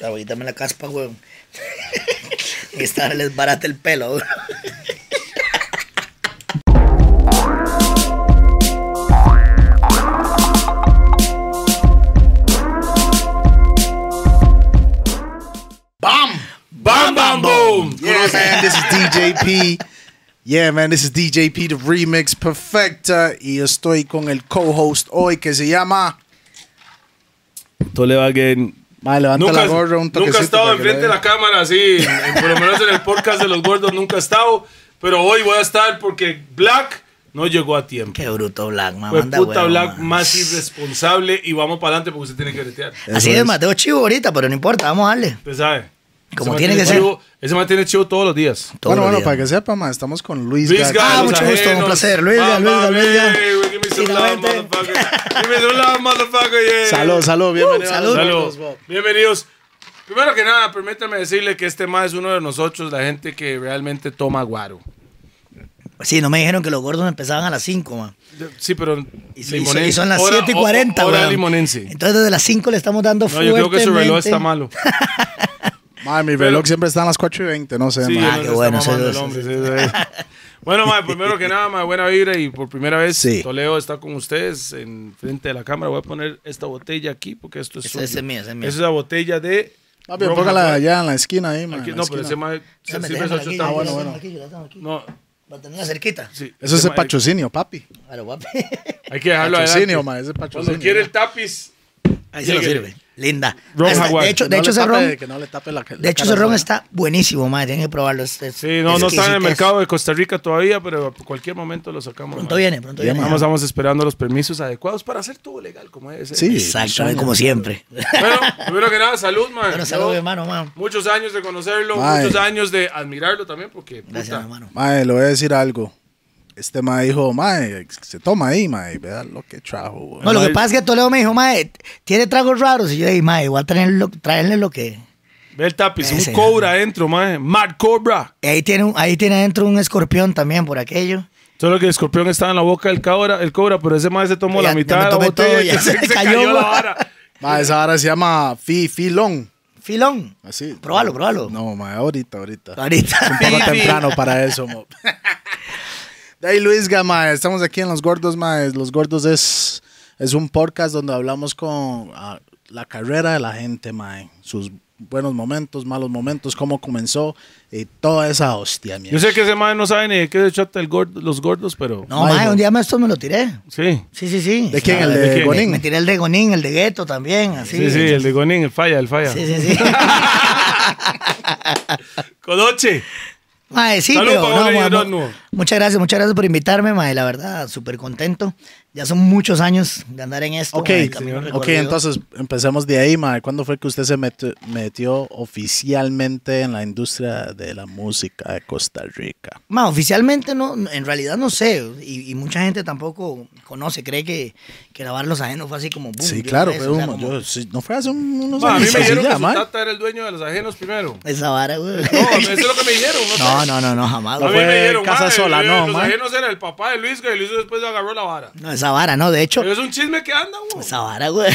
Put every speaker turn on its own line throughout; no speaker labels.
Ahorita la caspa, weón. y esta hora les barata el pelo, weón.
Bam!
Bam, bam, boom.
Yeah, man, this is DJP. Yeah, man, this is DJP, the remix perfecta. Y estoy con el co-host hoy que se llama.
Tolevagen.
Ma, levanta
Nunca,
la gorra un
nunca
toquecito
he estado
para que
enfrente de
le-
la cámara así. en- Por lo menos en el podcast de los gordos nunca he estado. Pero hoy voy a estar porque Black no llegó a tiempo.
Qué bruto Black, man.
Fue
Manda,
Pues puta
weón,
Black
Ah, man.
más irresponsable y vamos para adelante porque usted tiene que bretear.
Así es, Mateo Chivo ahorita, pero no importa, vamos a darle.
Usted sabe.
Como
Ese man
tiene que ser.
chivo- Ese man tiene chivo todos los días.
Todos
Bueno,
los
bueno,
días.
para que sepa, ma, estamos con Luis,
Luis
Gaga.
Gaga,
Ah,
los
mucho gusto, un
ajenos.
placer. Luis,
Mamá
Luis, Luis,
mía,
Luis.
güey, give me some love,
Igualmente.
motherfucker. Give me some love, motherfucker, yeah.
Salud, salud, bienvenido.
Uh, salud.
Salud. Bienvenidos. Primero que nada, permítame decirle que este más es uno de nosotros, la gente que realmente toma guaro.
Sí, no me dijeron que los gordos empezaban a las 5, man.
Sí, pero
Y, son- y son- y son las 7 y 40,
Hora,
weón.
limonense.
Entonces desde las 5 le estamos dando
No,
fuerte.
yo creo que su reloj está malo.
Ma, mi
Pero-
reloj siempre está a las 4 y 20, no sé,
Sí,
ma.
Ah,
no
qué
le
bueno,
está mamando
eso
el hombre, sí, sí, sí. Bueno, mae, primero que nada, mae, buena vibra y por primera vez
Sí.
Toledo está con ustedes en frente de la cámara. Voy a poner esta botella aquí porque esto es
Esa-
suyo.
esa es mía, esa es mía.
Esa es la botella de...
Papi,
Ron
Ah, póngala
Jaguar.
allá en la esquina ahí, ma.
pues. Aquí-
en la
no, pero ese
esquina.
mae...
Déjame,
siempre
déjame
se
aquí,
está-
yo la
bueno,
tengo
bueno.
aquí, yo la tengo aquí.
No,
Para tenerla cerquita.
sí,
Eso es
ese
el
mae-
patrocinio, papi.
A lo guapo.
Hay que dejarlo
Patrocinio,
adelante.
ma, ese patrocinio.
Cuando quiere el tapiz...
Ahí se lo
Lléguele.
sirve. Linda.
Ron
Esta-
Jaguar.
de hecho,
Que
de
no
hecho
le
ese
tape-
ron,
que no le tape la- la
de hecho,
cara,
ese ron
ma.
está buenísimo, madre. Tienen que probarlo. es- es
Sí, no, no está en el
exquisitez.
mercado de Costa Rica todavía, pero a cualquier momento lo sacamos.
Pronto
mae.
viene, pronto viene.
Vamos, vamos esperando los permisos adecuados para hacer todo legal, como es.
Sí.
Exactamente, como siempre.
Bueno, primero que nada, salud, man.
Bueno, saludos,
Yo-
hermano, man.
Muchos años de conocerlo,
Mae.
muchos años de admirarlo también, porque puta,
Gracias, hermano.
Mae, le voy a decir algo. Este mae dijo, mae, se toma ahí, mae, vea lo que trajo, güey.
No, lo que
Mae.
pasa es que Toledo me dijo, mae, tiene tragos raros. Y yo le dije, mae, voy a traerle, traerle lo que.
ve el tapiz,
Ese.
un cobra adentro, mae. Mad Cobra.
Y ahí tiene, un- ahí tiene adentro un escorpión también por aquello.
Solo que el escorpión estaba en la boca del cobra, el cobra pero ese mae se tomó
Ya-
la
ya
mitad
me
de la
tomé
botella
todo,
y
ya
se,
se
se
cayó,
cayó la
ma.
vara.
Mae, esa vara se llama fi, filón.
Filón.
Así.
Probalo, probalo.
No, mae, ahorita, ahorita.
Ahorita.
Un poco temprano para eso, mo. De ahí, Luis Gama, estamos aquí en Los Gordos, mae. Los Gordos es, es un podcast donde hablamos con ah, la carrera de la gente, mae. Sus buenos momentos, malos momentos, cómo comenzó y toda esa hostia, mierda.
Yo sé que ese mae no sabe ni de qué se trata el gordo- los gordos, pero.
No, mae, un día más esto me lo tiré.
Sí.
Sí, sí, sí.
¿De quién?
No,
¿El
de
de
quién?
Me
Gonín?
tiré el de Gonín, el de Gueto también, así.
Sí, sí, el de Gonín, el falla, el falla.
Sí, sí, sí.
Codoche.
Mae, sí,
Salud,
pero,
Paola,
no,
y
ma-
Gerardo.
mu- muchas gracias, muchas gracias por invitarme, mae, la verdad, súper contento. Ya son muchos años de andar en esto.
Ok,
mae, el camino
señor.
ok,
recorrido.
entonces empecemos de ahí, mae. ¿Cuándo fue que usted se metió, metió oficialmente en la industria de la música de Costa Rica?
Ma, oficialmente no, en realidad no sé, y, y mucha gente tampoco conoce, cree que, que grabar los ajenos fue así como boom.
sí,
de
claro,
una vez,
fue
o sea,
uno-
como
yo- sí, no fue hace un- unos
Ma, a mí
años.
me dijeron
así
que
ya,
su
mae.
tata era el dueño de los ajenos primero.
Esa vara, güey.
No, eso es lo que me dijeron. No, sé.
No, no, no, no, jamás.
No
A mí
güey.
fue
me dijeron,
casa
"Mae,
sola",
eh,
no,
Los
mae.
ajenos era el papá de Luis, que Luis después agarró la vara.
No, Pues- esa vara, no. De hecho,
Pero es un chisme que anda, güey.
esa vara, güey.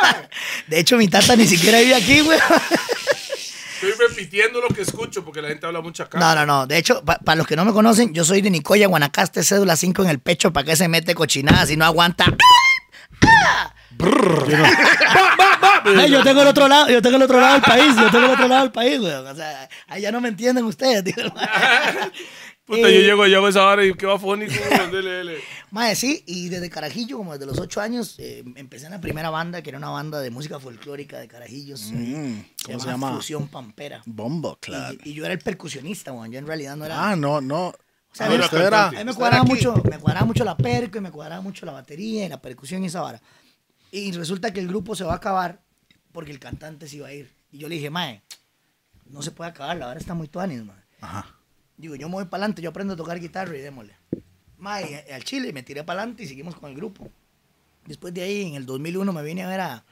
De hecho, mi tata ni siquiera vive aquí, güey.
Estoy repitiendo lo que escucho porque la gente habla mucha
No,
cara.
no, no. De hecho, para los que no me conocen, yo soy de Nicoya, Guanacaste, cédula 5 en el pecho. ¿Para qué se mete cochinada si no aguanta? Ay, yo tengo el otro lado, yo tengo el otro lado del país, yo tengo el otro lado del país, güey. O sea, ahí ya no me entienden ustedes, tío.
Puta,
Eh.
yo llego y hago esa vara y qué afónico. güey, dele, dele.
Mae, sí, y desde Carajillo, como desde los ocho años, eh, empecé en la primera banda, que era una banda de música folclórica de Carajillos. eh,
Mm, ¿Cómo
llamaba
se llama?
Fusión Pampera.
Bombo, claro.
Y, y yo era el percusionista, weón. Yo en realidad no era.
Ah, no, no.
sea,
Ah,
no era
usted era-
a mí
cantante.
me
usted
cuadraba
era aquí.
mucho, me cuadraba mucho la perco y me cuadraba mucho la batería y la percusión y esa vara. Y resulta que el grupo se va a acabar porque el cantante se iba a ir. Y yo le dije, mae, no se puede acabar, la vara está muy tuanis, mae.
Ajá.
Digo, yo me voy para adelante, yo aprendo a tocar guitarra y démosle. Mae, y eh, al Chile me tiré para adelante y seguimos con el grupo. Después de ahí, en el 2001, me vine a ver a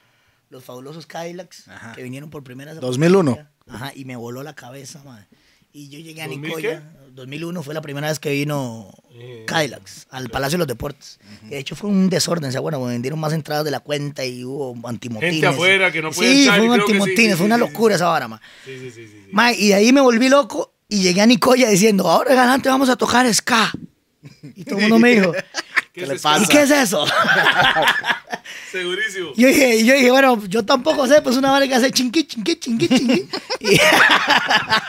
los fabulosos Cadillacs
Ajá.
que vinieron por primera vez. a
2001.
Costa Rica. Ajá, y me voló la cabeza, mae. Y yo llegué a
¿2000
Nicoya. 2001 fue la primera vez que vino Cadillacs al Palacio de los Deportes. Que De hecho, fue un desorden. O sea, bueno, vendieron más entradas de la cuenta y hubo antimotines.
Gente afuera que no puede
Sí,
entrar,
fue
y
un
creo que sí,
antimotines.
sí,
fue una
sí, sí.
locura esa vara, ma.
Sí, sí, sí, sí, sí.
Ma, y de ahí me volví loco y llegué a Nicoya diciendo, ahora en adelante vamos a tocar ska. Y todo el mundo me dijo,
¿Qué le
es
pasa?
¿y
esto?
qué es eso?
Segurísimo.
Yo dije, y yo dije, bueno, yo tampoco sé, pues una vara que hace chinqui, chinqui, chinqui, chinqui. Y...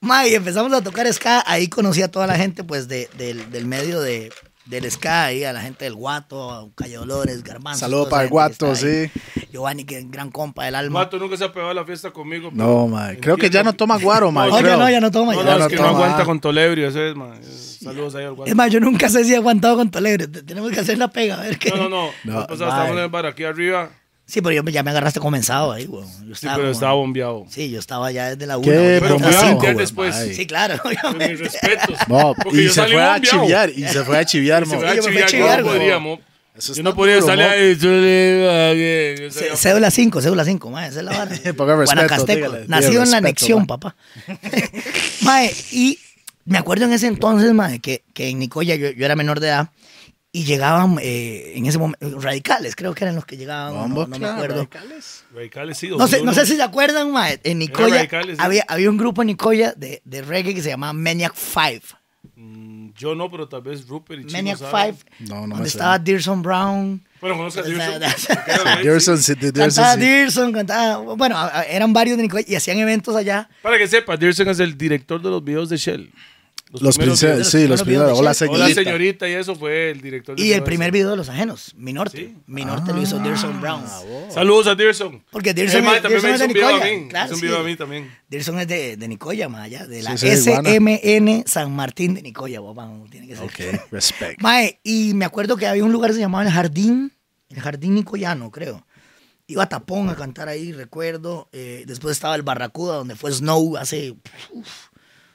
Ma, y empezamos a tocar ska, ahí conocí a toda la gente pues de- del, del medio de, del ska, ahí a la gente del Guato, Calle Dolores, Garbanzo.
Saludo
toda
para
esa
el guato,
gente que
sí.
está ahí. Giovanni, que es gran compa del alma.
Mato nunca se ha pegado a la fiesta conmigo. pero
No, mae. Creo que ya no toma guaro, mae.
No, ya
creo.
no, ya no toma,
No,
ya
no,
no
es que no
toma.
aguanta con Tolebrio, ese es, man. Saludos ahí al guante.
Es más, yo nunca sé si he aguantado con Toledo. Te- Tenemos que hacer la pega, a ver qué. eh.
No, no, no.
No,
Nosotros
mae.
estábamos en el bar aquí arriba.
Sí, pero yo, ya me agarraste comenzado ahí, güey. Yo
Sí, pero
como-
estaba bombeado.
Ah, Sí, yo estaba ya desde la una.
Qué
güey.
Pero
bombeado,
fue a voltear
güey,
después.
mae.
Sí, claro,
Con Pues, mis
obviamente.
respetos.
No,
Porque
y
yo
se
salí
fue a
bombeado.
chiviar, y se fue a chiviar,
Se
mo.
fue a
Yo me fui
chiviar,
a
yo
chiviar,
no
güey.
podría, mo.
Eso
Yo
está
no podría
duro,
salir
mo.
ahí. yo le- "Ah,
C-
yo salía-
Cédula 5, cédula 5, mae, esa es la vara.
Ponga respeto,
Guanacasteco,
dígale, dígale
nacido en la
respeto,
anexión,
mae.
papá. mae, y me acuerdo en ese entonces, mae, que, que en Nicoya yo, yo era menor de edad y llegaban eh, en ese momento radicales, creo que eran los que llegaban, Ah, no-
Bombo,
no, me
claro,
acuerdo.
radicales.
Radicales, sí,
No sé, no
2001.
sé si se acuerdan, mae, en Nicoya
radicales, ¿eh? sí.
había, había un grupo en Nicoya de, de reggae que se llamaba Maniac Five.
Mm, Yo no, pero tal vez Rupert y Chino
Maniac
saben.
Five,
No, no me
donde
sé.
estaba Dearson Brown.
Bueno, conozco a Dirson. Ah,
Gerson, sí, de- Gerson,
Cantaba
sí.
Dearson, cantaba. Bueno, a- a- eran varios de Nicoya y hacían eventos allá.
Para que sepa, Dirson es el director de los videos de Shell.
Los
primeros
princesa-
videos-
sí, los
primeros
primeros.
videos
Hola,
de Shell.
Hola,
señorita.
señorita, y eso fue el director de
Y el
videos de
primer
Shell.
video de Los Ajenos, Mi Norte.
Sí.
Mi Norte lo
Ah,
hizo Dirson Brown.
Saludos a Dirson.
Porque Dirson
Ese mae
es-
también
Dirson
me
es
hizo
de
un video a
Nicoya,
mí.
claro,
Hizo un
sí.
video a mí también.
Dirson es de, de Nicoya, más allá, de la
Sí, sí, de Iguana.
SMN San Martín de Nicoya, papá, tiene que ser.
Ok, respect.
Mae, y me acuerdo que había un lugar que se llamaba El Jardín, El Jardín Nicoyano, creo. Iba a Tapón a cantar ahí, recuerdo. Eh, después estaba el Barracuda, donde fue Snow hace...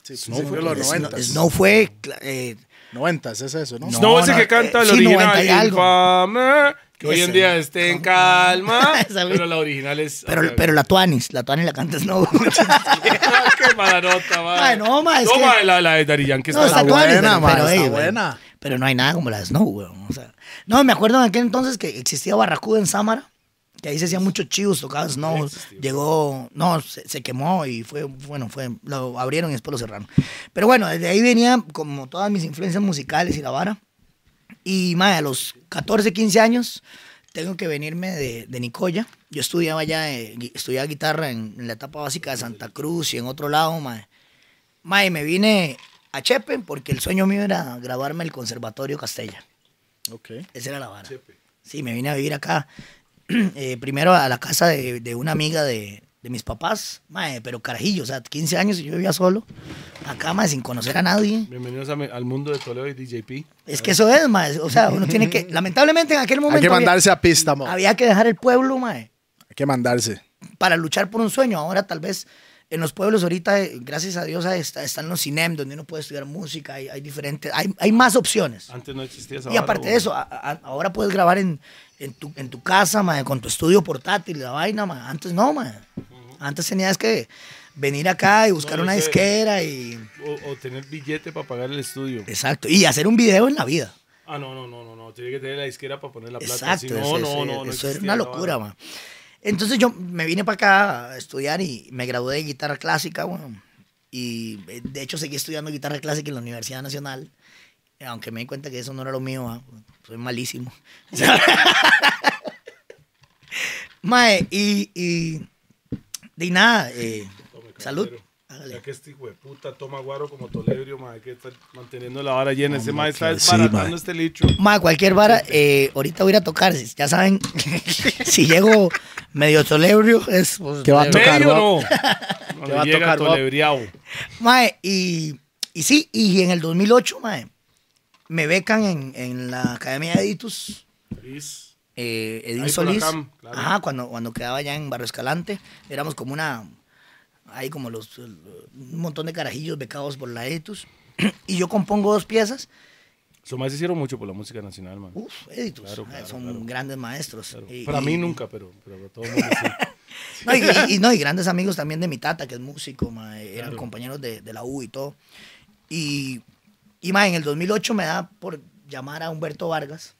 Sí,
Snow,
fue los
Snow-
90.
Snow fue... cla- eh,
90, es eso, ¿no?
No.
Snow es el que
eh,
canta el
sí, 90
original
y algo.
infame, que hoy en
Ese.
día esté en calma,
Esa
pero la original es...
pero, pero la Tuanis, la Tuanis la canta Snow.
Qué mala nota, va.
Mae, no, mae, es
No,
que-
mae, la, la de Daddy Yankee
No, está
está...
Está
actual,
buena,
pero,
ma,
pero,
está
ey,
buena.
pero no hay nada como la de Snow, weón. o sea. no, me acuerdo en aquel entonces que existía Barracuda en Samara, que ahí se hacían muchos chivos, tocaban Snow, llegó, no, se, se quemó y fue, bueno, fue, lo abrieron y después lo cerraron. Pero bueno, desde ahí venía como todas mis influencias musicales y la vara. Y mae, a los 14, 15 años tengo que venirme de, de Nicoya. Yo estudiaba ya, eh, gui- estudiaba guitarra en, en la etapa básica de Santa Cruz y en otro lado, mae. Mae, me vine a Chepe porque el sueño mío era grabarme el Conservatorio Castella.
Ok.
Esa era la vara. Sí, me vine a vivir acá. eh, primero a la casa de, de una amiga de, de mis papás, mae, pero carajillo, o sea, 15 años y yo vivía solo. Acá, mae, sin conocer a nadie.
Bienvenidos a mi- al mundo de Toledo y DJP.
Es que eso es, mae. O sea, uno tiene que. Lamentablemente en aquel momento.
Hay que
había-
mandarse a pista, mo. Hay
había que dejar el pueblo, mae,
que mandarse.
para luchar por un sueño. Ahora tal vez en los pueblos ahorita, eh, gracias a Dios, ahí está- están los cinem donde uno puede estudiar música, hay, hay diferentes, hay, hay más opciones.
Antes no existía esa
Y aparte de eso, a- a- ahora puedes grabar en, en tu, en tu casa, mae, con tu estudio portátil, la vaina, mae. antes no, mae. antes tenías que venir acá y buscar
No,
una
ese-
disquera y...
O, o tener billete para pagar el estudio.
Exacto, y hacer un video en la vida.
Ah, no, no, no, no, no. Tiene que tener la disquera para poner la plata.
Exacto,
Si no,
eso,
no,
eso-
no, no
eso era
existía
una
esa
locura,
vara.
man. Entonces yo me vine para acá a estudiar y me gradué de guitarra clásica, weón. Y eh, de hecho seguí estudiando guitarra clásica en la Universidad Nacional, eh, aunque me di cuenta que eso no era lo mío, ah, soy malísimo. Mae, y, y, y nada, eh,
Tome,
salud.
caballero.
Hágale.
Ya que este hijo de puta toma guaro como Toledrio, ma, hay que estar manteniendo la vara llena. Ese ma
que
está
sí, ma.
desbaratando este licho.
Ma, cualquier vara, eh, ahorita voy a ir a tocar, si- ya saben, si llego medio solebrio es... pues,
¿Qué va a
eh,
tocar,
¿Medio
va?
no?
¿Qué va
Cuando
a
llega
tocar, va?
Tolebriao.
Mae, y, y sí, y en el 2008, mae, me becan en, en la Academia de Editus,
Luis,
eh, Edil
Ahí por la
Solís.
CAM, claro.
Ajá, cuando, cuando quedaba allá en Barrio Escalante, éramos como una, ahí como los, el- un montón de carajillos becados por la Editus. y yo compongo dos piezas,
Los más hicieron mucho por la música nacional, man.
uff, Editus,
Claro,
ah,
claro,
son
claro.
grandes maestros.
Claro.
Y-
Para
y-
mí nunca, pero, pero para todo el mundo sí.
No, y, y- y no, y grandes amigos también de mi tata, que es músico, mae, eran compañeros de, de la U y todo. Y, y mae, en el 2008 me da por llamar a Humberto Vargas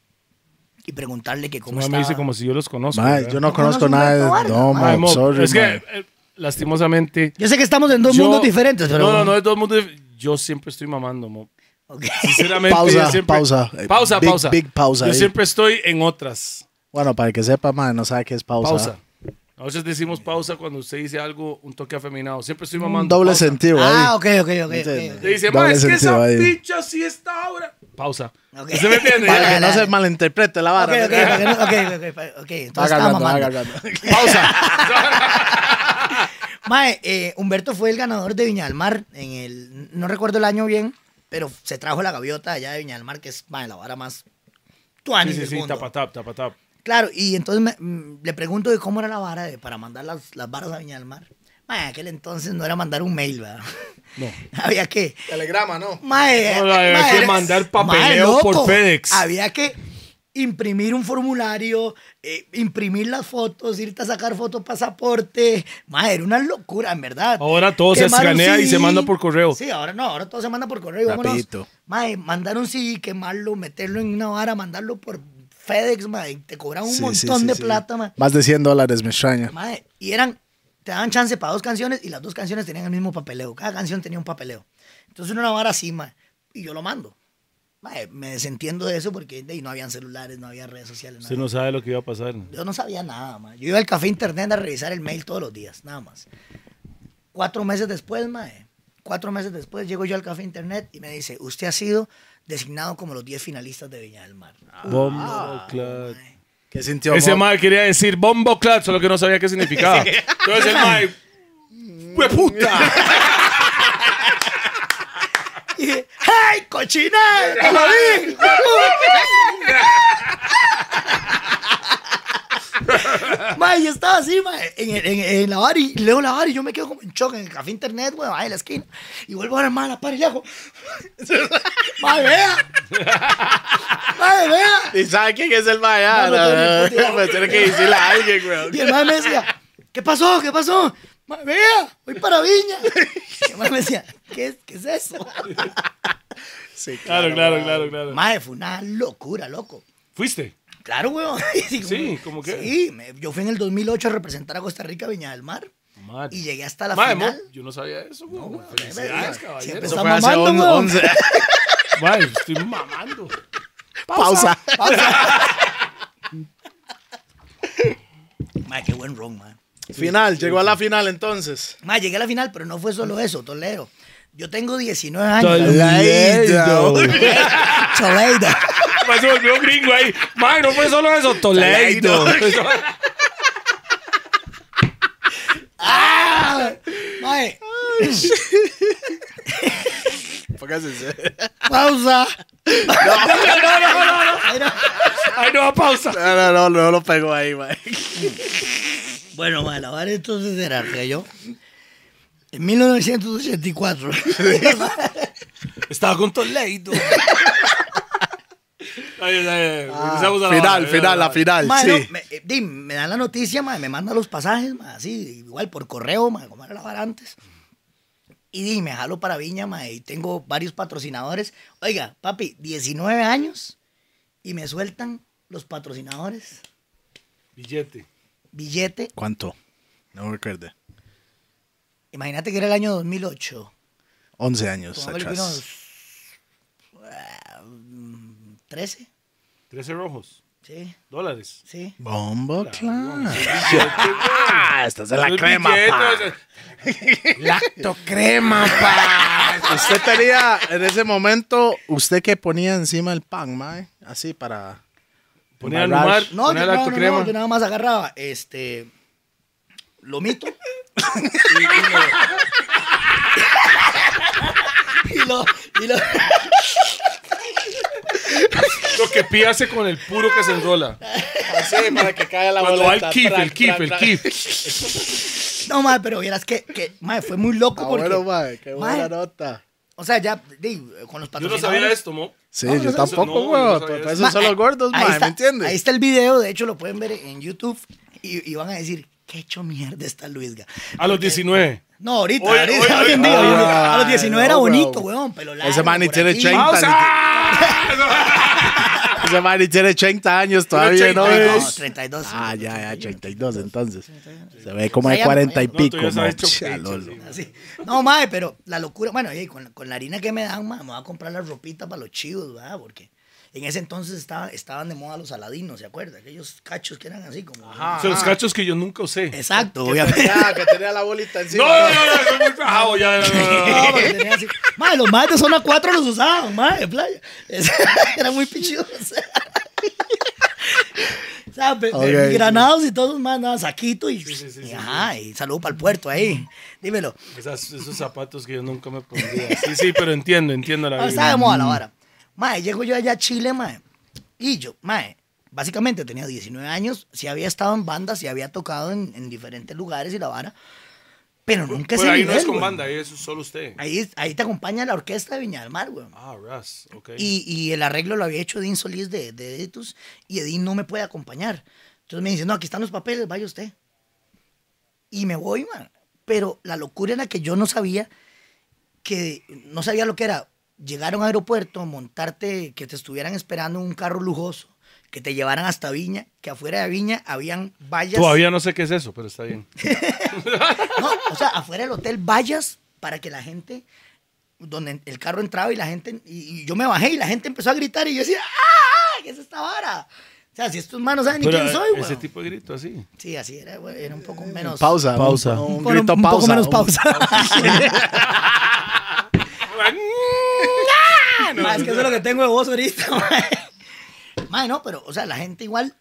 y preguntarle que cómo
Mae, me
estaba.
dice como si yo los conozco.
Mae,
¿verdad?
yo no
No conozco
conozco nada
Humberto
de.
Vargas,
No,
mae.
mae,
Mae,
sorry,
es que,
mae.
eh, lastimosamente.
Yo sé que estamos en dos
yo-
mundos diferentes, pero...
No, no, no es dos mundos. dif- Yo siempre estoy mamando, mo.
Ok.
Sinceramente,
Pausa,
yo siempre-
pausa. Eh,
Pausa,
big-
pausa.
big pausa
Yo
ahí.
siempre estoy en otras.
Bueno, para que sepa, mae, no sabe qué es pausa.
Pausa. A veces decimos pausa cuando usted dice algo, un toque afeminado. Siempre estoy
Un
mamando.
doble
pausa.
sentido
Ah,
ahí.
ok, ok, ok. ok,
Le dice,
Doble
"Ma, es que esa
sentido ahí.
picha sí está ahora. Pausa.
Ok.
¿Usted me entiende?
Para que
Vale,
no
vale.
se malinterprete la
Ok,
vara.
ok,
¿no?
ok, ok, ok, ok, ok, ok,
Va
entonces estaba
agarrando, va
mamando.
agarrando.
Mae, eh, Humberto fue el ganador de Viña del Mar en el. No recuerdo el año bien, pero se trajo la gaviota allá de Viña del Mar, que es mae, la vara más.
Sí,
tuanis
sí,
del
sí,
mundo.
tapatap, tapatap.
Claro, y entonces me- mm, le pregunto de cómo era la vara de- para mandar las, las varas a Viña del Mar. Mae, aquel entonces no era mandar un mail, ¿verdad? No. Había que.
Telegrama, ¿no?
Mae,
No, no, había
mae,
que
era-
mandar papeleo
mae,
por
loco.
FedEx.
Había que imprimir un formulario, eh, imprimir las fotos, irte a sacar foto pasaporte. Mae, era una locura, en verdad.
Ahora todo se
Quemar un
escanea y
CD.
se manda por correo.
Sí, ahora no, ahora todo se manda por correo. y vámonos.
Rapidito.
Mae, mandar un CD, quemarlo, meterlo en una vara, mandarlo por FedEx, mae, y te cobran un
Sí,
montón
sí, sí,
de
sí.
plata, mae.
Más de 100 dólares, me extraña.
Mae, y eran, te daban chance para dos canciones y las dos canciones tenían el mismo papeleo. Cada canción tenía un papeleo. Entonces una vara así, mae, y yo lo mando. Mae, me desentiendo de eso porque de ahí no habían celulares, no había redes sociales. no
Usted
había-
no sabe lo que iba a pasar.
Yo no sabía nada, mae. Yo iba al café internet a revisar el mail todos los días, nada más. Cuatro meses después, mae, cuatro meses después llego yo al café internet y me dice, usted ha sido designado como los 10 finalistas de Viña del Mar.
Bombo Clat.
¿Qué sintió?
Ese
Mo?
mae quería decir Bombo Clat, solo que no sabía qué significaba. Entonces el mae. ¡Hue puta!
Y dije, ¡ay, cochina! ¡Te lo dije! Mae, yo estaba así, mae, en, el- en, en la bar y leo la bar y yo me quedo como en shock en el café internet, weón, ahí en la esquina. Y vuelvo a ver mae, a la par y le hago, ¡Mae, vea! ¡Mae, vea!
¿Y sabe quién es el mae?
No, no tengo ni puta idea.
Me tiene que decirle a alguien, weón.
Y el mae me decía, ¿qué pasó? ¿Qué pasó? Mae, vea, voy para Viña. Y el mae me decía, ¿qué, qué es eso?
Sí,
Claro, claro, claro, claro.
Mae, fue una locura, loco.
¿Fuiste?
Claro, weón.
Sí, ¿cómo que?
"Mm, Sí, me- yo fui en el 2008 a representar a Costa Rica a Viña del Mar
Madre.
y llegué hasta la
Mae, mo,
final.
yo no sabía eso, güey.
Verga,
Felicidades,
Siempre
caballero.
está
fue hace
mamando,
on-
weón.
11.
Mae, estoy mamando.
Pausa.
Mae, qué buen ron, man.
Final, llegó a la final entonces.
Mae, llegué a la final, pero no fue solo eso, Toledo. Yo tengo 19 años.
Toledo. Toledo.
Toledo.
Mae, se volvió gringo ahí. Mae, no fue solo eso, Toledo.
Mae,
Póngase.
pausa.
No, no, no, no.
Ay, no.
Ay, no, pausa.
No, no, no, no lo pegó ahí, mae.
Bueno, mae, la vara entonces era que yo. En 1984.
Estaba con Toledo. Ay, ay, ay. Regresamos a Ah, la
Final,
banda,
final, la final,
Mae, no,
sí.
me, eh, di, me dan la noticia, mae, me mandan los pasajes, mae, así, igual por correo, mae, como era la vara antes. Y di, me jalo para Viña, mae, y tengo varios patrocinadores. Oiga, papi, 19 años y me sueltan los patrocinadores,
Billete.
billete.
¿Cuánto? No me acuerdo.
Imagínate que era el año 2008.
11 años
Pongámosle que
atrás.
unos, ah, mm, 13,
13 rojos.
sí,
Dólares.
sí.
Bombo, claro. Estás en
El billete, ese-
Lacto crema, pa. Usted tenía, en ese momento, usted que ponía encima el pan, mae, así para...
Ponía el mar.
Barrage.
No,
ponía
yo,
el
no,
acto
no,
crema.
no, yo nada más agarraba, este, lomito.
Y- y me-
y lo, y lo,
Lo que Pi hace con el puro que se enrola.
Así, para que caiga la
Cuando va el kif, el kif, el kif.
No, madre, pero vieras que, que madre, fue muy loco
Ah,
porque...
bueno, mae, qué buena
mae,
nota.
O sea, ya, di, con los
Yo no
patrocinadores...
sabía esto, ¿no?
Sí,
No, no
yo
sé,
no,
tampoco,
yo no
weón.
sabía
pero
eso.
esos son
Mae,
los gordos,
ahí
mae,
está-
¿me entiendes?
Ahí está el video, de hecho lo pueden ver en YouTube y, y van a decir, qué hecho mierda está Luisga.
A los 19.
No, ahorita,
Hoy-
ahorita,
hoy-
hoy en
hoy-
día,
hoy-
hoy en día. a los
Ay,
19
no,
era bonito,
bro.
weón, pelo largo.
Ese man ni
por
tiene
aquí.
Ah,
30. ni- Ese man ni tiene 80 años todavía, ¿no?
32.
No, 32.
Ah, ya, ya, 32 entonces. Se ve como
O sea,
de
ya-
40 y
No,
pico.
tú ya sabes,
mo,
chopecho,
chalolo.
sí.
Así. No, mae, pero la locura. Bueno, y con, con la harina que me dan, mae, me voy a comprar la ropita para los chivos, ¿verdad? Porque en ese entonces estaba- estaban de moda los aladinos, ¿se acuerda? Aquellos cachos que eran así como.
Son los cachos que yo nunca usé.
Exacto, obviamente.
Ya, que tenía la bolita
No,
encima.
no, no, no, soy muy fajado ya. no, no, no.
No, pero tenía así- Mae, los maes de zona 4 los usaban, mae, de playa. Es- Eran muy pichudos. O sea, be- be-
Ok.
granados y todos más, nada, saquito y,
sí, sí,
y
sí,
ajá, y saludo para el puerto ahí. Dímelo.
Esas- esos zapatos que yo nunca me pondría. Sí, sí, pero entiendo, entiendo la
Ah, Estaba de
vida.
moda la vara. Mae, llego yo allá a Chile, mae. Y yo, mae, básicamente tenía 19 años, sí había estado en bandas, sí había tocado en, en diferentes lugares y la vara, pero nunca
Pero
se
Pues ahí no es con
güey.
banda, ahí es solo usted.
Ahí, ahí te acompaña la orquesta de Viña del Mar, güey.
Ah, Ras, ok.
Y, y el arreglo lo había hecho Edín Solís de, de Editus y Edín no me puede acompañar. Entonces me dice, no, aquí están los papeles, vaya usted. Y me voy, man. Pero la locura era que yo no sabía que, no sabía lo que era llegar a un aeropuerto, montarte, que te estuvieran esperando en un carro lujoso, que te llevaran hasta Viña, que afuera de Viña habían vallas.
Todavía no sé qué es eso, pero está bien.
No, o sea, afuera del hotel vallas para que la gente, donde el carro entraba y la gente, y, y yo me bajé y la gente empezó a gritar y yo decía, ¡ah! ¿Qué es esta vara? O sea, si estos manos saben ni
Pero, eh,
quién
eh,
soy,
Ese
güey.
tipo de grito así.
Sí, así era, güey, era un poco menos...
Pausa.
Pausa.
Un, un
Bueno,
grito
un
pausa.
poco menos
un-
pausa. Ma, es que eso es lo que tengo de voz ahorita, ma. Ma, no, pero, o sea, la gente igual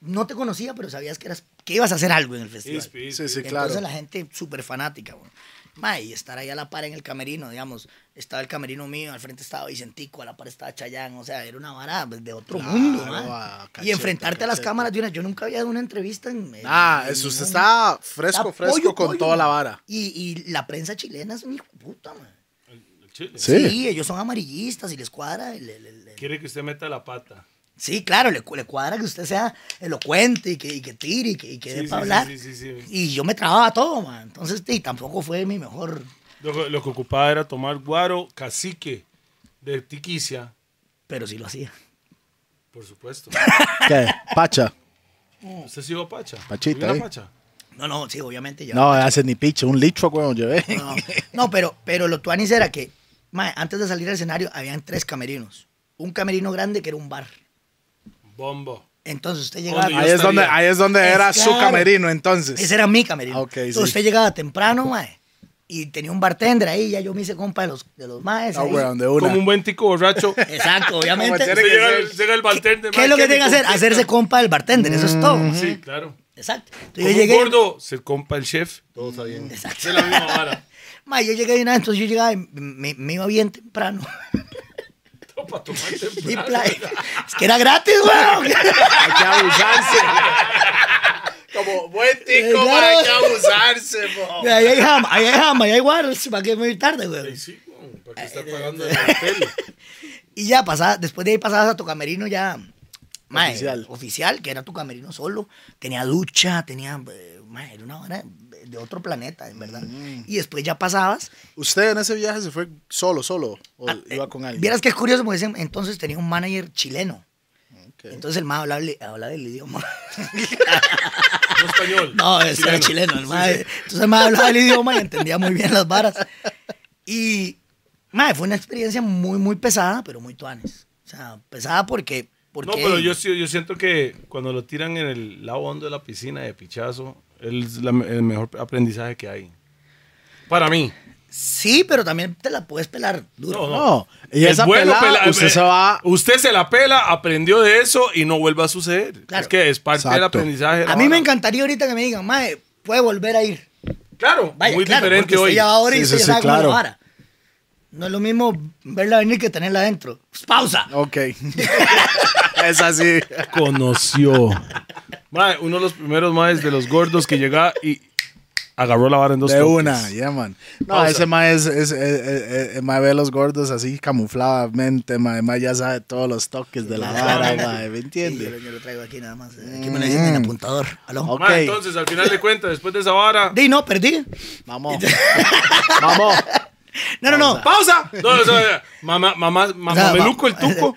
no te conocía, pero sabías que, eras, que ibas a hacer algo en el festival.
Ispi, ispi.
Sí, sí, claro.
Entonces la gente súper fanática, güey. Ma, y estar ahí a la par en el camerino, digamos. Estaba el camerino mío, al frente estaba Vicentico, a la par estaba Chayán, o sea, era una vara pues, de otro mundo, ma.
ah,
y
cachete,
enfrentarte a las
cachete.
cámaras de una, yo nunca había dado una entrevista en... en-
Ah,
en
eso usted
ningún-
está fresco,
Está
fresco
pollo,
con
pollo,
toda la
ma.
vara.
Y, y la prensa chilena es un hijo de puta, ma.
Chile.
Sí. ellos son amarillistas y les cuadra. el- el- el- el-
Quiere que usted meta la pata.
Sí, claro, le, cu- le cuadra que usted sea elocuente y que, y que tire y que, y que
Sí,
dé
sí,
para
sí,
hablar.
sí, sí, sí.
Y yo me trababa todo, man. Entonces, sí, tampoco fue mi mejor.
Lo, que- lo que ocupaba era tomar guaro cacique de tiquicia,
Pero sí lo hacía.
por supuesto.
¿Qué? Pacha.
¿Usted sí iba a Pacha?
Pachita,
¿Hubiera
eh.
Pacha?
No, no, sí, obviamente. ya.
No, hace ni picha. Un litro, weón, eh. llevé.
No, no, pero, pero lo tuanis era que, mae, antes de salir al escenario, habían tres camerinos. Un camerino grande que era un bar.
Bombo.
Entonces usted llegaba.
Donde yo
Ahí es,
estaría.
donde, ahí es donde
Es
era su
claro.
camerino entonces.
Ese era mi camerino.
Ok,
Entonces
sí.
usted llegaba temprano, mae. Y tenía un bartender ahí, ya yo me hice compa de los, de los maes.
Ah,
ahí.
weón, de una.
Como un buen tico borracho.
Exacto, obviamente.
Como tiene
Se
que
llega,
ser.
el- llega el bartender.
¿Qué es lo
"Mae,
que tiene que
me
hacer?
conquista".
Hacerse compa del bartender, eso es todo.
Sí, claro.
Exacto. Entonces
Como
yo
un
llegué.
gordo, se compa el chef. Todo está bien.
Exacto.
Es la misma vara.
Ma, yo llegué de una vez, entonces yo llegaba y me, me iba bien temprano.
Todo para tomar
Y
temprano.
pla- es que era gratis, weón.
Hay que abusarse. Como buen tico,
Claro.
ma, hay que abusarse, po.
Y Ahí hay jama, ahí hay jama, ahí hay waters, ¿para qué me voy tarde, weón?
Ay, Sí, güey, ¿para qué está pagando el hotel?
Y ya pasaba, después de ahí pasabas a tu camerino ya. ma,
Oficial.
oficial, que era tu camerino solo. Tenía ducha, tenía. eh, ma, era una hora de otro planeta, en verdad.
Mm.
Y después ya pasabas eh,
¿Usted en ese viaje se fue solo, solo? ¿O iba con alguien?
Ah, Vieras que es curioso porque ese- entonces tenía un manager chileno.
Ok.
Entonces el más hablaba, el- hablaba el idioma.
No español.
No, ese era chileno. El mae. Entonces el más hablaba el idioma y entendía muy bien las varas. Y mae, fue una experiencia muy, muy pesada, pero muy tuanes. O sea, pesada porque. porque
No, pero yo, sí- yo siento que cuando lo tiran en el lado hondo de la piscina de pichazo, es la- el mejor aprendizaje que hay. Para mí.
Sí, pero también te la puedes pelar duro.
No,
No. Y
El
esa
bueno
pelada,
pela-
usted
eh,
se va...
Usted se la pela, aprendió de eso y no vuelva a suceder.
Claro.
Es que es parte del
Exacto.
aprendizaje. la
a mí me
vara.
encantaría ahorita que me digan, mae, puede volver a ir.
Claro,
Vaya,
muy
claro,
diferente
porque usted
hoy.
ya va ahora y
Sí,
usted
sí,
ya
sí,
sabe cómo es la
claro.
vara. No es lo mismo verla venir que tenerla adentro. Pues, ¡Pausa!
Ok. es así.
Conoció. Mae, uno de los primeros maes de los gordos que llegaba y agarró la vara en dos
De
toques.
una, yeah, man. No,
Pausa.
ese mae es, es, es- es- es- mae ve los gordos así camufladamente, mae, mae ya sabe todos los toques de la vara, mae, ¿me entiendes?
Yo, yo lo traigo aquí nada más. eh, Aquí me lo dicen en apuntador. Aló.
Ok.
Ma, entonces, al final de cuentas, después de esa vara.
Di, no, perdí.
Vamos. Vamos.
No, no, no.
¡Pausa! No, no, no, mamá, mamá, mamá,
O sea, eh,
mameluco el
ma-
tuco.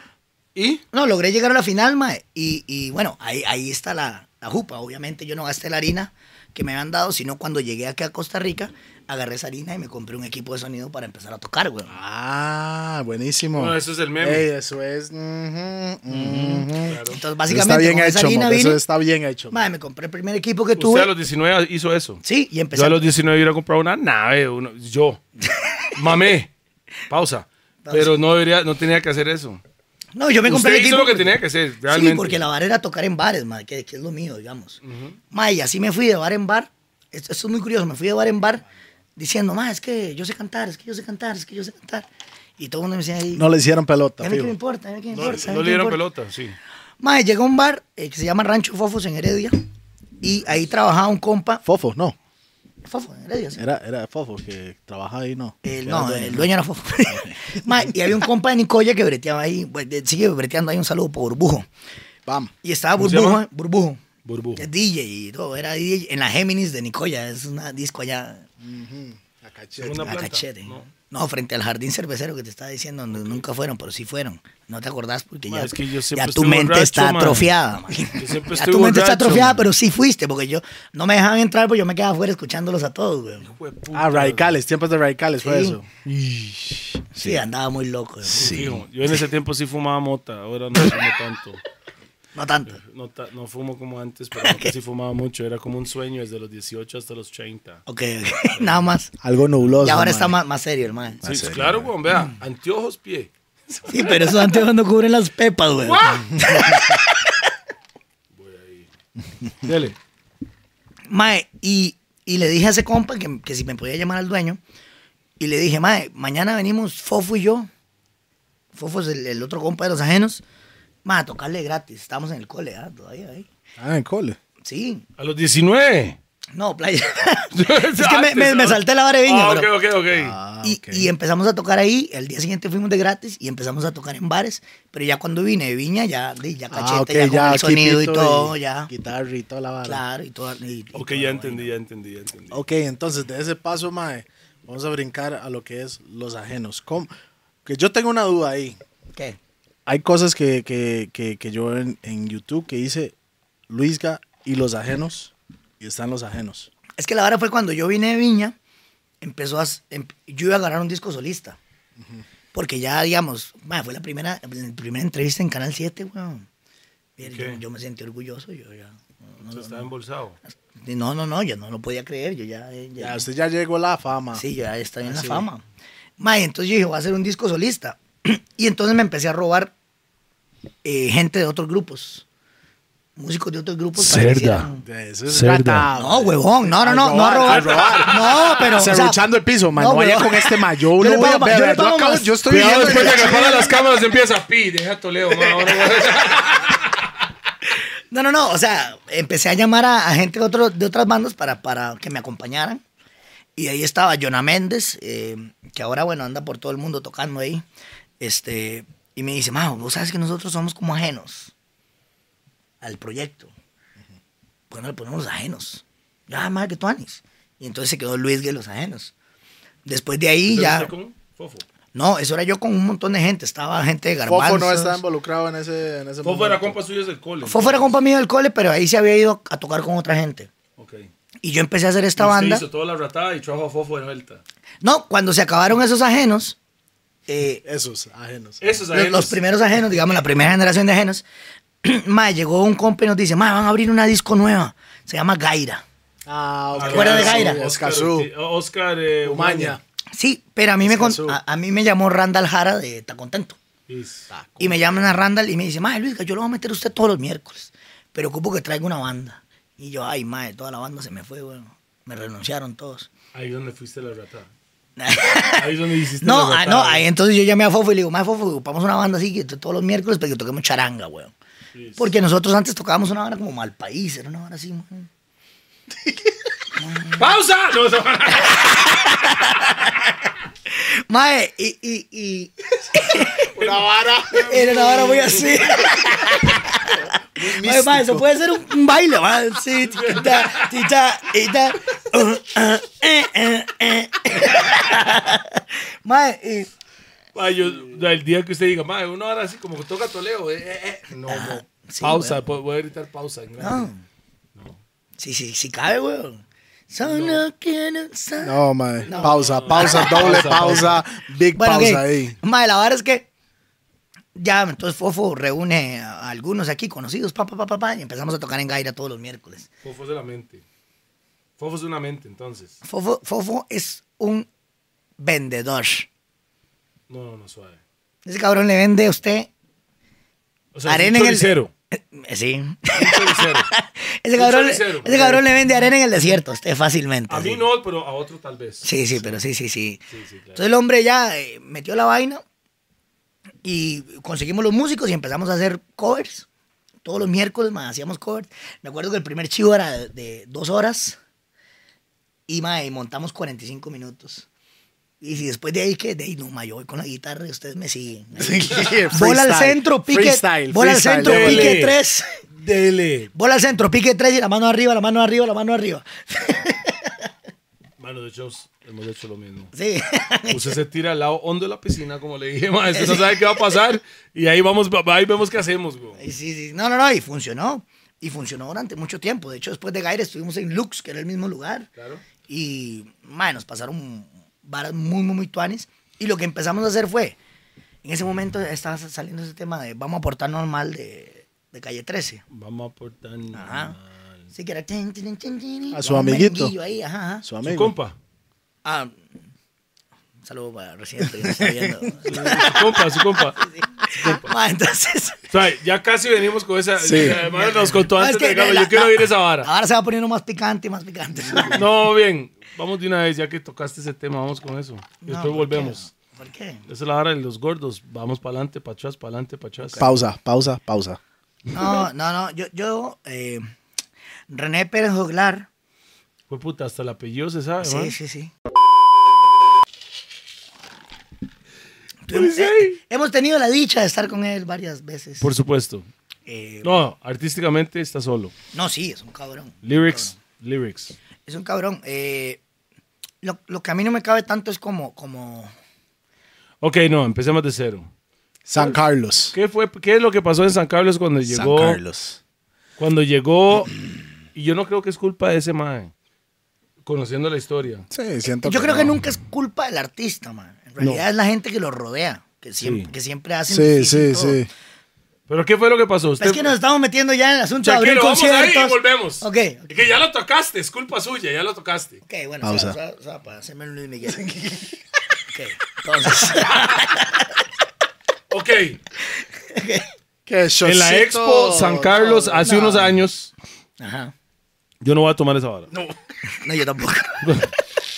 ¿Y?
No, logré llegar a la final, mae. Y, y bueno, ahí, ahí está la, la jupa. Obviamente yo no gasté la harina que me habían dado, sino cuando llegué aquí a Costa Rica, agarré esa harina y me compré un equipo de sonido para empezar a tocar, güey.
Ah, buenísimo.
No, eso es el meme.
Ey, eso es. mhm, mhm.
Entonces,
Eso está
básicamente,
bien
con esa
hecho,
harina
mo, Eso
vine,
está bien hecho.
mae, me compré el primer equipo que
Usted a
tuve.
los 19 hizo eso.
Sí, y empecé.
Yo a los 19 hubiera comprado una nave, uno- yo. Mamé. Pausa. Pero no debería, no tenía que hacer eso.
No, yo me compré
Usted
el
hizo
equipo.
lo que
porque-
tenía que hacer, realmente.
Sí, porque la vara era tocar en bares, mae, que, que es lo mío, digamos. Mae, y así me fui de bar en bar. Esto, esto es muy curioso, me fui de bar en bar diciendo, mae, es que yo sé cantar, es que yo sé cantar, es que yo sé cantar. Y todo el mundo me decía ahí.
No le hicieron pelota,
A mí qué
fijo.
me importa, a mí qué me
No,
importa. a mí
no
qué me
le dieron
importa.
pelota, sí.
Mae, llegó a un bar eh, que se llama Rancho Fofos en Heredia. Y ahí trabajaba un compa.
Fofo, no.
Fofo, en Heredia, sí.
Era, era Fofo que trabaja ahí, no.
El,
Era
no, el dueño era Fofo. Mae, y había un compa de Nicoya que breteaba ahí. bueno, de- Sigue breteando ahí un saludo por Burbujo.
Bam.
Y estaba
¿Cómo se
Burbujo,
llama?
eh, Burbujo.
Burbujo.
que es DJ y todo. Era DJ en la Géminis de Nicoya. Es una disco allá
Segunda
a
planta.
Ah, cachete.
No.
No. frente al jardín cervecero que te estaba diciendo, donde nunca fueron, pero sí fueron. No te acordás porque
Ma,
ya,
es que yo
ya
siempre
tu
estoy
mente
borracho,
está
ma.
atrofiada. ma.
Yo siempre
Ya
estoy
tu mente está
borracho,
atrofiada,
ma.
pero sí fuiste, porque yo no me dejaban entrar, porque yo me quedaba afuera escuchándolos a todos, güey.
Fue puta.
Ah, radicales, tiempos de radicales, fue
Sí.
eso.
Sí, andaba muy loco. güey.
Fijo, Yo en ese tiempo sí fumaba mota, ahora no fumo tanto.
No tanto.
No, ta- no fumo como antes, pero antes sí fumaba mucho. Era como un sueño desde los 18 hasta los 30.
Ok, ok, nada más.
Algo nubloso.
Y ahora
mae.
está más, más serio, hermano.
Sí, pues, claro, güey, vea. Anteojos, pie.
Sí, pero esos anteojos no cubren las pepas, güey.
Dele.
Mae, y, y le dije a ese compa que, que si me podía llamar al dueño. Y le dije, Mae, mañana venimos Fofo y yo. Fofo es el, el otro compa de los ajenos. Mae, a tocarle gratis. Estamos en el cole, ¿ah? Todavía ahí.
Ah, en cole.
Sí.
A los 19.
No, playa. es que me, me- me salté la vara de viña,
Ah,
pero-
ok, ok, ok.
Ah,
y,
ok.
y empezamos a tocar ahí. El día siguiente fuimos de gratis y empezamos a tocar en bares. Pero ya cuando vine de Viña, ya, di, ya cachete,
Ah, ok,
ya, con el
aquí
sonido y
pito
todo, ya.
Guitarra y toda la vara.
Claro, y todo. y- y
ok,
todo,
ya
bueno.
entendí, ya entendí, ya entendí.
Ok, entonces de ese paso, mae, vamos a brincar a lo que es los ajenos. ¿Cómo? Que yo tengo una duda ahí.
¿Qué?
Hay cosas que, que, que, que yo en, en YouTube que hice Luisga y los ajenos y están los ajenos.
Es que la vara fue cuando yo vine de Viña, empezó a, s- em- yo iba a ganar un disco solista. Porque ya, digamos, ma, fue la primera, la primera entrevista en Canal 7, weón. Mira, yo-
Ok.
yo, me sentí orgulloso, yo ya. No,
Se
no,
estaba embolsado.
no, no, no, yo no lo podía creer, yo ya. eh, ya-
Ya, usted ya llegó a la fama.
sí, yo ya estaba en la
sí.
fama. Ma, y entonces yo dije, voy a hacer un disco solista. y entonces me empecé a robar eh, gente de otros grupos. Músicos de otros grupos. para que
Cerda.
hicieran-
De Eso es
Cerda.
gata,
no,
mae.
huevón, no, no,
A
no, no a robar.
Ah, robar,
No, pero. o sea,
Cerruchando el piso, man. No, vaya
huevón.
con este mayo.
Yo le
no voy a
pago- yo le
ver. Yo,
pago
acabo-
más.
yo estoy
Cuidado,
viendo.
después de que apagan las cámaras empieza, pi, deja Toledo, ma, ahora voy a-
No, no, no. O sea, empecé a llamar a, a gente de, otro- de otras bandas para, para que me acompañaran. Y ahí estaba Jonah Méndez, eh, que ahora, bueno, anda por todo el mundo tocando ahí. Este, y me dice, Mao, vos sabes que nosotros somos como ajenos al proyecto. ¿Por qué no le ponemos los ajenos? Ya, madre que tú anis. Y entonces se quedó Luis de los ajenos. Después de ahí ya.
¿Usted con Fofo.
No, eso era yo con un montón de gente. Estaba gente de Garbanzos.
Fofo no está involucrado en ese. En ese
Fofo era
momento.
compa suyo desde el cole.
Fofo era compa mío del cole, pero ahí se había ido a tocar con otra gente.
Ok.
Y yo empecé a hacer esta
Usted
banda.
hizo toda la ratada y trajo a Fofo de vuelta.
No, cuando se acabaron esos ajenos, eh,
Esos ajenos.
Esos
los,
ajenos.
los primeros ajenos, digamos, la primera generación de ajenos, ma, llegó un compa y nos dice, ma, van a abrir una disco nueva. Se llama Gaira.
Ah, ok.
Ah,
fuera de
Sí,
Gaira.
Escazú.
Oscar, Oscar eh, Umaña.
Umaña.
Sí, pero a mí, me, con-
Escazú.
a, a mí me llamó Randall Jara de Está Contento.
Is.
Y me llaman a Randall y me dice, ma, Luis, yo lo voy a meter a usted todos los miércoles, pero ocupo que traiga una banda. Y yo, ay, ma, toda la banda se me fue, bueno, me renunciaron todos.
Ahí es donde fuiste la ratada. Ahí es donde hiciste
No,
la
ah,
ratada.
no, ahí entonces yo llamé a Fofo y le digo, más Fofo, ocupamos una banda así que t- todos los miércoles para que toquemos charanga, weón. Porque nosotros antes tocábamos una banda como Malpaís, era una banda así, weón.
¡Pausa! No, no.
Mae, y, y, y
Una vara.
era una hora muy así. Mae, mae, eso puede ser un, un baile, mae. Sí, tita, tita, tita. Uh, uh, eh, eh, eh. Mae, y-
Ma, Ah, yo- el día que usted diga, madre, uno ahora así como que toca toleo. eh, eh, eh". No, no.
Ah, sí, Ah.
pausa, po- voy a gritar pausa. en grande.
no. Sí, sí, sí cabe, weón. Son no quiero saber.
No, mae. Pausa, pausa, doble pausa, big
Bueno,
pausa
ok.
ahí.
Mae, la verdad es que ya, entonces Fofo reúne a algunos aquí conocidos, pa, pa, pa, pa, pa, y empezamos a tocar en Gaira todos los miércoles.
Fofo es de la mente. Fofo es de una mente, entonces.
Fofo, Fofo es un vendedor.
No, no, no, suave.
Ese cabrón le vende a usted.
O sea,
Arena
es un
en el-
choricero.
eh, Sí.
un choricero.
Ese cabrón,
choricero.
ese cabrón le vende arena en el desierto a usted fácilmente.
A mí
sí.
no, pero a otro tal vez.
Sí, sí, pero sí, sí, sí.
Sí, sí, claro.
Entonces el hombre ya eh, metió la vaina y conseguimos los músicos y empezamos a hacer covers. Todos los miércoles más hacíamos covers. Me acuerdo que el primer chivo era de, de dos horas y, ma, y montamos 45 minutos. Y si después de ahí que, de ahí, no, ma, yo voy con la guitarra y ustedes me siguen. bola al centro, pique.
Freestyle,
bola al
freestyle,
centro,
dele.
pique tres.
Dele.
Bola al centro, pique tres y la mano arriba, la mano arriba, la mano arriba.
Mano, de hecho, hemos hecho lo mismo.
Sí.
Usted se tira al lado hondo de la piscina, como le dije, ma, usted no sabe qué va a pasar. Y ahí vamos, ahí vemos qué hacemos, güey.
Y sí, sí. No, no, no, y funcionó. Y funcionó durante mucho tiempo. De hecho, después de Gaire estuvimos en Lux, que era el mismo lugar.
Claro.
Y, man, nos pasaron varas muy, muy, muy tuanes. Y lo que empezamos a hacer fue, en ese momento estaba saliendo ese tema de vamos a portar normal de, de calle 13.
Vamos a aportar.
Ajá. Sí, que era... tin, tin, tin, tin,
A su
un
amiguito.
merenguillo ahí, ajá, ajá.
Su
Su
amigo.
compa.
Ah, un saludo para Residente que nos está viendo.
Su compa, su compa.
Ma, entonces...
O sea, ya casi venimos con esa.
Sí.
Además, nos contó
Ah, es
antes
que
de grabar,
la-
Yo quiero
la- Ah.
oír esa vara.
Ahora se va poniendo más picante y más picante.
No, bien. Vamos de una vez, ya que tocaste ese tema, vamos con eso. Y
No,
después
¿por qué?
volvemos.
¿Por qué?
Esa es la vara de los gordos. Vamos para adelante, para atrás, para adelante, para atrás.
Pausa, pausa, pausa.
No, no, no. Yo, yo eh, René Pérez Joglar.
Fue puta, hasta el apellido se sabe,
Sí,
man.
sí, sí.
Pues,
Eh,
ey.
hemos tenido la dicha de estar con él varias veces.
Por supuesto.
Eh, no.
No, artísticamente está solo.
sí, es un cabrón.
Lyrics,
Ah.
lyrics.
Es un cabrón. Eh, lo, lo que a mí no me cabe tanto es como, como
Ok, no, empecemos de cero.
San Carlos.
¿Qué, fue, ¿Qué es lo que pasó en San Carlos cuando llegó?
San Carlos.
Cuando llegó, y yo no creo que es culpa de ese man, conociendo la historia.
Sí, siento
Yo creo que
no.
nunca es culpa del artista, man. En realidad es la gente que lo rodea, que siempre,
Sí.
que siempre hacen
Sí,
difícil
sí,
todo.
sí.
¿Pero qué fue lo que pasó? Usted,
Es que nos estamos metiendo ya en el asunto de abrir
Shakiro, vamos ahí
conciertos.
y volvemos.
Ok, ok.
Que ya lo tocaste, es culpa suya, ya lo tocaste.
Ok, bueno,
Pausa.
o sea, o sea, o sea, para hacerme un Luis Miguel. ok, entonces.
Ok,
Qué
en la
shotcito.
Expo San Carlos hace unos años,
Ajá.
yo no voy a tomar esa vara.
No, yo tampoco.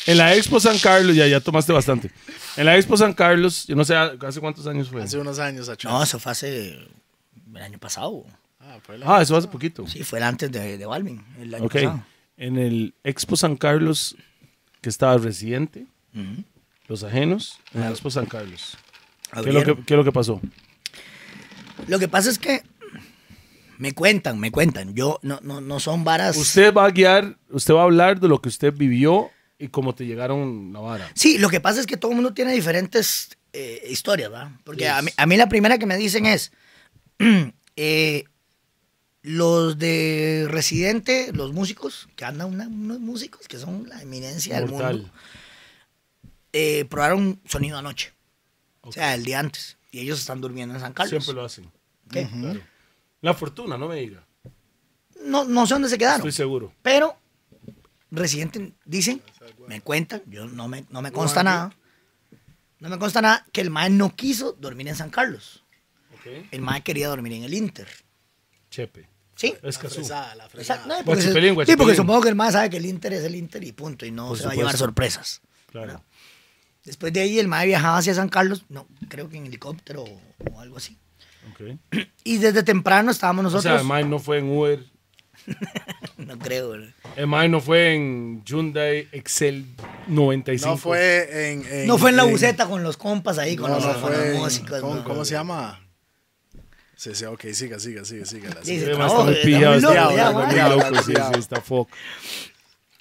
En la Expo San Carlos, ya, ya tomaste bastante. En la Expo San Carlos, yo no sé hace cuántos años fue.
Hace unos años, Achón.
No, eso fue hace el año pasado.
Ah, fue la-
Ah, eso hace poquito.
Sí, fue el antes de, de Balvin, el año
Ok.
pasado.
En el Expo San Carlos, que estaba residente, los ajenos, en la Expo San Carlos. ¿Qué es, lo
Abrieron.
que, qué es lo que pasó?
Lo que pasa es que me cuentan, me cuentan. Yo no, no, no son varas.
Usted va a guiar, usted va a hablar de lo que usted vivió y cómo te llegaron la vara.
Sí, lo que pasa es que todo el mundo tiene diferentes eh, historias, ¿verdad? Porque a, mí, a mí la primera que me dicen es, eh, los de Residente, los músicos, que andan una- unos músicos que son la eminencia del
Mortal.
mundo, eh, probaron sonido anoche, o sea, el día antes, y ellos están durmiendo en San Carlos.
Siempre lo hacen.
¿ok?
Claro. La fortuna, no me diga.
no, no sé dónde se quedaron,
Estoy seguro.
pero Residente dicen, me cuentan, yo no me, no me consta nada, no me consta nada que el mae no quiso dormir en San Carlos.
Ok.
El mae quería dormir en el Inter.
Chepe.
Sí.
Es que
la
Exacto. No,
fregada.
porque se-
Guachipilín,
sí, porque
guachipilín.
supongo que el mae sabe que el Inter es el Inter y punto, y no
Por
se va a llevar
supuesto.
sorpresas.
Claro.
Después de ahí el mae viajaba hacia San Carlos, no, creo que en helicóptero o, o algo así.
Ok.
Y desde temprano estábamos
O sea,
nosotros.
además no fue en Uber.
no creo, bro.
El mae no fue en Hyundai Excel 95.
No fue en,
No fue en la buceta con los compas ahí, con,
Eh, No,
los,
no
con
fue.
los
en-
músicos.
¿cómo,
¿no?
cómo se llama? Sí, sí, ok, siga, siga, siga, siga. la
Sí,
Sí,
se
siga.
mae,
trabó,
está muy
está
pillado,
muy
está
loco,
este muy
ya,
loco,
mae.
muy loco, sí, sí, está fuck.
Sí,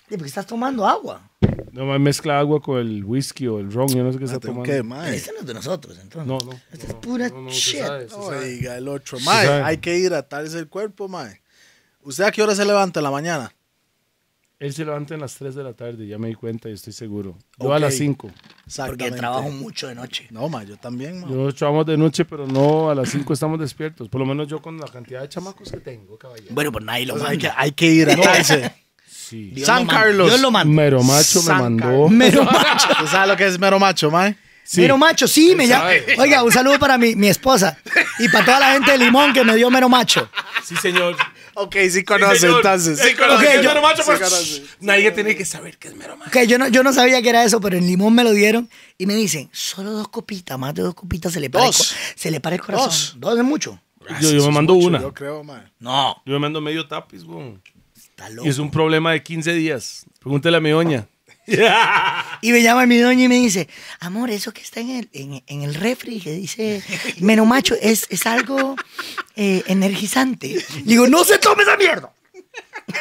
porque pues, estás tomando agua.
No mae, mezcla agua con el whisky o el ron, yo no
Ah,
sé qué está
Espérate,
tomando.
¿Qué, mae?
Este no es de nosotros, entonces.
No, no.
Esta
no,
es pura
no, no, se
shit.
sabe, se sabe.
Oiga, el otro. Mae,
sabe.
hay que hidratarse el cuerpo, mae. ¿Usted a qué hora se levanta en la mañana?
Él se levanta a las 3 de la tarde, ya me di cuenta y estoy seguro. Yo a
Ok.
las 5.
Porque trabajo mucho de noche.
No, mae, yo también, mae.
Nosotros trabajamos de noche, pero no, a las 5 estamos despiertos. Por lo menos yo con la cantidad de chamacos que tengo, caballero.
Bueno, pues nadie lo
Entonces hay que,
manda.
hay que hidratarse.
Sí.
Dios
San
lo manda.
Carlos.
Dios lo manda.
Mero macho me
San
mandó.
Mero macho.
¿Tú sabes lo que es mero macho, mae?
Mero macho, sí, me llama.
sabe.
Oiga, un saludo para mi, mi esposa y para toda la gente de Limón que me dio mero macho.
Sí, señor.
Ok, sí conoce, entonces.
Sí, conoce.
Ok,
es
yo-
mero macho,
sí
pues,
conoce.
Nadie tiene que saber que es mero macho.
Ok, yo no, yo no sabía que era eso, pero en Limón me lo dieron y me dicen, solo dos copitas, más de dos copitas se le para, el
Dos.
co- se le para el corazón.
Dos.
Dos, es mucho.
Yo, yo
Eso
me
es
mando
mucho,
una.
Yo
Yo
creo, mae.
No,
me mando medio tapiz, güey.
está loco.
Y es un problema de 15 días. Pregúntele a mi doña.
Y me llama mi doña y me dice, amor, eso que está en el, en, en el refri, que dice mero macho, es, es algo eh, energizante. Y digo, no se tome esa mierda.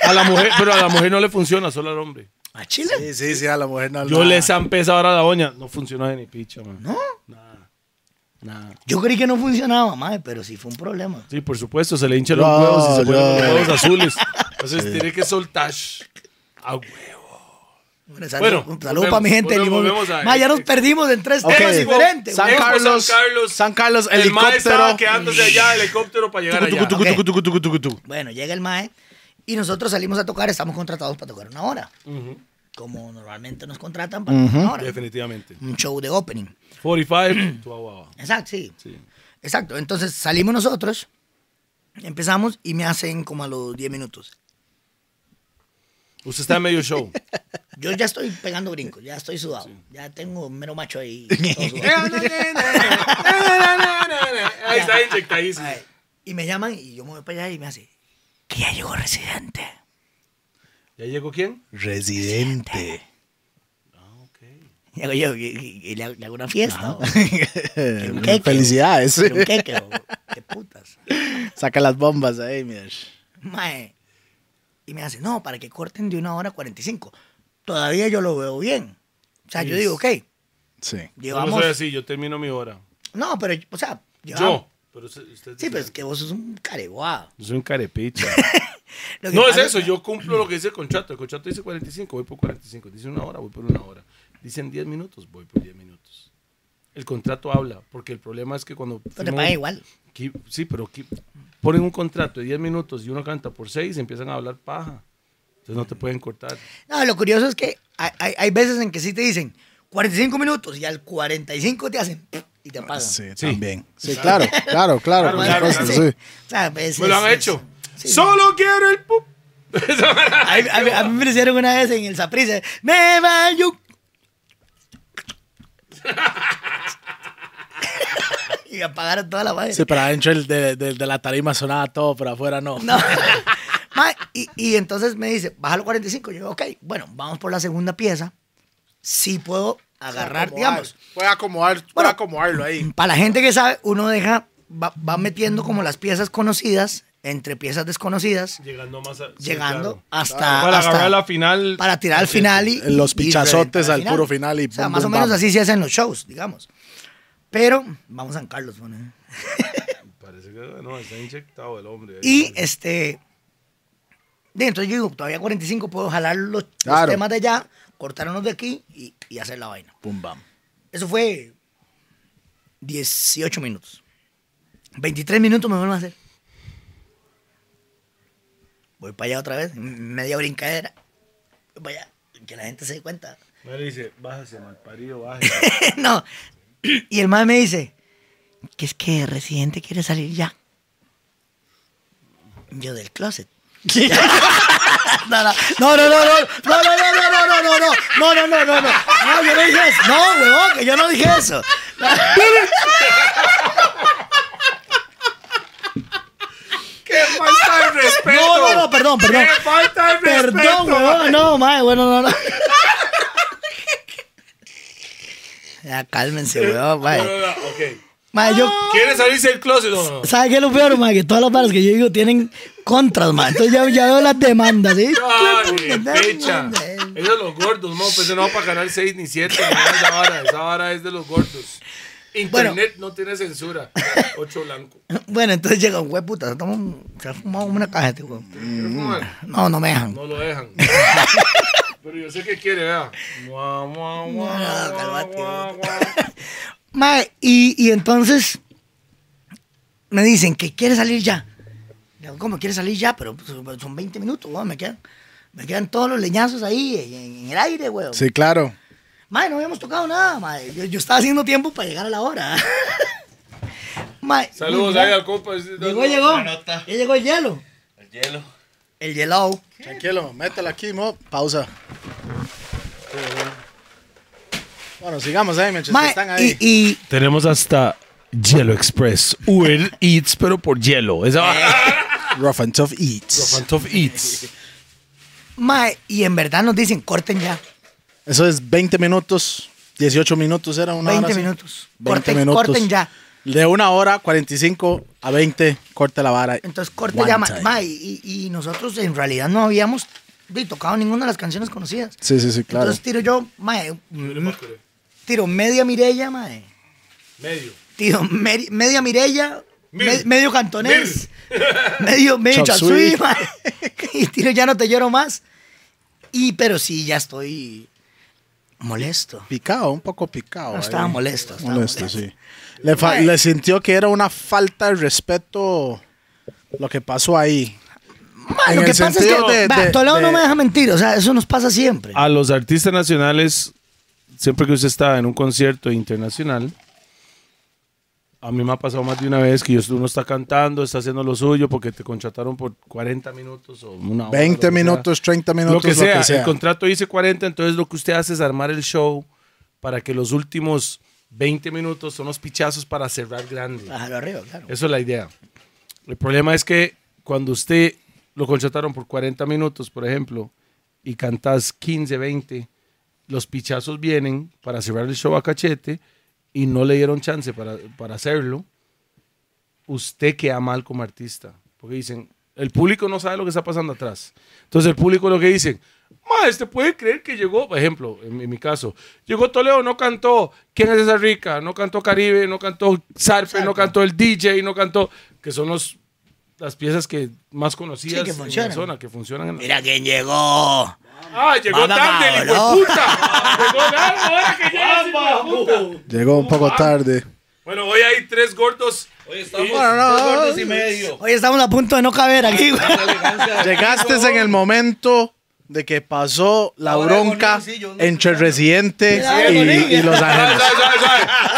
A la mujer, pero a la mujer no le funciona, solo al hombre.
¿A Chile?
Sí, sí, sí, a la mujer no
Yo
la-
le zampé esa hora a la doña. No funciona de ni picha, man.
No.
Nada.
Yo creí que no funcionaba, madre, pero sí fue un problema.
Sí, por supuesto, se le hinchan los
No,
huevos y se ponen
no.
los huevos azules. Entonces tiene que soltar Ah, a huevo.
Bueno, sal-
Bueno,
un saludo
volvemos,
para mi gente. de
volvemos,
Limón.
volvemos a- eh,
Ma, ya nos perdimos en tres
Ok.
temas diferentes.
San
güey.
Expo San
Carlos,
Carlos.
San Carlos,
El mae estaba
helicóptero.
quedándose allá, helicóptero para llegar allá.
Tucu, tucu, tucu, tucu, tucu, tucu.
Bueno, llega el mae y nosotros salimos a tocar, estamos contratados para tocar una hora. Como normalmente nos contratan para una hora.
Definitivamente.
Un show de opening.
45, tu aguaba.
Exacto, sí.
Sí.
Exacto. Entonces salimos nosotros, empezamos y me hacen como a los 10 minutos.
Usted está en medio show.
Yo ya estoy pegando brincos, ya estoy sudado. Ya tengo mero macho ahí. todo sudado.
Ahí está inyectadísimo.
Ay, Y me llaman y yo me voy para allá y me hace, que ya llegó residente.
¿Ya llegó quién?
Residente.
Ah, ok.
Y hago yo, y, y- y le, hago, le hago una fiesta. o- un queque.
Felicidades.
pero un queque, o- qué putas.
Saca las bombas ahí, mira.
Mae. Y me hace, no, para que corten de una hora 45. Todavía yo lo veo bien. O sea, yo
Sí.
digo, ok,
Sí.
Yo no
llevamos...
soy así, yo termino mi hora.
No, pero, o sea, llevamos...
Yo. Pero usted, usted-
Sí, pues. pero es que vos sos un careguado.
Yo soy un carepicha.
Lo que
No es
pasa-
eso, yo cumplo lo que dice el contrato. El contrato dice 45, voy por 45. Dice una hora, voy por una hora. Dicen 10 minutos, voy por 10 minutos. El contrato habla, porque el problema es que cuando...
Pero te
firmó-
pagan igual.
que- Sí, pero que ponen un contrato de 10 minutos y uno canta por 6 y empiezan a hablar paja. Entonces no te pueden cortar.
No, lo curioso es que hay, hay- hay veces en que sí te dicen 45 minutos y al 45 te hacen y te pagan.
Sí,
Sí.
también. Sí, claro, claro, claro, por
Claro,
supuesto,
Sí.
sí.
O sea, pues es-
Me lo han
es-
hecho.
sí.
Solo quiero el... pup.
A, mí- a mí- a mí me lo hicieron una vez en el Saprissa. Me baño. y apagaron toda la madre.
Sí, pero adentro el de, de- de la tarima sonaba todo, pero afuera no.
No. Ma, y, y entonces me dice, bájalo 45. Yo, ok, bueno, vamos por la segunda pieza. Si puedo agarrar, digamos.
Puede acomodar, puede
Bueno.
acomodarlo ahí.
Para la gente que sabe, uno deja, va, va metiendo como las piezas conocidas entre piezas desconocidas,
Llegando más a... sí,
llegando
claro.
hasta...
Para
hasta-
agarrar la final...
para tirar al final y...
Los
y
pichazotes
reventar
al puro final y
O sea,
pum,
más
pum,
o menos
pam.
así se hacen los shows, digamos. Pero, vamos a San Carlos, bueno, ¿eh?
Parece que no, está inyectado el hombre.
Y este. de- entonces yo digo, todavía 45 puedo jalar los, los
Claro.
temas de allá, cortar unos de aquí y, y hacer la vaina.
Pum, bam.
Eso fue 18 minutos. 23 minutos me vuelven a hacer. Voy para allá otra vez, m- media brincadera. Voy para allá, que la gente se dé cuenta.
Me dice, bájese, mal parido, bájese.
no. Y el madre me dice, que es que Residente quiere salir ya. Yo del closet. no, no, no, no, no, no, no, no, no, no, no, no, no, no, no, no, no, no, no, yo no dije eso. No, huevón, que yo no dije eso.
¡Qué falta de
respeto!
No, no, no, perdón, perdón.
¡Qué falta de respeto,
Perdón, weón. No, mae, bueno, no, no. Ya, cálmense, weón,
No,
mae.
no, no, ok.
Mae, yo.
¿Quiere salirse del closet? No, no, no.
¿Sabes qué es lo peor, mae? Que todas las varas que yo digo tienen contras, mae. Entonces ya, ya veo las demandas, ¿sí?
Dale, fecha. Es de los gordos, no, pues no va para ganar 6 ni 7. Esa vara, esa vara es de los gordos. Internet no tiene censura. 8 blanco.
Bueno, entonces llega, güey, puta, se, toma un- se ha fumado una caja este, weón.
Pero, man,
No, no me dejan.
No lo dejan. Pero yo sé que quiere, vea. Mua, mua, mua,
No,
mua,
calmate,
mua,
vos.
mua.
Mae, y, y entonces me dicen que quiere salir ya. Le digo, ¿cómo quiere salir ya? Pero pues, son 20 minutos, weón, me quedan. Me quedan todos los leñazos ahí en, en el aire, weón.
Sí, claro.
Mae, no habíamos tocado nada, mae. Yo, yo estaba haciendo tiempo para llegar a la hora. mae.
Saludos ahí al compa.
Llegó, llegó.
La nota.
Ya llegó el hielo.
El hielo.
El hielo.
Tranquilo, métela aquí, mo. Pausa. Bueno, sigamos ahí, mientras
Mae,
están ahí.
y, y,
Tenemos hasta Yellow Express. Uber Eats, pero por hielo. Esa
Eh.
Rough and Tough Eats.
Rough and Tough Eats.
mae, y en verdad nos dicen, corten ya.
Eso es 20 minutos, 18 minutos era una
20
hora, sí.
minutos.
20
corten,
minutos.
corten ya.
De una hora, 45 a 20, corta la vara.
Entonces corte
One
ya, ma-
time.
ma, y, y nosotros en realidad no habíamos ni tocado ninguna de las canciones conocidas.
Sí, sí, sí, claro.
Entonces tiro yo, ma, tiro media Mirella, ma,
Medio.
tiro meri- media Mirella,
Mil.
medio cantonés, medio, medio
Chop
chapsui,
suey.
ma, y tiro ya no te lloro más. Y pero sí, ya estoy molesto.
Picado, un poco picado.
No,
ahí.
estaba molesto, estaba
molesto,
molesto.
sí. Le, fa-
Mae.
le sintió que era una falta de respeto lo que pasó ahí.
Ma,
En
lo
el
que pasa es que
sentido de-
va,
de-
Toledo no
de- Ah.
me deja mentir, o sea, eso nos pasa siempre.
A los artistas nacionales, siempre que usted está en un concierto internacional, a mí me ha pasado más de una vez que yo- uno está cantando, está haciendo lo suyo porque te contrataron por 40 minutos o una hora.
20
lo que sea.
minutos, 30 minutos,
lo que, sea, el contrato dice 40, entonces lo que usted hace es armar el show para que los últimos 20 minutos son los pichazos para cerrar grande.
Bájalo arriba, claro.
Eso es la idea. El problema es que cuando usted lo contrataron por 40 minutos, por ejemplo, y cantas 15, 20, los pichazos vienen para cerrar el show a cachete y no le dieron chance para, para hacerlo, usted queda mal como artista. Porque dicen, el público no sabe lo que está pasando atrás. Entonces el público lo que dice, ma, este puede creer que llegó, por ejemplo, en, en mi caso, llegó Toledo, no cantó, ¿quién es esa rica? No cantó Caribe, no cantó Sarpe, no cantó el DJ, no cantó, que son los, las piezas que más conocidas
que
en la
funcionan.
zona, que funcionan. En la-
Mira quién llegó.
¡Ah, llegó
Mamá,
tarde, el hijo de
no.
puta! ¡Llegó tarde, ahora que llega el hijo de puta!
Llegó un poco tarde.
Bueno, hoy hay tres gordos.
Hoy estamos
Bueno, no.
dos gordos y medio.
Hoy estamos a punto de no caber aquí, güey.
La elegancia de
Llegaste
Kiko.
en el momento de que pasó la
Ahora con
bronca
ellos, sí, yo no
entre
estoy
el residente
hablando.
y,
Ahora con
y
ellos.
los
Suave,
agentes.
suave,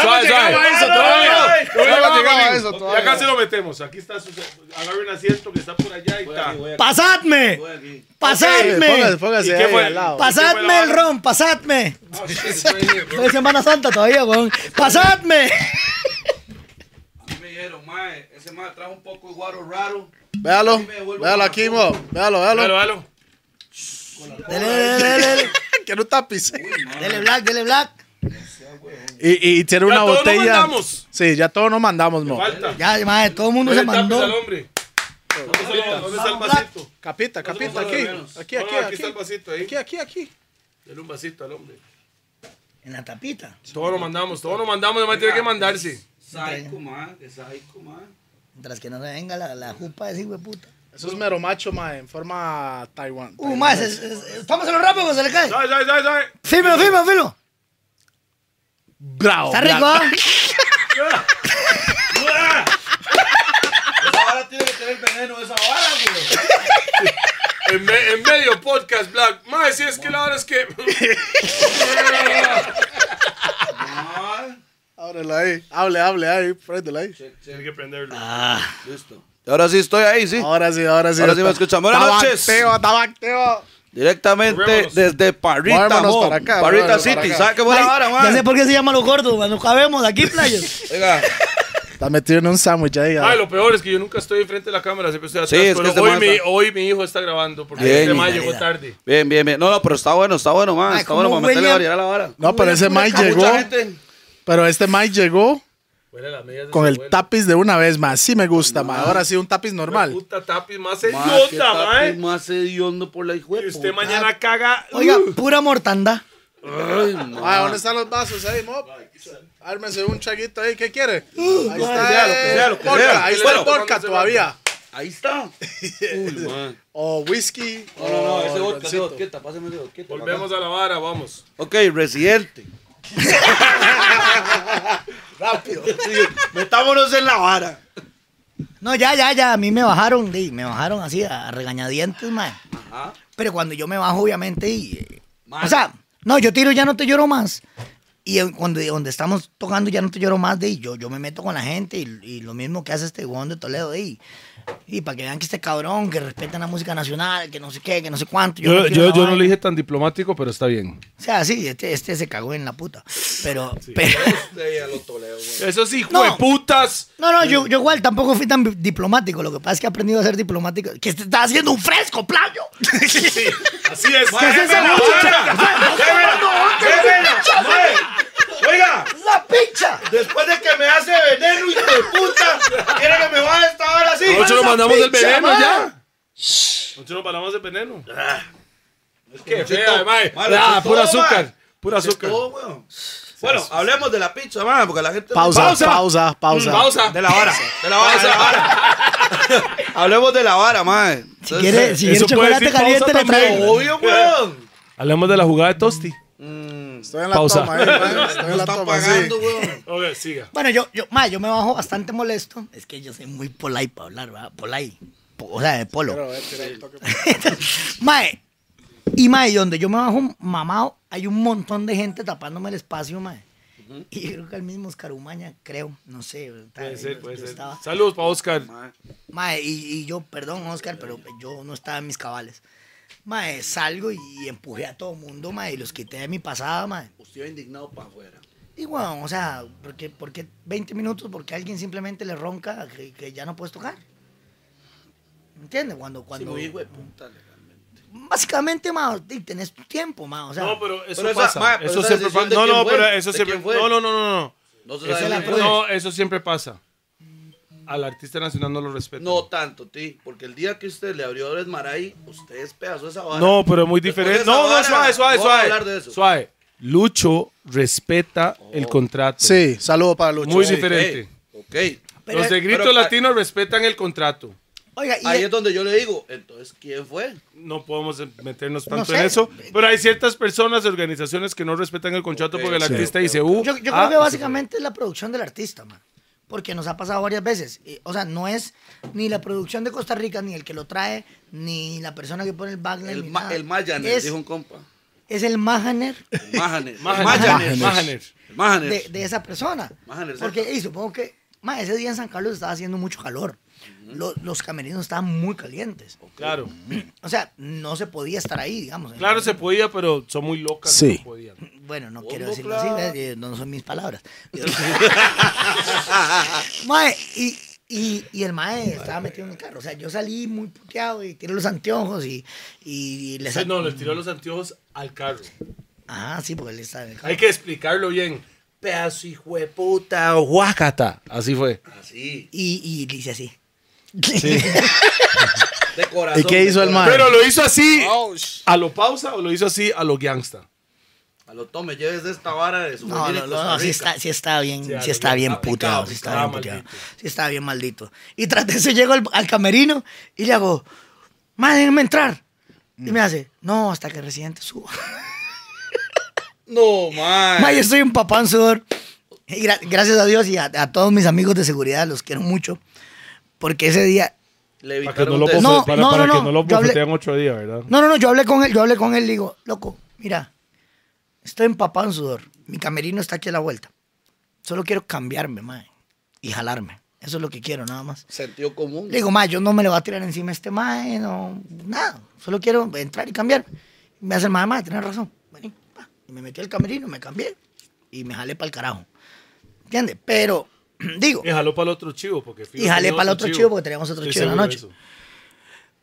suave, suave, suave.
llegado a eso
No, no, no, no,
todavía. No hemos
no,
llegado a
no,
eso
no. Ya
todavía.
casi lo metemos. Aquí está. su- Agarre un asiento que está por allá y
Voy
está.
aquí, voy aquí,
¡Pasadme!
voy aquí.
Póngase,
¡Pasadme!
póngase
¿Y qué
ahí
fue?
al lado.
¡Pasadme el ron! ¡Pasadme! Soy Semana Santa todavía, weón. ¡Pasadme!
A mí me dijeron, mae, ese mae trajo un poco de guaro raro.
Véalo, véalo aquí, mo. Véalo,
Valo,
véalo.
valo.
Dele, dele, dele, dele.
Que no tapis.
Dele black, dele black.
Y, y- y tiene una
todos nos
botella.
mandamos.
Sí, ya todos nos mandamos, mo.
Falta.
Ya, madre, todo el mundo
¿Dónde
se
está, pues, al
mandó.
hombre? ¿Dónde está el- dónde está el
Vamos,
vasito?
Capita, capita,
somos
aquí.
los
Aquí,
No, no,
aquí,
aquí
aquí.
está el vasito ahí.
Aquí, aquí, aquí.
Dale un vasito al hombre.
En la tapita.
Todos lo mandamos, todos lo mandamos, además tiene que mandarse.
Psycho, mae, que psycho, mae.
Mientras que no se venga la, la jupa de ese hijo de puta.
Eso es mero macho, ma, en forma Taiwán.
Uh, más, es, es- tómaselo rápido que se le cae.
Sabe, sabe, sabe, sabe.
Fírmelo, fírmelo, fírmelo.
Bravo.
Está rico,
bravo.
¿ah?
Esa vara tiene que tener veneno, esa vara, güey.
En, me- en medio podcast, Black. Mae, si es que la hora es que.
Mae,
Ábrelo ahí. Hable, hable ahí. Préndelo ahí.
check,
Tiene
check.
que prenderlo.
Listo. Ahora sí estoy ahí, sí.
Ahora sí, ahora sí.
Ahora sí me
Está-
escuchan. Buenas
está
noches.
activo, está activo.
Directamente
Movémonos.
desde Parrita,
Movémonos
mo.
para acá,
Parrita
movémonos
City.
para acá.
¿Sabes qué buena
Ay,
vara,
Ya sé
mae?
por qué se llama los gordos, weón. No cabemos aquí, playos.
Oiga,
Está metido en un sándwich ahí.
Ah, lo peor es que yo nunca estoy enfrente de la cámara, siempre estoy atrás.
Sí, es
pero
que este
hoy,
man
mi,
está-
hoy mi hijo está grabando porque
Bien,
este man
Marida.
llegó tarde.
Bien, bien, bien. No, no, pero está bueno, está bueno, man.
Ay,
está bueno
¿cómo
para meterle
huele a-
variedad a la vara.
no, pero ese Mike
Mucha
llegó.
Mucha gente.
Pero este Mike llegó
Huele a las medias de
con
su
el
abuela.
tapiz de una vez más. Sí me gusta, ma. Ahora sí, un tapiz normal.
Puta tapiz más
Ma, qué
idiota,
tapiz
mae.
Más hediondo por la hijuela.
Y usted mañana caga.
Oiga, pura mortandad.
Ay, ma.
Ah, ¿dónde están los vasos ahí, Mop?
Ah,
Ármese un chaguito ahí, ¿qué quiere? Ahí
sea, lo que sea, lo
está
que
el
sea.
porca, ahí está
Bueno,
el porca todavía.
Ahí está. Uy, ma.
O whisky.
No, no, no,
o
ese vodka, ese
roncito.
vodka, pásame ese vodka.
Volvemos a la vara, vamos.
Ok, residente.
Rápido.
Sí, metámonos en la vara.
No, ya, ya, ya. A mí me bajaron, di, me bajaron así a regañadientes, mae.
Ajá.
Pero cuando yo me bajo, obviamente, y. eh,
Mae.
O sea, no, yo tiro, ya no te lloro más. Y eh, cuando donde estamos tocando, ya no te lloro más, de yo, yo me meto con la gente y, y lo mismo que hace este huevón de Toledo, de Y para que vean que este cabrón, que respeta la música nacional, que no sé qué, que no sé cuánto.
Yo,
quiero
yo,
la
yo no
vaina.
le dije tan diplomático, pero está bien.
O sea, sí, este, este se cagó en la puta. Pero. pero
Usted ya lo toleo, güey.
Eso sí,
No.
putas.
no, no,
Eh.
yo, yo igual tampoco fui tan diplomático. Lo que pasa es que he aprendido a ser diplomático. Que te estás haciendo un fresco, playo.
Así es.
¿Qué es esa pucha?
Oiga,
¡La pincha!
después de que me hace veneno, hijo de puta, quiere que me baje esta vara así.
Nosotros nos mandamos el
Pincha,
veneno
ma.
ya. Nosotros nos mandamos el veneno. Qué
Mucho
fea,
todo.
mae.
Mae, lo
Ah,
echó
pura
todo, mae.
azúcar, pura
Lo echó
azúcar.
todo, weón. Bueno, hablemos de la pizza, man, porque la gente.
Pausa,
Pausa.
pausa, pausa.
Pausa.
De la vara. De la vara, de la vara. hablemos de la vara, man.
Si quiere, si quiere
eh, eso puede
chocolate
decir
caliente,
pausa
le traigo.
Obvio, weón.
Hablemos de la jugada de Tosti.
Mm,
Estoy en la
Pausa.
toma, eh, ma. Estoy
no
en la
están
toma, sí.
pagando, weón.
Ok, siga.
Bueno, yo, yo, ma, yo me bajo bastante molesto. Es que yo soy muy polite para hablar, ¿verdad? Polite. Po- o sea, de polo. mae. Y mae, donde yo me bajo mamado, hay un montón de gente tapándome el espacio, mae. Y yo creo que el mismo Oscar Umaña, creo, no sé.
Puede ser, puede
yo
ser.
estaba-
Saludos para Oscar.
Mae, y, y yo, perdón, Oscar, pero yo no estaba en mis cabales. Mae, salgo y, empujé a todo mundo, mae, y los quité de mi pasada, mae.
Usted indignado para afuera.
Y bueno, o sea, ¿por qué, por qué 20 minutos? Porque alguien simplemente le ronca que, que ya no puedes tocar. ¿Entiendes? Cuando,
Sí,
cuando...
muy hijo de puta, legalmente.
básicamente, ma, y tenés tu tiempo, ma, o sea...
No, pero eso
Pero esa-
pasa.
ma, pero
eso
esa
siempre
decisión
pasa.
de
No,
quién
no,
fue,
pero eso
de
siempre.
quién fue.
No, no, no, no. no.
No se
Eso-
sabe bien.
no, eso siempre pasa. Al artista nacional no lo respeta.
No tanto, ti, porque el día que usted le abrió a Ores Maray, usted despedazó esa vara.
No, pero es muy
Después
diferente.
de esa
No, no,
vara,
suave, suave,
no vamos a
suave.
hablar de eso. Oh.
Suave. Lucho respeta el contrato.
Sí, saludo para Lucho.
Muy
Sí.
Ok,
diferente.
Ok.
Pero-
Los de Grito
pero-
Latino respetan el contrato.
Oiga, y... e-
Ahí es donde yo le digo, entonces, ¿quién fue?
No podemos meternos tanto
sé.
en eso. Pero hay ciertas personas, organizaciones que no respetan el contrato
Ok,
porque el
sí.
artista dice, uh,
Yo, yo
ah,
creo que básicamente es la producción del artista, man. Porque nos ha pasado varias veces. Y, o sea, no es ni la producción de Costa Rica, ni el que lo trae, ni la persona que pone el backline.
El,
ni
ma
nada.
el Mayaner,
es,
dijo un compa.
es el Mahaner
El Mayaner. El
Mahaner.
Mayaner.
Mahaner.
El Mayaner.
de, de esa persona.
Mahaner, sí.
Porque y supongo que ma, ese día en San Carlos estaba haciendo mucho calor. Lo- los camerinos estaban muy calientes.
Claro.
O sea, no se podía estar ahí, digamos.
Claro se podía, pero son muy locas.
Sí.
No podían.
Bueno, no quiero
Bombo
decirlo
clap.
así, ¿ves? Eh, no son mis palabras. mae, y, y, y el mae
pues.
estaba metido en el carro. O sea, yo salí muy puteado y tiré los anteojos y, y, le
Sí,
sa-
no, les tiró los anteojos al carro.
Ajá, sí, porque él estaba en el carro.
Hay que explicarlo bien. Pedazo hijo de puta, guácata. Así fue.
Ah, Así.
Y, y le hice así.
De corazón.
¿Y qué hizo
de
el
corazón.
Mae.
Pero lo hizo así
Oh, sh-
a lo pausa o lo hizo así a lo gangsta.
A lo tome, lleves de esta vara de su
No, no, no, no, sí está, sí está bien,
Sí,
sí está bien
está
puteado,
picado,
sí está bien
picado,
puteado,
maldito.
sí está bien maldito. Y tras de eso llego al, al camerino y le hago, madre, déjenme entrar.
Mm.
Y me hace, no, hasta que residente suba.
No, man.
Ma, yo estoy empapado en sudor. Y gra- gracias a Dios y a, a todos mis amigos de seguridad, los quiero mucho. Porque ese día.
Le
Para que no
evitaron
lo,
de-
No,
bofe- para,
no,
para
no,
que
no,
no lo
yo hablé-
bofetean ocho días, ¿verdad?
No, no, no, yo hablé con él, yo hablé con él y le digo, loco, mira, estoy empapado en sudor. Mi camerino está aquí a la vuelta. Solo quiero cambiarme, mae, y jalarme. Eso es lo que quiero, nada más.
Sentido común.
Le digo, mae, yo no me le voy a tirar encima a este mae, no, nada. Solo quiero entrar y cambiarme. Y Me hace el mae, mae, tienes razón. Vení, pa. Y me metí al camerino, me cambié y me jalé para el carajo. ¿Entiendes? Pero Digo,
Y jaló para el otro chivo. Porque fijo
y jalé
tenía
para el otro chivo porque teníamos otro
Estoy
chivo en la
seguro de
noche.
eso.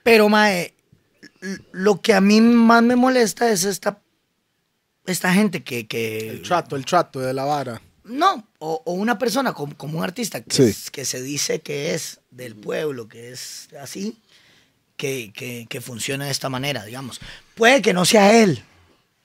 Pero, mae, l- lo que a mí más me molesta es esta, esta gente que... que
El trato, el trato de la vara.
No, o, o una persona com- como, un artista que,
Sí.
es- que se dice que es del pueblo, que es así, que, que, que funciona de esta manera, digamos. Puede que no sea él.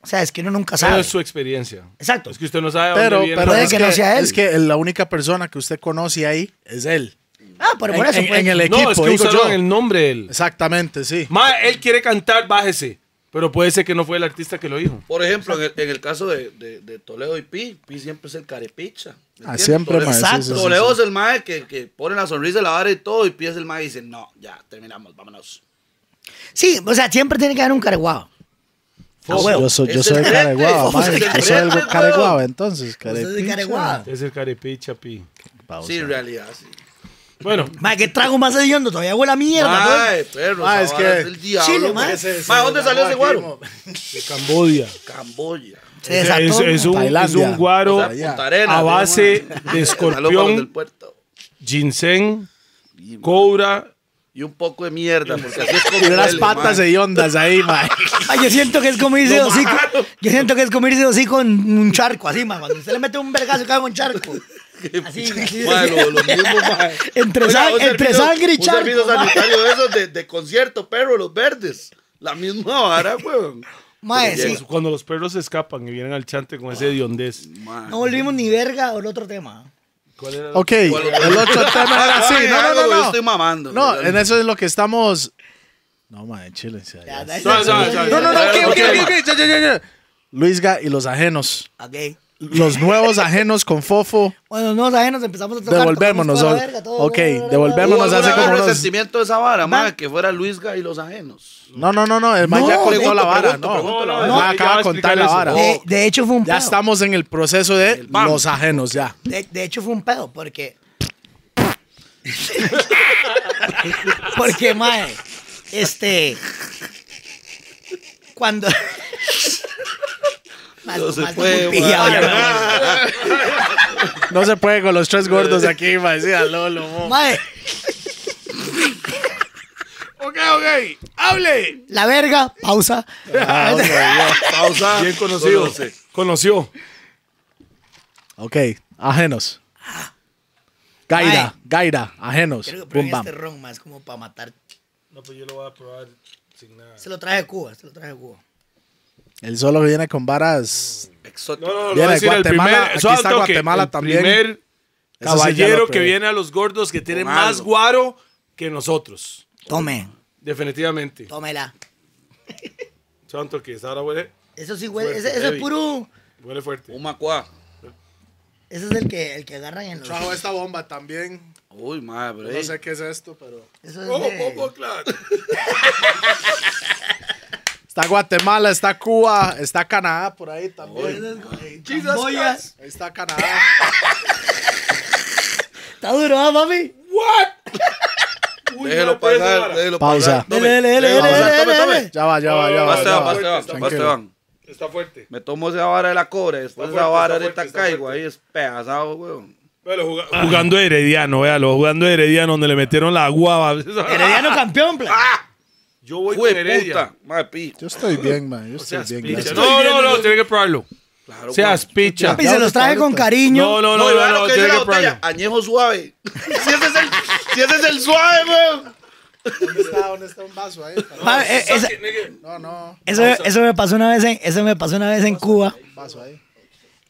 O sea, es que uno nunca
Pero
sabe.
es su experiencia.
Exacto.
Es que usted no sabe a
Pero,
dónde viene.
pero
Puede
es,
que
que
no sea él.
es que la única persona que usted conoce ahí es él.
Ah, pero por
en-
eso.
en-
puede
en
que-
el-
no,
equipo,
es que
digo
usaron
yo.
el nombre de él.
Exactamente, sí.
Ma, él quiere cantar, bájese. Pero puede ser que no fue el artista que lo dijo.
Por ejemplo, en el, en el caso de, de- de Toledo y Pi, Pi siempre es el carepicha. ¿me
Ah,
entiendes?
siempre,
Toledo,
mae, sí,
Exacto.
sí, sí,
Toledo
sí.
es el mae que, que pone la sonrisa, la vara y todo, y Pi es el mae y dice, no, ya, terminamos, vámonos.
Sí, o sea, siempre tiene que haber un careguado. A huevo.
Yo soy, yo
Es
soy el
el
cara de guava,
frente,
mae,
es el
Yo soy el
frente,
cara de
huevón.
guava, entonces. cara de
Usted es
pinche.
careguado.
Es el carepicha, pi.
Pausa.
sí, en realidad, sí.
Bueno,
Mae, qué trago más hediondo, todavía huele a mierda. pues. todo.
Ay, perro,
Ah,
es
es
que...
que-
del diablo.
Chile,
mae.
mae.
Ese- ese
Mae, ¿dónde
me
salió
grabó
ese
aquí,
guaro?
mo.
de Cambodia.
Camboya.
Se
Es,
desató.
es- es un, es
Tailandia.
un guaro
O sea, Punta Arenas,
a
¿no,
base
mae?
de
Salón del
escorpión,
puerto.
ginseng, cobra.
Y un poco de mierda, porque así es como
Y de las
huele,
patas
mae.
de ondas ahí, mae.
Ay, yo siento que es como irse de hocico. Yo siento que es como irse de hocico en un charco, así, man. Cuando usted le mete un vergazo, cae en un charco. Así, así.
Mae, lo- lo mismo, mae.
Entre,
Oiga,
sang-
un
entre
servicio-
sangre y
Un servicio
charco. man.
sanitario de esos de, de concierto, perro, los verdes. La misma vara, weón.
Mae, eh, sí.
Llega.
Cuando los perros se escapan y vienen al chante con ese diondez.
No volvimos ni verga al otro tema.
¿Cuál era?
Ok, el otro tema era así. No, no,
Yo
no,
estoy
no.
mamando.
No,
weón.
en eso es lo que estamos. No, mae, chile. sí,
Ya,
ya.
dale.
Suave, suave, suave.
No, no, no, ok,
Otro
ok, ok,
tema.
ok, ya, ya, ya, ya. Luisga y los ajenos.
Ok.
Los nuevos ajenos con Fofo.
Bueno, no, ¿sabes? Nos empezamos a tocar.
Devolvémonos.
tocamos
o-
toda la verga, todo,
Ok,
bla, bla, bla, bla.
Hubo
devolvémonos
alguna
hace
vez
como unos.
resentimiento de esa vara, mae, que fuera Luisga y los ajenos.
No, no, no, no. El mae ya
No,
contó la
pregunto,
vara.
pregunto,
No,
pregunto la
no,
vara.
No, ya
acaba
va a
de contar
explicar
la
eso.
vara. Eh,
De, de hecho fue un pedo.
Ya estamos en el proceso de
PAM.
los ajenos, ya.
De, de hecho fue un pedo, porque... porque, mae, este... Cuando... Más-
No se
más
puede,
muy pillado,
mae.
ya me voy.
No se puede con los tres gordos aquí, mae. Sí, a Lolo, mo.
Mae,
Ok, ok. ¡Hable!
la verga, pausa.
Ah, ok, ya.
Pausa.
Bien conocido.
Conoce.
Conoció.
Ok, ajenos. Gaira, gaira, ajenos.
Creo que probé
Bum, bam.
este ron más como para matar.
No, pues yo lo voy a probar sin nada.
Se lo traje de Cuba, se lo traje de Cuba.
El solo viene con varas.
Exótico.
No, no, no.
Viene
voy a decir
Guatemala,
el primer,
aquí
suave
está
toque,
Guatemala
el
también.
primer
Eso sí, ya
caballero
lo
que
probé.
viene a los gordos que tiene
Con
más
algo.
guaro que nosotros.
Tome,
Definitivamente.
tómela.
Suave un toque. Ahora huele,
Eso sí, güey,
Fuerte,
ese, ese es
heavy.
puro...
huele fuerte.
Un macuá.
Ese es el que, el que agarran en los...
esta bomba también.
Uy, mae, pero ey,
qué es esto, pero.
Eso es de-
Oh,
Está Guatemala, está Cuba, está Canadá por ahí también.
Camboya.
Ahí está Canadá.
Está duro, ¿ah, papi?
déjelo
pues,
pasar, déjelo
Pausa.
pasar. Tome,
Dele, dele,
tome,
dele,
pausa,
dele,
tome, tome.
dele.
Ya va, ya va, ya va.
Basta,
ya va.
basta, basta,
Tranquilo.
basta, van.
Está fuerte.
Me tomo esa vara de la cobra, después
Está fuerte,
esa
está
vara ahorita
fuerte, está
caigo,
fuerte.
ahí es pedazado, weón.
Bueno, juga-
Ah.
jugando Herediano, véalo. Jugando Herediano, donde le metieron la guava.
Herediano campeón, plan.
Ah.
Yo voy
Jue
con Heredia.
puta, mae, pi.
Yo estoy bien, man. Yo estoy
Seas
bien.
picha.
gracias.
No, no, no, tiene que probarlo.
Claro,
Seas
weón.
picha.
Papi, se los traje con cariño.
No, no,
No,
no,
y vea
no,
lo
no,
que dice
tiene
la
que probarlo.
botella, añejo suave. si, ese es el, si ese es el suave, weón.
¿Dónde está, dónde está un vaso ahí?
Pa- eh, esa-
No, no.
eso, eso me pasó una vez en, eso me pasó una vez en Cuba.
Vaso ahí.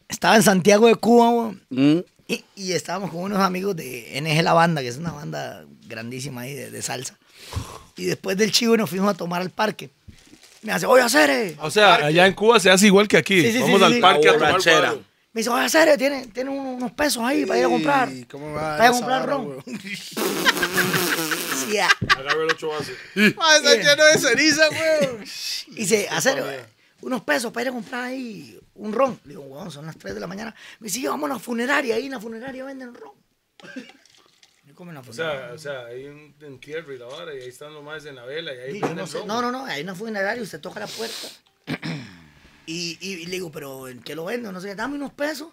Estaba en Santiago de Cuba, weón,
Mm.
y, y estábamos con unos amigos de NG La Banda, que es una banda grandísima ahí de, de salsa. Y después del chivo nos fuimos a tomar al parque. Me hace, oye, Acere.
O sea, allá en Cuba se hace igual que aquí.
Sí, sí,
Vamos
sí,
al
sí.
parque a tomar
Borrachera.
guaro.
Me dice, oye, Acere, tiene, tiene unos unos pesos ahí para ir a comprar.
¿Y cómo
Para
va
ir a
esa
comprar
vara,
ron.
weón?
Sí, ah.
Agarra el ocho vasos.
Ah, está lleno de ceniza, weón.
Y dice, hacer unos pesos para ir a comprar ahí un ron. Le digo, weón, son las 3 de la mañana. Me dice, vamos a la funeraria, ahí en la funeraria venden ron. Yo como en la
O
funeraria.
sea, o sea, hay un entierro y la vara, y ahí están los más en la vela, y ahí
Sí, yo
prenden
no,
el
sé.
ron.
no, no, no, hay una funeraria, usted toca la puerta. Y, y- y le digo, pero ¿en qué lo vendo? No sé, dame unos pesos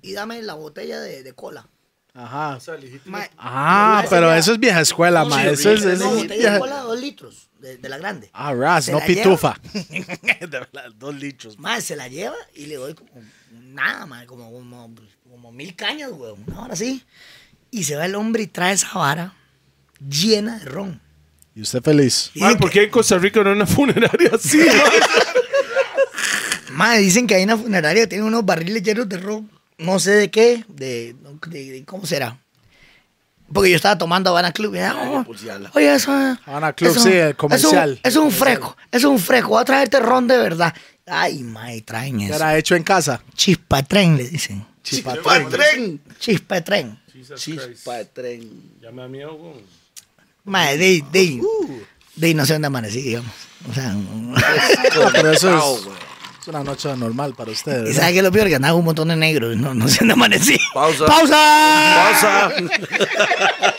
y dame la botella de, de cola.
Ajá.
sea, legítimo.
Mae,
Ah,
Mae,
pero
sería-
eso es vieja escuela, ma. Eso es, eso
no,
es
botella de
vieja-
cola de dos litros, de, de la grande.
Ah, ras,
Se
no
la lleva.
pitufa. de verdad, dos litros. ma.
Mae, se la lleva y le doy como nada, mae, como, como, como mil cañas, güey, una hora así. Y se va el hombre y trae esa vara llena de ron.
Y usted feliz.
Dicen
Mae, ¿por
que-
qué en Costa Rica no hay una funeraria así? mae?
mae, dicen que hay una funeraria que tiene unos barriles llenos de ron, no sé de qué, de, de- de- cómo será. Porque yo estaba tomando Habana Club. y ya, oh, oye, eso es-
Habana Club,
eso-
sí, el
eso-
comercial.
Es un, fresco, es un fresco. Voy a traerte ron de verdad. Ay, mae, traen eso.
Era hecho en casa.
Chispa de tren, le dicen.
Chipatón.
tren!
Chispa de tren.
Chispa de tren.
Ya me da miedo, güey.
Mae, de, de, de no sé dónde amanecí, digamos. O sea, un-
No, pero eso es,
Chao, güey.
es una noche normal para
¿y
ustedes.
sabes qué es lo peor? Que andaba un montón de negros. No, no sé dónde amanecí.
Pausa.
¡Pausa!
Pausa.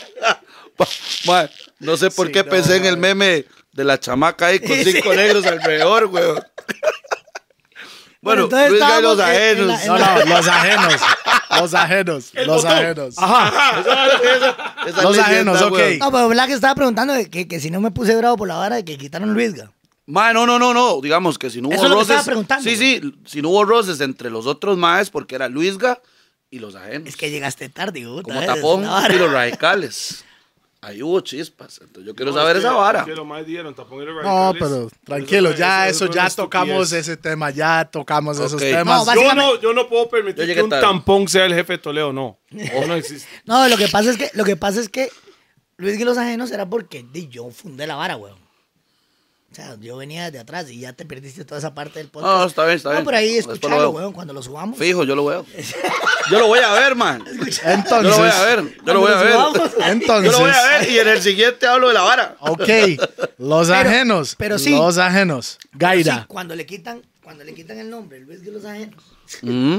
Pa- ma, no sé por qué pensé en el meme de la chamaca ahí con cinco negros alrededor, güey. Bueno,
entonces
Luis Gay
estábamos
los
en- en
ajenos.
la- en
No, no, los ajenos. Los ajenos. Los ajenos.
Esa
Los
leyenda,
ajenos, ok.
güey.
No, pero Black estaba preguntando de que, que si no me puse bravo por la vara de que quitaron Luisga.
Ma, no, no, no, no. Digamos que si no hubo
Eso es lo que
roces.
estaba preguntando,
sí, sí, si no hubo roces entre los otros maes, porque era Luisga y los ajenos.
Es que llegaste tarde, güey.
como tapón y los radicales. Ahí hubo chispas. Entonces yo quiero saber esa vara.
Lo más dieron, tapón y los
No,
radicales.
pero tranquilo,
Eso-
ya
eso-
eso,
eso
ya
es una
tocamos
estupidez.
ese tema, ya tocamos esos
Ok.
temas.
No, va-
Yo
Básicamente-
no, yo no puedo
Yo
permitir
llegué
que un
tarde.
tampón sea el jefe de Toledo, no. Eso no existe.
No, lo que pasa es que, lo que pasa es que Luis y los ajenos era porque di, yo fundé la vara, weón. O sea, yo venía de atrás y ya te perdiste toda esa parte del podcast.
No, no, está bien, está bien.
No, pero ahí
Después lo
escuchalo,
veo.
weón, cuando lo subamos.
Fijo, yo lo veo. Yo lo voy a ver, man. Yo
entonces,
lo voy a ver. Yo lo voy a ver.
entonces,
Yo lo voy a ver y en el siguiente hablo de la vara.
ok, los ajenos,
pero sí.
los ajenos,
Sí,
Gaira,
cuando le quitan, cuando le quitan el nombre, Luis de los Ajenos,
Mm.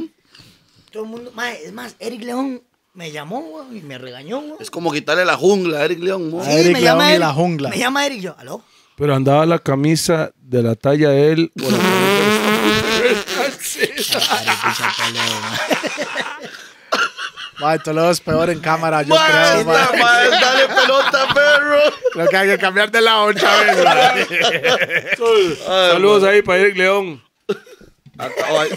todo el mundo, mae, es más, Eric León me llamó, weón, y me regañó, weón.
Es como quitarle la jungla a Eric León. ¿no?
A Eric
me
León
llama
y
Eric-
la jungla.
Me llama Eric y yo, aló.
Pero andaba la camisa de la talla de él. o la camisa
Ay, Toledo es peor en cámara, yo
Ma,
creo, ma.
esta, ma, dale pelota, perro.
creo que hay que cambiar de lado otra vez, ma.
de- Saludos ahí para Eric León.
Acabo ahí.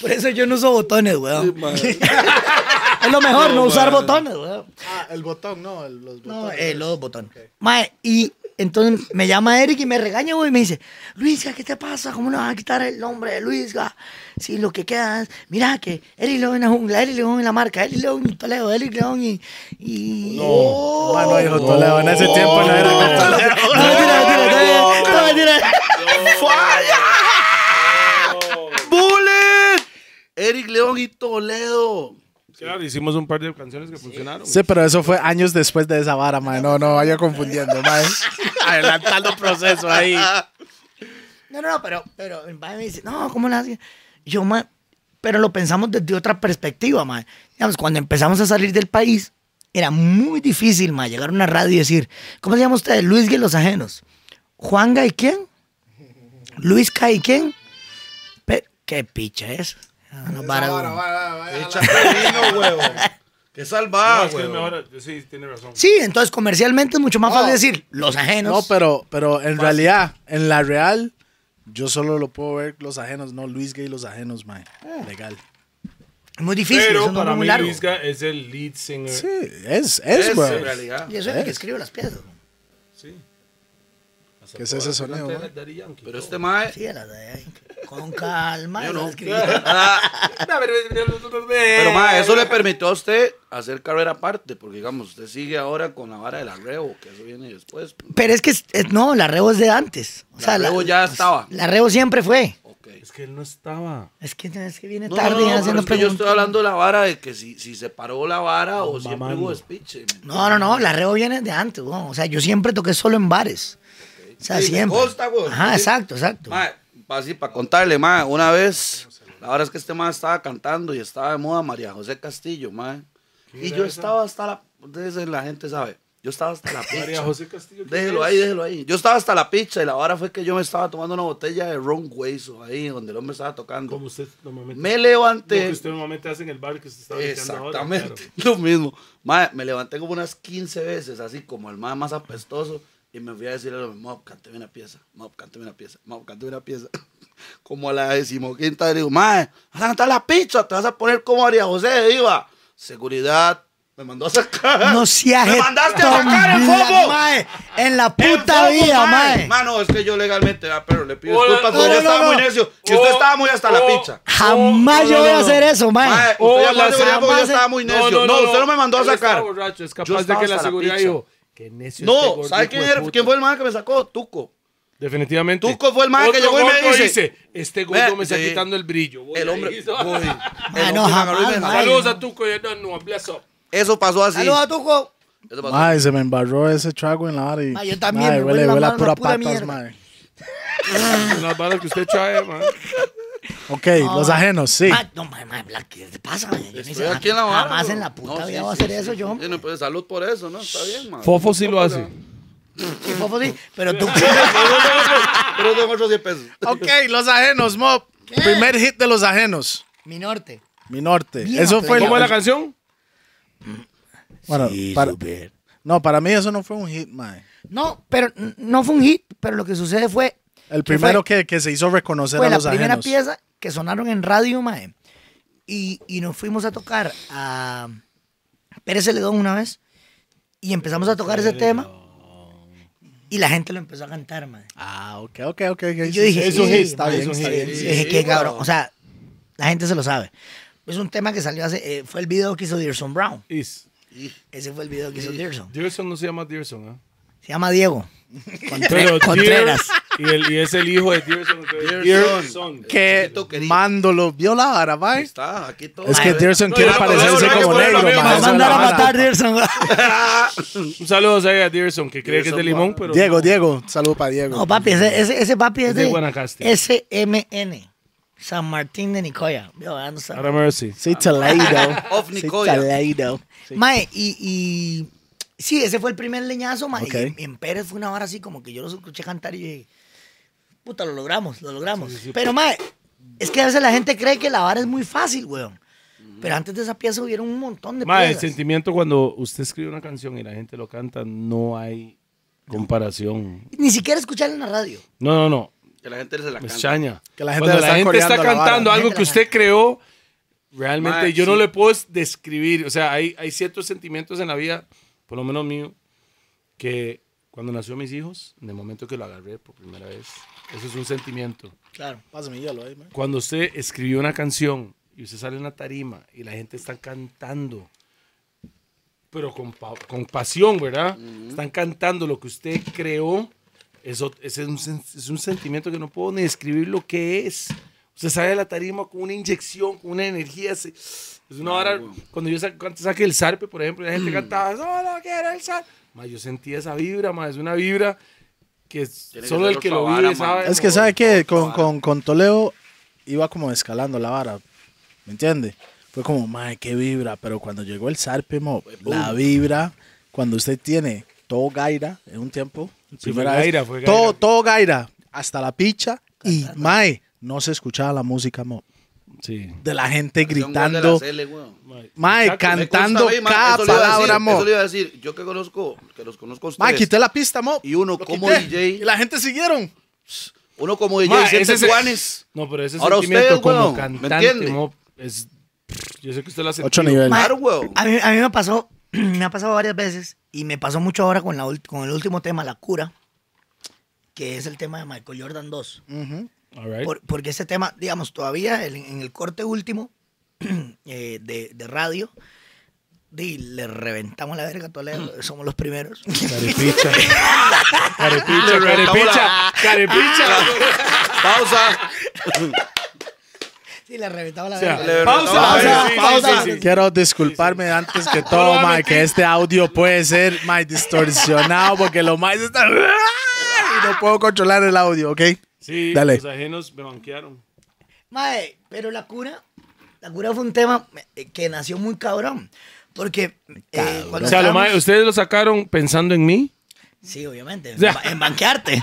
Por eso yo no uso botones, weón. es lo mejor, no, usar botones, weón.
el botón, no, el- los
No,
botones.
eh, los botones. Mae, y entonces me llama Eric y me regaña, güey, y me dice, Luisga, ¿qué te pasa? ¿Cómo le van a quitar el nombre de Luisga? Si lo que queda es, mira que Eric León en la jungla, Eric León en la marca, Eric León en Toledo, Eric León y... y...
No, ma, no, hijo Toledo, en ese tiempo no era con Toledo.
No, mentira, mentira, no, no, mentira.
¡Bullet! Eric León y Toledo.
Claro, hicimos un par de canciones que funcionaron.
Sí, pero eso fue años después de esa vara, ma. No, no, vaya confundiendo, ma. Adelantando proceso ahí.
No, no, no, pero, pero el mae me dice, no, ¿cómo la hace? Yo, mae, pero lo pensamos desde otra perspectiva, mae. Digamos, cuando empezamos a salir del país, era muy difícil, mae, llegar a una radio y decir, ¿cómo se llama usted? Luis Gui Los Ajenos. ¿Juanga y quién? ¿Luis K y quién? Pe- ¿Qué picha es? Ah, no, para, güey.
Qué salvado,
Ah, es
güey.
mejor, sí, tiene razón.
Sí, entonces comercialmente es mucho más fácil decir Los Ajenos.
No, pero, pero en realidad, en la real, yo solo lo puedo ver los ajenos, no Luis Gay los ajenos, man. Legal.
es muy difícil,
Pero
eso no
para
es muy
mí
largo.
Luisga es el lead singer.
Sí, es,
Es
es, güey.
en realidad.
Y eso es el que escribe las piezas. güey.
Sí.
¿Qué es ese sonido,
Delante de
güey?
Ah, Daddy Yankee.
Pero este mae.
Sí, las de ahí. Con calma.
Yo
las
no.
escribí.
Pero ma, eso
Eh.
le permitió a usted hacer carrera aparte, porque digamos, usted sigue ahora con la vara del arreo, que eso viene después. pues,
Pero es que, es- es- no, la rebo es de antes. O
La
sea,
Rebo ya estaba.
La rebo siempre fue.
Ok.
Es que él no estaba.
Es que, es que viene
No,
tarde
no, no, pero
haciendo
es que yo
preguntas.
estoy hablando de la vara de que si, si se paró la vara o siempre hubo speech. eh,
No, no, no, la rebo viene de antes, weón. O sea, yo siempre toqué solo en bares. O sea,
Sí, me
siempre.
consta, weón.
Ajá,
Sí.
exacto, exacto.
para contarle, ma, una vez, la verdad es que este ma estaba cantando y estaba de moda María José Castillo, ma. Y yo estaba hasta la. Desde la gente sabe. Yo estaba hasta la picha.
María José Castillo. ¿qué
Déjelo
es?
ahí, déjelo ahí. Yo estaba hasta la picha y la vara fue que yo me estaba tomando una botella de ron hueso ahí donde el hombre estaba tocando.
Como usted normalmente. Lo
Me
que
levanté.
usted normalmente hace en el bar que se está echando ahora.
Exactamente, lo mismo. Mae, me levanté como unas 15 veces, así como el mae más apestoso, y me fui a decirle a los Mob, cánteme una pieza, Mob, cánteme una pieza, Mob, cánteme una pieza. Como a la decimoquinta, le digo, Mae, vas a cantar la pizza, te vas a poner como María José de Diva. Seguridad, me mandó a sacar.
No seas
¡Me mandaste a sacar el fobo!
mae, En la
¡El
puta
fobo,
vida,
mae!
mae.
Mano, es que yo legalmente, ah, pero le pido
Hola,
disculpas,
no,
porque
no,
yo estaba
no.
muy necio. Si usted
Oh,
estaba muy hasta la
oh,
picha.
Jamás
no,
yo
no,
voy a
no.
hacer eso, mae.
Mae, usted
Oh,
llamó a la
la eh.
seguridad porque yo
jamás-
estaba muy necio. No, usted no me mandó a
él estaba
sacar.
borracho, es
Yo
capaz de
estaba
que la
hasta la
seguridad
picha.
dijo. Qué necio este
No,
gordo,
¿sabe
hijo
quién,
de
era-
puta".
quién fue el man que me sacó? Tuco.
Definitivamente.
Tuco fue el man que
Otro
llegó y me
gordo
dice,
Este gordo
"Ve,
me está
sí".
quitando el brillo. voy
El
a
hombre.
ir".
Voy. El
Ah, no,
hombre me agarró y me
jamás,
jaló.
Saludos a Tuco y no, no, bless up.
Eso pasó así.
Saludos a Tuco.
Eso pasó
Mae, se me embarró ese trago en la hora y.
Mae, yo también,
Mae,
me
huele,
huele la
huele a
mano,
pura
pura
patas,
mierda.
mae.
Unas balas que usted trae, man.
Ok, los ajenos, sí.
Mae, no, mae, mae, Black, ¿qué te pasa, mae? Yo no
Estoy
hice
aquí en la
nada.
barra,
Jamás
bro.
en la puta vida
No, sí,
voy a
sí,
hacer
sí,
eso,
sí.
yo.
Sí, no, pues, salud por eso, ¿no? Está bien, man.
Fofo sí lo hace.
Sí, fofo, sí, Pero tú...
Pero tengo otros 10 pesos.
Ok, los ajenos, Mob. Primer hit de los ajenos.
Mi norte.
Mi norte.
Mierda,
eso fue. el-
¿Cómo es la canción?
Bueno, para- No, para mí eso no fue un hit, mae.
No, pero n- no fue un hit, pero lo que sucede fue...
El
que fue-
primero que, que se hizo reconocer
fue
a
la
los
primera
ajenos.
pieza que sonaron en radio, mae. Y, y nos fuimos a tocar a Pérez Celedón una vez. Y empezamos a tocar ese tema. Y la gente lo empezó a cantar, mae.
Ah, ok, ok, ok. ok,
Y
sí,
yo dije,
sí, sí,
"Eh,
está
mae".
bien, está
Yo
bien.
dije,
sí,
qué
bueno.
cabrón. O sea, la gente se lo sabe. Es un tema que salió hace. eh, fue el video que hizo Dearson Brown.
Is.
Ese fue el video que hizo Dearson.
Dearson no se llama Dearson, ¿ah?
Se llama Diego.
Eh,
Contre-
Pero
Contreras.
Dear- Y, el, y es el hijo de Dearson. entonces,
Dearson.
Dearson.
Que
Chiquito querido.
mándolo vio la vara, mae.
Está, aquí todo.
Es que
Madre.
Dearson
No,
quiere
yo no
parecerse
conozco, no,
como
no, no,
negro,
no, no,
mae.
no,
Va a
eso es
mandar
la
a
vara.
matar a Dearson.
Un saludo ahí a Dearson, que cree que es de
Dearson,
limón,
guau.
pero.
Diego, Diego, saludo para Diego.
No, papi, ese, ese, ese papi es
Es de
de
Guanacaste.
SMN, San Martín de Nicoya. ah, Yo, ando sa-
Ahora mercy.
Sí, Toledo.
Of
Sí,
Nicoya.
Toledo.
Mae, y, y- Sí, ese fue el primer leñazo, mae.
Ok.
Y en Pérez fue una hora así, como que yo los escuché cantar y yo dije, puta, lo logramos, lo logramos. Pero, mae, es que a veces la gente cree que la vara es muy fácil, weón. Pero antes de esa pieza hubieron un montón de
Mae, el
piezas.
sentimiento cuando usted escribe una canción y la gente lo canta, no hay comparación.
Ni siquiera escuchar en la radio.
No, no, no.
Que la gente se la
Es
canta.
chaña.
Que la gente
cuando
le
la
está
gente está
coreando la vara.
cantando
La
algo
gente
que
la
usted creó, realmente
Mae,
yo no
sí.
le puedo describir. O sea, hay, hay ciertos sentimientos en la vida, por lo menos mío, que cuando nació mis hijos, en el momento que lo agarré por primera vez, eso es un sentimiento.
Claro.
Pásame hielo ahí, mae.
Cuando usted escribió una canción y usted sale en la tarima y la gente está cantando, pero con, pa- con pasión, ¿verdad? Están cantando lo que usted creó. Eso, ese es, un, sen- es un sentimiento que no puedo ni describir lo que es. Usted sale de la tarima con una inyección, con una energía. se- es una hora. Cuando yo sa- cuando saqué el zarpe, por ejemplo, y la gente
Mm.
cantaba, solo quiero el zarpe. Ma, yo sentí esa vibra, ma, es una vibra que es-
Tiene que
solo
ser
el que
otra
lo
vara,
vive
man.
sabe.
Es que
ma.
sabe que con, con, con Toledo iba como escalando la vara, ¿me entiende? Fue como, mae, qué vibra, pero cuando llegó el zarpe, mo, la vibra, cuando usted tiene todo gaira en un tiempo,
Sí,
primera
fue
vez,
gaira, fue
Todo,
gaira.
todo gaira, hasta la picha, y mae, no se escuchaba la música, mo,
Sí.
de la gente
Hacía un gol de la
gritando,
Cele, weón.
mae,
Exacto, me
cantando
Me consta, mae,
cada
eso le iba a decir,
palabra, mo.
Eso le iba a decir. Yo que conozco, que los conozco a ustedes.
Mae, quité la pista, mo.
Y uno
Lo
como
quité.
DJ.
Y la gente siguieron.
Uno como DJ,
Ma,
siente
ese se-
Juanes.
No, pero ese
Ahora
sentimiento
usted,
como
weón, ¿me
cantante,
entiende?
mo, es, pff, yo sé que usted lo hace.
Ocho niveles.
Mae,
Claro, weón.
A mí, a mí me pasó, me ha pasado varias veces y me pasó mucho ahora con, la, ult- con el último tema, La Cura, que es el tema de Michael Jordan 2. Por- porque ese tema, digamos, todavía en, en el corte último eh, de, de radio, di, le reventamos la verga a Toledo, somos los primeros.
Carepicha. Carepicha, carepicha,
Ah,
carepicha.
Pausa.
sí, le reventamos la
O sea,
verga.
pausa,
Pausa,
sí, sí,
pausa.
sí, sí.
Quiero disculparme antes que todo, Mike, que este audio puede ser Mike distorsionado porque lo más está. Y no puedo controlar el audio, ¿ok?
Sí,
Dale.
los ajenos me banquearon.
Mae, pero la cura, la cura fue un tema eh, que nació muy cabrón. Porque eh, cuando
O sea, lo
estábamos-
mae, ustedes lo sacaron pensando en mí.
Sí, obviamente. En,
sea-
ba- en banquearte.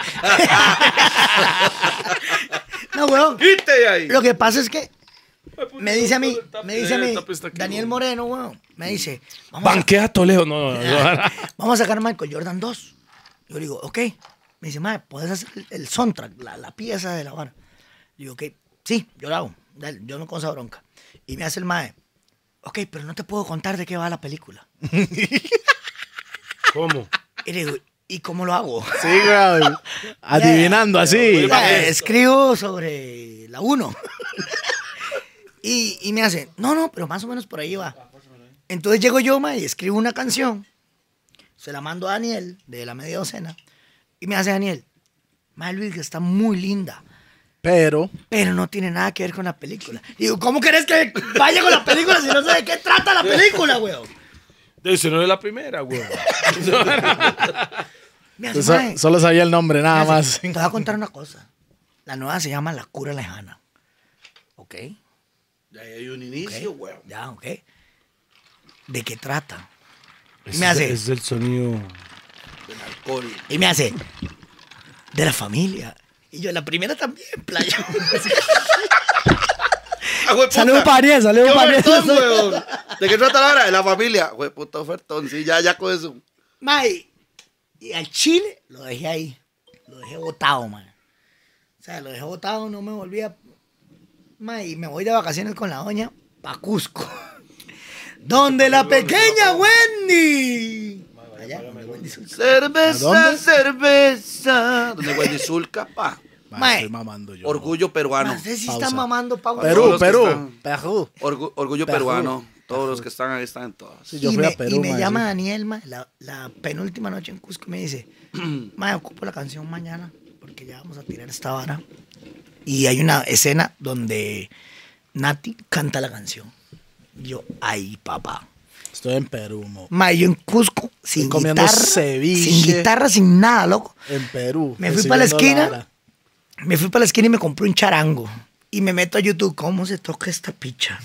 no, weón.
¡Quite de ahí!
Lo que pasa es que me dice a mí, me dice a
Eh,
mí,
el tape está aquí,
Daniel Moreno, weón, me dice, vamos a,
Banquea Toledo. No, no, no.
vamos a sacar Michael Jordan 2. Yo le digo, ok. Me dice, madre, ¿puedes hacer el- el soundtrack, la, la pieza de la vara? Le digo, ok, sí, yo la hago. Dale, yo no con esa bronca. Y me hace el mae, ok, pero no te puedo contar de qué va la película.
¿Cómo?
Y le digo, ¿y cómo lo hago?
Sí, güey. Adivinando así.
Eh, escribo sobre la 1. y, y me hace, no, no, pero más o menos por ahí va. Entonces llego yo, ma, y escribo una canción. Se la mando a Daniel, de la media docena. Y me hace Daniel, ma, Luis, que está muy linda,
Pero,
pero no tiene nada que ver con la película. Y digo, ¿cómo querés que vaya con la película si no sé de qué trata la película, weón?
Eso no es la primera, güey.
Me hace,
pues, so-
"Mae,
solo sabía el nombre, nada más.
Te voy a contar una cosa. La nueva se llama La Cura Lejana. ¿Ok?
Ya hay un
ok,
inicio, güey.
Ya, ok. ¿De qué trata? Y
Es-
me hace,
Es el sonido.
Del alcohol.
y me hace, de la familia. Y yo, la primera también, playa.
Ah, güey,
Saludos
puta.
para Ariel, saludos
¡Qué
para Ariel.
ofertón, weón! ¿De qué trata la hora? De la familia. Güey, puta ofertón. Sí, ya, ya con eso.
Mae, y al chile lo dejé ahí. Lo dejé botado, mae. O sea, lo dejé botado, no me volví a... Mae, y me voy de vacaciones con la doña pa' Cusco. Donde la pequeña Wendy. Allá, donde Wendy Sulca.
Cerveza,
¿A dónde?
cerveza. Donde Wendy Zulka, pa.
Mae.
Estoy mamando yo.
Orgullo peruano.
No sé si
pausa.
está mamando Pablo.
Perú,
Todos los que
Perú.
están-
Perú.
Orgu- orgullo
Perú.
peruano. Todos los que están ahí están todos.
Sí, yo
y
fui
me,
a Perú,
y me
mae,
llama
sí.
Daniel, ma, la, la penúltima noche en Cusco, y me dice, ma, ocupo la canción mañana, porque ya vamos a tirar esta vara. Y hay una escena donde Nati canta la canción. Y yo, ay, papá.
Estoy en Perú, mo.
Ma, yo en Cusco, sin
comiendo
guitarra,
ceviche.
sin guitarra, sin nada, loco.
En Perú.
Me fui pa' la
Recibiendo
esquina.
vara.
Me fui para la esquina y me compré un charango. Y me meto a YouTube, ¿cómo se toca esta picha?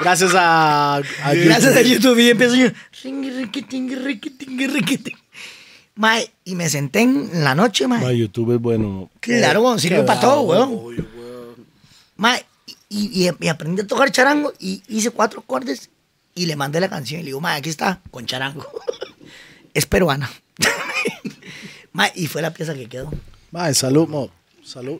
Gracias a, a
Gracias a
YouTube.
YouTube y empiezo yo. "Ringui, riqui, tingui, riqui, tingui, riqui, tingui". Mae, y me senté en la noche, mae.
Ma, YouTube es bueno.
claro, weón, sirve
qué
para todo, weón.
Orgullo, weón.
Mae, y, y- y aprendí a tocar charango y hice cuatro acordes y le mandé la canción y le digo, mae, aquí está, con charango. es peruana. mae, y fue la pieza que quedó.
Mae, salud, mo. Salud.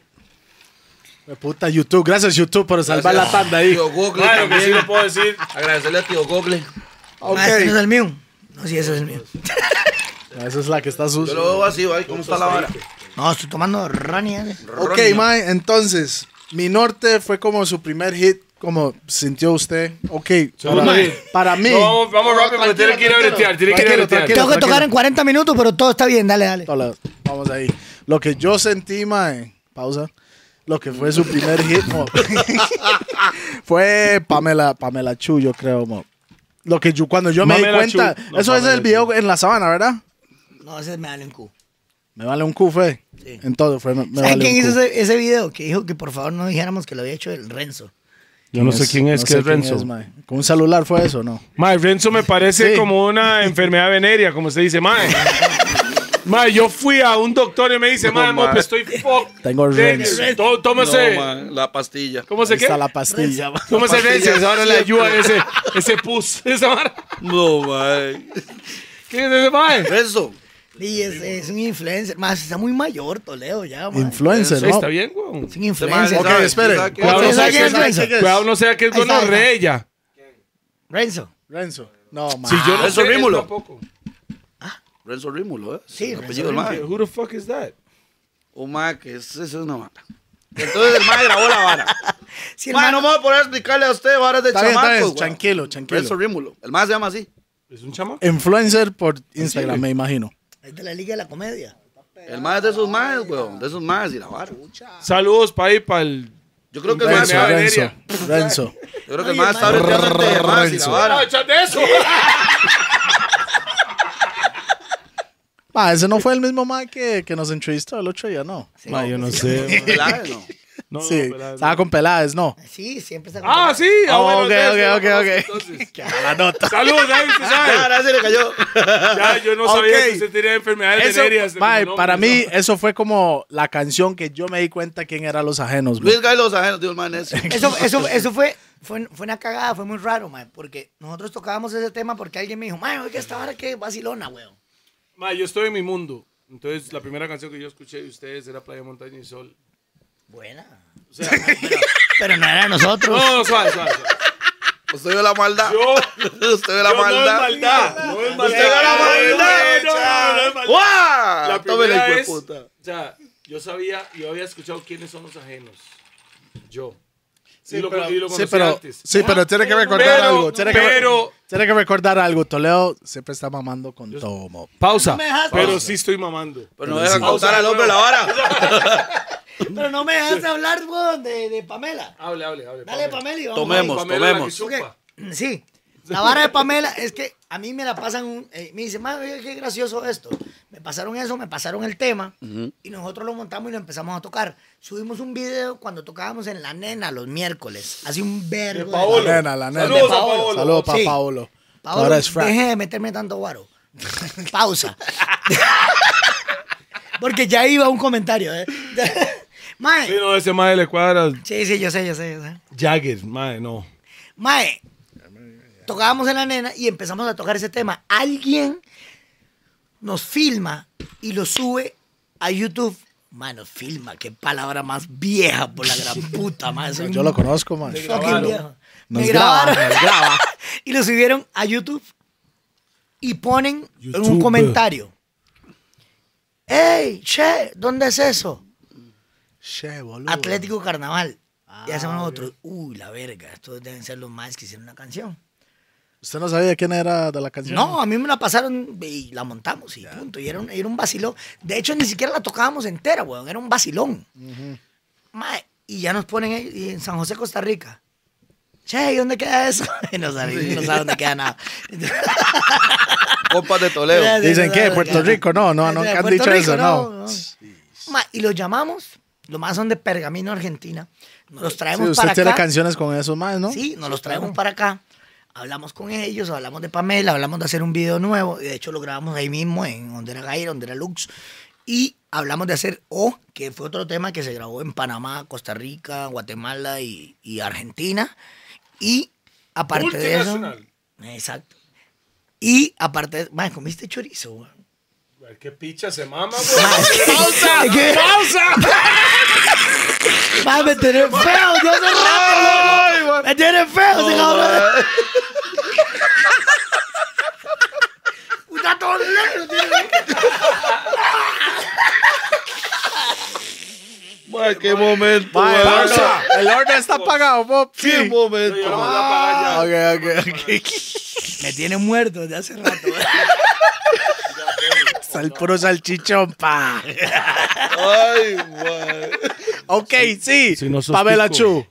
Me puta YouTube. Gracias, YouTube, por salvar la tanda ahí.
Tío Google
Claro que
también.
sí lo puedo decir.
Agradecerle a tío Google.
Mae, ¿este no es el mío? No, sí, ese es el mío.
Esa es la que está
Yo
sucia.
lo veo así, ¿vale? ¿Cómo está la vara?
No, estoy tomando Rani. ¿eh?
Ok, Mae, entonces, Mi Norte fue como su primer hit, como sintió usted. Ok, para,
mae.
para mí.
No, vamos, vamos rápido porque tiene que ir a bretear. Tiene que ir a
Tranquilo,
bretear.
tranquilo.
Tengo que tocar en 40 minutos, pero todo está bien, dale, dale.
Hola, vamos ahí. Lo que yo sentí, Mae, pausa. Lo que fue su primer hit, mo. fue Pamela, Pamela Chu, yo creo, mo. Lo que yo, cuando yo
Mamela
me di cuenta,
Chu. No,
eso es
Pamela
el video en la sabana, ¿verdad?
No, ese me vale en Q.
Me vale un cu, fue. Entonces fue, me, me
¿Saben
vale
quién
un
hizo
cu.
ese, ese video? Que dijo que por favor no dijéramos que lo había hecho el Renzo.
Yo no sé quién es,
No
que
sé
es
quién
Renzo.
mae. ¿Con un celular fue eso o no?
Mae, Renzo me parece
Sí.
como una enfermedad venérea, como se dice, mae. Mae, yo fui a un doctor y me dice, mae, mope, estoy fuck.
Tengo Renzo.
To- Tómese.
la pastilla.
¿Cómo se
Ahí
qué?
está la pastilla.
Tómese
pastilla.
Renzo. Ahora le ayuda ese, ese pus. Esa vara.
No, man.
¿Qué es ese, mae?
Renzo.
Y es, es un influencer. Más, está muy mayor, Toledo, ya, man.
Influencer,
Sí,
¿no?
Está bien, güey.
es un influencer.
Ok,
¿Sabe?
espere.
¿Sabe qué?
Cuidado, no
¿Ustedes
sea
saben
que
quién
es,
es Renzo?
cuidado, no sea que es
Ahí está,
gonorrea ella.
Renzo.
Renzo. No, mae.
Si yo no
Renzo
sé, él
Rímulo.
tampoco.
Renzo Rímulo, ¿eh?
Sí,
El
Renzo
apellido del
Rímulo.
mae.
Who the fuck is that?
Un mae que es, eso es una vara. Entonces el mae grabó la vara.
Sí,
Mae, no
hermano.
me voy a poder explicarle a usted varas de
Está bien, está bien,
chamacos, weón.
Tranquilo, tranquilo.
Renzo Rímulo. El mae se llama así.
¿Es un chamaco?
Influencer por Instagram, me imagino.
Es de la Liga de la Comedia.
El mae es de esos maes, weón. De esos maes y la vara.
Saludos para ahí, para el...
Yo creo que el mae
Renzo,
Renzo,
Yo
Renzo.
Valeria.
Renzo.
creo que el mae está breteando entre maes y la
Renzo.
vara.
¡Echa de Ah, eso!
Ma, ese no fue el mismo Mae que, que nos entrevistó el otro día, ¿no.
Ma, yo no sé.
Peláez, no.
No,
sí,
no, pelada,
estaba
no.
con peladas, no.
Sí, siempre está
Ah, sí. ah,
Ah,
bueno,
ok,
entonces,
ok,
ya lo
ok,
conozco, entonces.
Que a la nota.
Saludos, ahí usted
Ah,
sabe.
ahora se le cayó.
Ya, yo no sabía
Ok.
que usted tenía enfermedades
Eso,
venéreas.
mae,
como nombre,
para
¿no?
mí, eso fue como la canción que yo me di cuenta quién eran los ajenos. mae.
Luis Carlos Ajenos, Dios man, eso.
Eso, eso, eso fue, fue, fue una cagada, fue muy raro, mae, porque nosotros tocábamos ese tema porque alguien me dijo, mae, oiga, esta hora que vacilona, weón.
Ma, yo estoy en mi mundo. Entonces, la primera canción que yo escuché de ustedes era Playa, Montaña y Sol.
Buena.
O sea,
Pero no era
no,
nosotros.
no, no, suave, suave. suave.
Usted vio la maldad.
Yo,
Usted vio la
yo
maldad.
no es maldad. No es maldad.
Usted vio la
No,
maldad.
no, no, no es maldad.
¡Guau!
La
Tómela,
primera
hijo de
es,
puta.
o sea, yo sabía, yo había escuchado quiénes son los ajenos. Yo. Sí, y lo, pero, y lo
Sí,
conocí
pero,
antes.
sí, pero tiene que recordar
pero-
algo. Tiene que,
pero-
tiene que recordar algo. Toledo siempre está mamando con todo. mo.
Pausa.
No me dejas-
pero
Pausa.
sí estoy mamando.
Pero no deja
sí.
contar al hombre la vara.
Pero no me dejas hablar, weón, de, de Pamela.
Hable, hable, hable.
Dale,
Pamela.
Pamela, y vamos.
Tomemos.
Pamela la que
tomemos.
chupa.
Ok, Sí. La vara de Pamela es que a mí me la pasan, un- eh, me dicen, madre, oye, qué gracioso esto. Me pasaron eso, me pasaron el tema y nosotros lo montamos y lo empezamos a tocar. Subimos un video cuando tocábamos en La Nena los miércoles. Hace un verbo.
De
de
Paolo.
barra.
La nena, la nena.
Saludos a
Paolo.
Saludos para
Sí.
Paolo.
Paolo,
Ahora es Frank.
deje de meterme tanto guaro. Pausa. Porque ya iba un comentario, ¿eh?
Sí,
Mae.
no, ese madre le cuadra.
Sí, sí, yo sé, yo sé, yo sé.
Jagger, madre, no.
Mae, tocábamos en la nena y empezamos a tocar ese tema. Alguien nos filma y lo sube a YouTube. Mae, nos filma, qué palabra más vieja por la gran puta, mae. Soy
Yo
un
lo conozco, man.
fucking viejo.
Nos
Me
graba,
grabaron
nos graba.
y lo subieron a YouTube y ponen en un
YouTube.
comentario. Hey, che, ¿dónde es eso?
Che, boludo.
Atlético Carnaval. y hacemos nosotros, uy, la verga, estos deben ser los más que hicieron una canción.
¿Usted no sabía quién era de la canción?
No, a mí me la pasaron y la montamos y punto. Y era un, era un vacilón. De hecho, ni siquiera la tocábamos entera, weón. Era un vacilón. Mae, y ya nos ponen ahí, y en San José, Costa Rica. Che, ¿y dónde queda eso? Y no sabe, no sabe dónde queda nada.
Compas de Toledo.
Dicen que Puerto Rico, no, no, no,
Puerto
han dicho
Rico,
eso, no.
Ma, y los llamamos, los más son de Pergamino, Argentina. Nos los
Sí,
traemos para
usted tiene
acá.
canciones con esos más, ¿no?
Sí, nos los traemos para acá. Hablamos con ellos, hablamos de Pamela, hablamos de hacer un video nuevo. y De hecho, lo grabamos ahí mismo en Hondera Gaira, Hondera Lux. Y hablamos de hacer O, que fue otro tema que se grabó en Panamá, Costa Rica, Guatemala y, y Argentina. Y aparte de eso.
Multinacional.
Exacto. Y aparte de. ma, comiste chorizo, güey.
Ay, Qué picha se mama,
Ma,
güey.
es que- es que- Ma, me tiene feo, yo hace rato, loco. Me tiene feo ese cabrón. Puta, todo negro, tío.
Mae, qué momento.
Ma,
mae.
el horno- el horno está apagado, Bob.
Qué
Sí. Ah,
Yo
momento.
no voy a pagar ya.
Ok, ok, ok.
Me tiene muerto desde hace rato. eh.
Sal puro salchichón, pa.
Ay, mae.
Ok, sí.
Si no sos
Pamela
pico.
Chu.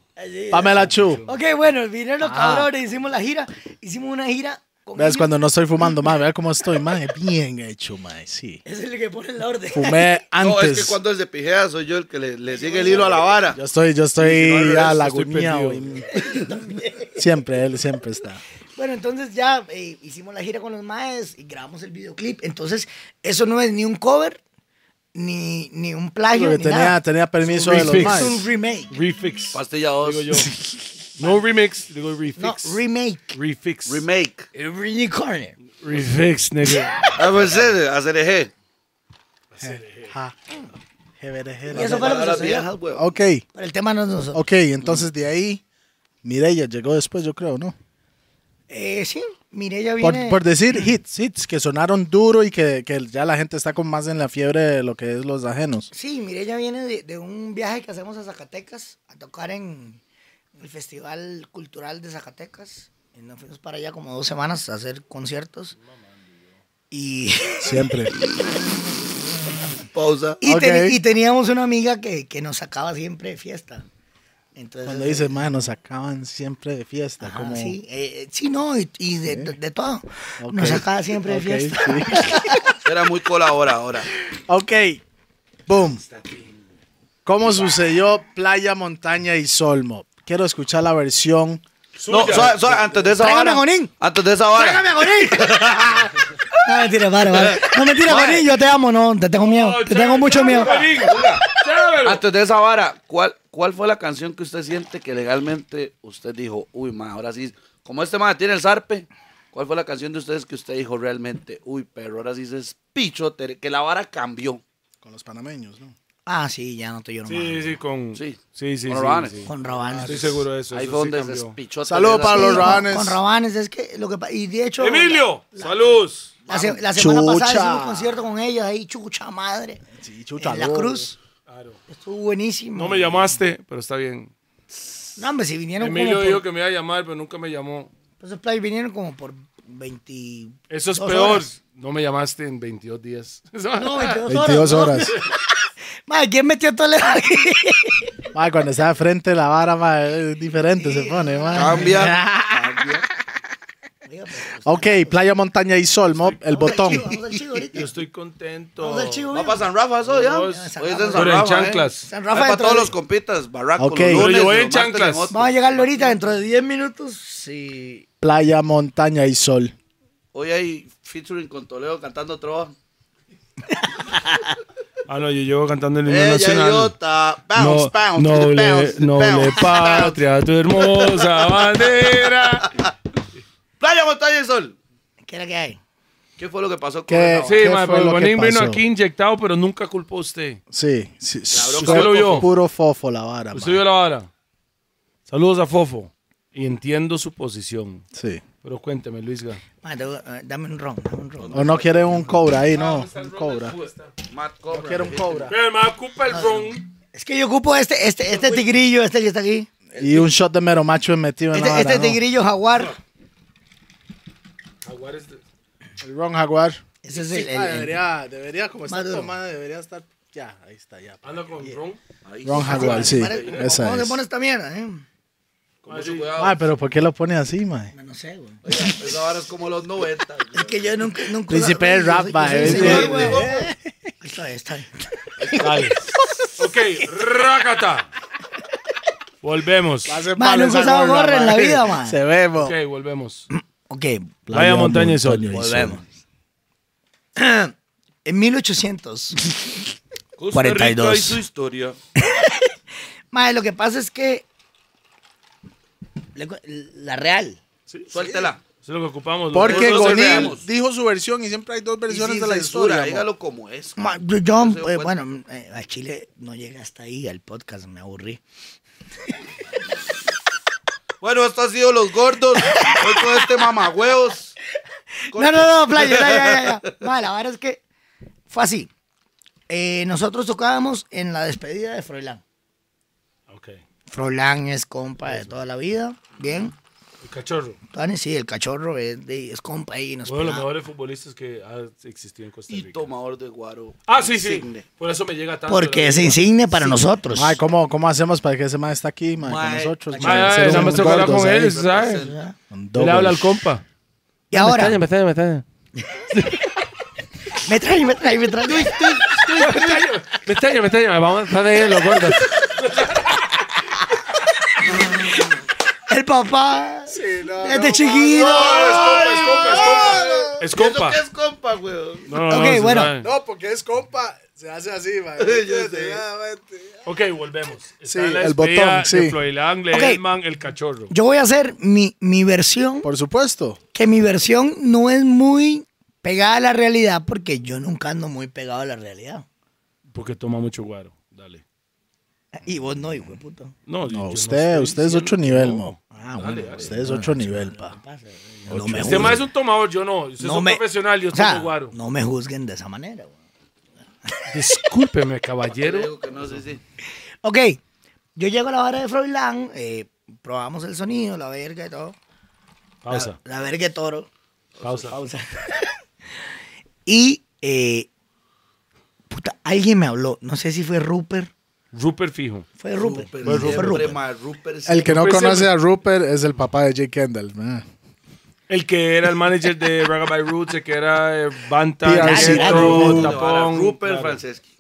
Pamela Chu.
ok, bueno, vinieron los cabrones, hicimos la gira. Hicimos una gira con
Ah. ¿Ves
ellos.
cuando no estoy fumando, más? Vea cómo estoy, más. Bien hecho, más. Sí.
Es el que pone la orden.
Fumé
No, es
antes.
que cuando él se pijea soy yo el que le, le sigue el hilo a la vara.
Yo estoy, yo
Y si no, al
estoy
revés,
ya
estoy
laguneado.
perdido.
y- Siempre, él siempre está.
Bueno, entonces ya eh, hicimos la gira con los maes y grabamos el videoclip. Entonces, eso no es ni un cover, ni, ni un plagio,
Porque
ni
tenía,
nada.
tenía permiso de los
Refix.
Es
más.
un remake.
Refix.
Pastilla 2.
Digo yo. No remix, digo
No,
refix.
remake.
refix.
Remake.
Rini Corner.
refix, nigga.
A veces, pues, hacer eje.
Ja. Jebere,
Y eso
jebere.
fue lo que
Palabras
sucedió.
viejas, güey.
Ok,
Pero el tema no es nosotros.
ok, entonces de ahí, Mireya llegó después, yo creo, ¿no?
Eh, sí, Mireya viene.
Por, por decir hits, hits que sonaron duro y que, que ya la gente está con más en la fiebre de lo que es los ajenos.
Sí, Mireya viene de, de un viaje que hacemos a Zacatecas a tocar en el Festival Cultural de Zacatecas. Y nos fuimos para allá como dos semanas a hacer conciertos. Y,
Siempre.
Pausa.
y, teni-
Ok.
y teníamos una amiga que, que nos sacaba siempre de fiesta. Entonces,
Cuando dice, man, nos sacaban siempre de fiesta.
Ajá,
como...
sí, eh, sí, no, y, y de, de- de todo.
Ok.
Nos sacaba siempre
Ok,
de fiesta.
sí.
Era muy colaboradora.
ok, boom. ¿Cómo sucedió Playa, Montaña y Solmo? Quiero escuchar la versión.
No, suave, suave, antes de esa
Tráigame
vara.
a Gonín.
Antes de esa vara.
¡Tráigame a Gonín! No, mentira, para, para. No, mentira, Gonín, yo te amo, no, te tengo miedo. Te tengo mucho miedo.
Antes de esa vara, ¿cuál, ¿cuál fue la canción que usted siente que legalmente usted dijo, uy, ma, ahora sí, como este ma tiene el zarpe, ¿cuál fue la canción de ustedes que usted dijo realmente, uy, pero ahora sí se es picho, tere- que la vara cambió?
Con los panameños, ¿no?
Ah, sí, ya no te lloro
Sí, sí, con.
Sí.
Sí, sí, sí.
Con Rabanes.
sí. Ah,
Con Rabanes.
Estoy seguro de eso.
Ahí
eso
fue
sí
donde se
cambió.
despichó.
Saludo
tere-
para
Sí,
los
con-
Rabanes.
Con Rabanes, es que lo que pa- Y de hecho.
Emilio, salud.
La, la se- la semana pasada
Chucha.
hicimos un concierto con ellos ahí, chucha madre.
Sí, chuta,
En La
no.
Cruz.
Claro.
Estuvo buenísimo.
No me llamaste, pero está bien.
No, hombre, si vinieron
Emilio
como.
dijo
Por,
que me iba a llamar, pero nunca me llamó.
Pues, los Play vinieron como por 20.
Eso es
dos
peor.
horas.
No me llamaste en 22 días.
No,
Ah,
22 horas.
22
¿no?
horas.
Madre, ¿quién metió todo el
Mae, cuando está de frente la vara, mae, es diferente se pone, mae.
Cambia. cambia.
Ok, Playa, Montaña y Solmo, el botón.
Vamos al chivo ahorita.
Yo estoy contento.
Vamos al chivo.
Va
mira.
para San Rafa eso ya. Hoy
Vamos.
es en San
Pero en
Rafa.
chanclas.
San
Rafa
Rafa
para
dentro
todos
de-
los compitas, barraco.
Ok.
los lunes,
Pero yo voy
los
en
martes
chanclas.
otro.
Vamos a llegarlo ahorita dentro de 10 minutos. Sí.
Playa, Montaña y Sol.
Hoy hay featuring con Toledo cantando trova.
Ah, no, yo llevo cantando el himno
Ella
nacional.
idiota. Bounce,
No,
bounce,
noble,
bounce,
noble
bounce, bounce.
patria, tu hermosa bandera.
Playa, montaña y sol.
¿Qué era que hay?
¿Qué fue lo que pasó con
¿Qué?
esa
Sí,
vara?
¿Qué
ma,
fue
pero
lo que
Bonín vino
pasó?
aquí inyectado, pero nunca culpó a usted.
Sí, sí.
bronca
fue
fue lo vio.
Puro fofo la vara,
Usted
mae.
vio la vara. Saludos a Fofo. Y entiendo su posición.
Sí.
Pero cuénteme, Luisga.
Madre, te voy a- eh, dame un ron, dame un ron.
O no quiere un cobra ahí, no. Un cobra.
Matt Cobra.
Quiere un cobra.
Me ocupa el ron.
Es que yo ocupo este, este, este tigrillo, este que está aquí.
Y un shot de mero macho metido en la
Este,
vara.
este
¿no?
tigrillo jaguar.
este.
El Ron Jaguar.
Ese es el- el-
Ah,
el-
debería, debería, como está
Maduro.
tomada, debería estar. Ya, ahí está, ya.
Anda con ron.
Ron Jaguar, sí.
Pare-
Esa
¿Cómo se
es.
pone esta mierda? eh?
Con mucho cuidado.
Ay, pero ¿por qué lo pone así, mae?
No sé, güey.
Esa vara es como los 90.
Es que yo nunca. nunca
Príncipe del rap,
Yo soy- yo
va,
soy
eh,
inseguro,
eh,
güey.
eh.
Ahí Está ahí está
Ok, rácata. Volvemos.
Ma, nunca
esa
usaba gorra en la
mae.
vida, mae.
Se vemos.
Ok, volvemos.
Ok.
Playa, montaña y sol.
Volvemos. En 1800.
Costa Rica
42.
y su historia.
Madre, lo que pasa es que. le cu- La real.
Suéltela.
Eso es lo que ocupamos.
Porque
Nosotros
Gonin
sabemos.
dijo su versión y siempre hay dos
Y
versiones
sin
de la
censura,
historia. mo.
Dígalo como es.
Ma, yo, yo,
No se dio
eh,
cuenta.
bueno, eh, a Chile no llega hasta ahí, al podcast, me aburrí.
Bueno, esto ha sido Los Gordos. Hoy con este mamagüeos.
No, no, no, playa, ya, ya, ya, ya. Ma, la verdad es que fue así. Eh, nosotros tocábamos en la despedida de Froilán.
Ok.
Froilán es compa de toda la vida, bien.
El cachorro.
Tony, sí, el cachorro es, de- es compa ahí. Nos
Uno de los
pelaba.
mejores futbolistas que ha existido en Costa
Y
Rica.
tomador de guaro.
Ah, sí, sí.
Insigne.
Por eso me llega tanto.
Porque
la-
es insigne para nosotros.
Ay, ¿cómo, ¿cómo hacemos para que ese mae está aquí, mae, con
Mae,
nosotros?
ay,
mae?
Ay, ay,
Hacer
nada
un
más tengo que hablar
gordos ¿eh?
con
ahí.
él, ¿sabes?
Un
Él
double.
habla al compa.
y ahora,
Metaña, metaña, metaña.
me trae, me trae, me trae.
Metaña, metaña. Vamos a estar ahí en los gordos.
El papá. este chiquito.
Es
¿Y eso
compa.
qué es compa, güey?
No, no,
Ok,
se
bueno.
sabe.
No, porque es compa. Se hace así, mae.
Yo sé.
Ok, volvemos. Está
Sí,
la
el
despedida
botón, sí.
De Froilán,
Ok.
Leelman, el cachorro.
Yo voy a hacer mi, mi versión
Por supuesto.
que mi versión no es muy pegada a la realidad porque yo nunca ando muy pegado a la realidad.
Porque toma mucho guaro. Dale.
Y vos no, hijo de puta.
No, yo- yo
No,
no
usted,
estoy
usted es
diciendo
otro
que
nivel,
no.
mo. Ah, bueno, usted es otro nivel, pa.
No me
Este
juzguen.
más es un tomador, yo no. Usted es
No
un
me-
profesional, yo
o sea,
tomo guaro.
No me juzguen de esa manera. güey.
Discúlpeme,
Yo
caballero.
digo que no, sí, sí.
Ok, yo llego a la vara de Froilán, eh, probamos el sonido, la verga y todo. La-
Pausa,
La, verga de toro.
pausa.
Y, eh, puta, alguien me habló, no sé si fue Rupert.
Rupert Fijo.
Fue Rupert.
Pero
Fue
siempre,
Rupert.
ma, Rupert
El que no
Pues
conoce
siempre-
a Rupert es el papá de Jake Kendall. mae.
El que era el manager de Ragabay Roots, el que era eh, Banta,
Tía,
Nieto,
sí, claro,
Tapón.
Rupert
claro.
Franceschi.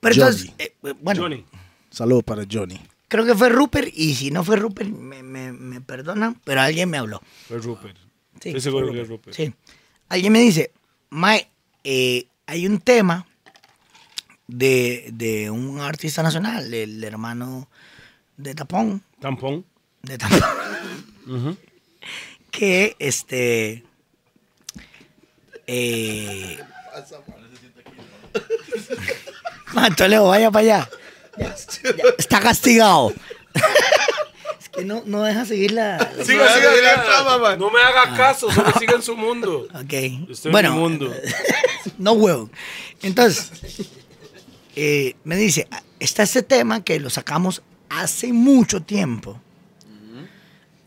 Pero entonces,
Johnny.
eh, bueno,
Johnny.
Saludo para Johnny.
creo que fue Rupert y si no fue Rupert, me, me, me perdonan, pero alguien me habló.
Fue Rupert.
Sí,
Estoy seguro que es Rupert.
Sí. Alguien me dice, Mae, eh, hay un tema de, de un artista nacional, el hermano de Tapón,
Tampón.
de Tapón, que este... Eh, Mae, Toledo, vaya para allá. Ya, ya, está castigado. es que no, no deja seguir la... la-
Siga, siga, siga. No me haga caso, solo siga en su mundo.
Ok.
Estoy en
Ah. bueno, eh,
mi mundo.
No huevo. Entonces, eh, me dice, "Ah, está este tema que lo sacamos hace mucho tiempo.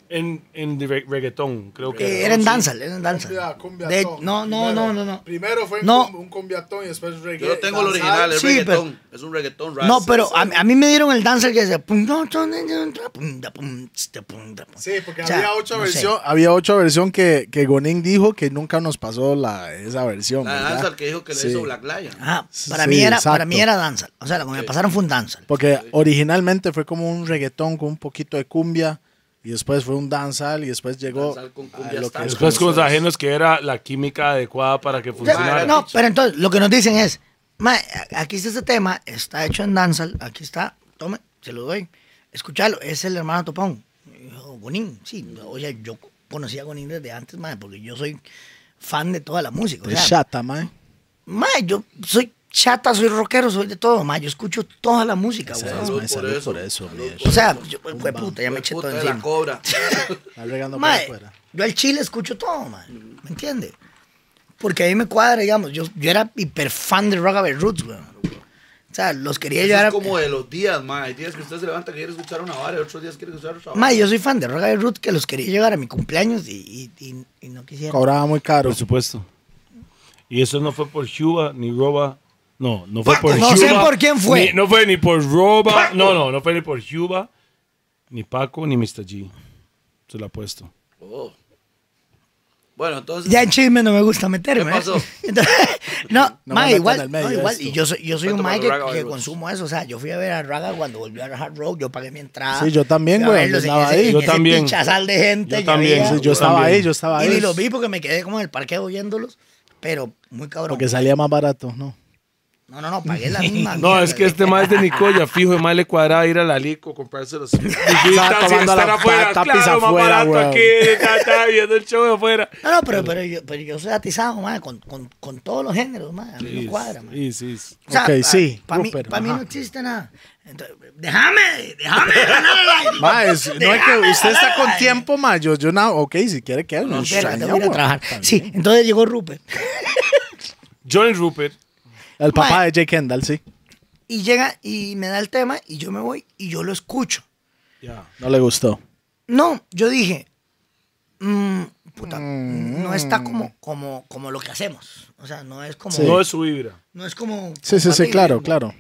En, en de re- reggaetón, creo que.
Eh,
era.
era en danza, era en danza.
Cumbia,
De-
cumbiatón.
no, no,
Primero-
no, no, no.
Primero fue
No.
un cum- un cumbiatón y después reggae.
Yo no tengo el
danzal.
original, es
Sí, pero-
reggaetón. Es un reggaetón rap.
No, pero a, a mí me dieron el dancer que decía... pum, no, no, no, no, no, pum, da, pum, tss, da, pum, da, pum.
Sí, porque
O sea,
había ocho
no sé.
versiones.
Había otra versión que, que Gonin dijo que nunca nos pasó la, esa versión.
La
¿verdad?
danza que dijo que le
Sí.
hizo Black Lion.
Ajá,
Sí,
para, mí era, para
exacto.
mí era danza. O sea, lo que me pasaron fue un danza.
Porque originalmente fue como un reggaetón con un poquito de cumbia y después fue un danzal y después llegó
Danzal con
a
cumbia
lo
hasta-
que es
Después con los
como-
ajenos que era la química adecuada para que
O sea,
funcionara.
no, pero entonces lo que nos dicen es, "Mae, a- aquí está este tema, está hecho en Danzal, aquí está, tome, se lo doy, escúchalo, es el hermano Topón. Y yo, Gonín, sí, o sea, yo conocía a Gonín desde antes, mae, porque yo soy fan de toda la música. O
De
sea,
chata, mae.
mae, yo soy chata, soy rockero, soy de todo, mae, yo escucho toda la música, weón.
Salud
por
salud
eso.
por eso, mae.
O sea, yo, fue puta, ya me eché todo
Puta de la
encima.
cobra.
Está regando por
Mae,
afuera.
yo al chile escucho todo, mae, ¿me entiendes? Porque a mí me cuadra, digamos, yo, yo era hiper fan de Rockabye Roots, güey. O sea, los quería
Eso
llevar a...
es como de los días, ma. Hay días que usted se levanta que quiere escuchar una vara y otros días quiere escuchar otra vara.
Mae, yo soy fan de Rockabye Roots que los quería llevar a mi cumpleaños y, y- y- y no quisiera.
Cobraba muy caro.
Por supuesto. Y eso no fue por Shuba ni Roba. No, no fue
Paco,
por
no
Shuba,
sé por quién fue.
ni- no fue ni por Roba. No, no, no fue ni por Shuba, ni Paco, ni Mr. G. Se lo apuesto.
Oh. Bueno, entonces.
Ya en chisme no me gusta meterme.
¿Qué pasó?
¿eh? Entonces, no,
No me
mae,
metan
igual.
al medio
no, igual.
esto.
Y yo soy, yo soy
Vete
un
para
mae
los
que,
Rockabye
que
Roots.
consumo eso. O sea, yo fui a ver a Raga cuando volvió a Hard Rock, yo pagué mi entrada.
Sí, yo también,
Fui a
güey,
verlos
yo
en
estaba
ese-
ahí.
en
Yo
ese
también.
Pinchazal de gente.
Yo
que
también,
había.
Sí, yo estaba
también.
ahí, yo estaba
Y
ahí.
ni los vi porque me quedé como en el parque oyéndolos, pero muy cabrón.
Porque salía más barato, ¿no?
No, no, no, pagué la misma.
No,
mierda,
es que este
güey.
más es de Nicoya, fijo, el más le cuadraba ir a la Lico, comprarse los
Estaba tomando la pata, pizza
claro, más
afuera,
barato
weón.
aquí, está, está viendo el show de afuera.
No, no, pero, pero, yo, pero yo soy atizado, madre, con, con, con todos los géneros, madre. A mí me cuadra, madre.
Sí, sí, sí.
Ok, sí,
Para mí,
Rupert,
pa' mí
ajá.
no existe nada. Entonces, déjame, déjame ganar el aire.
Mae, es- no es que usted está con tiempo, mae. Yo, yo no, ok, si quiere que
No, verga, tengo que ir a trabajar. Sí, entonces llegó Rupert.
Johnny Rupert,
El papá
Mae.
de Jake Kendall, sí.
Y llega y me da el tema y yo me voy y yo lo escucho.
No le gustó.
No, yo dije, mm, puta, no
Mm.
está como, como, como lo que hacemos. O sea, no es como.
no es su vibra.
No es como.
Sí, sí, sí,
compatible.
claro, claro.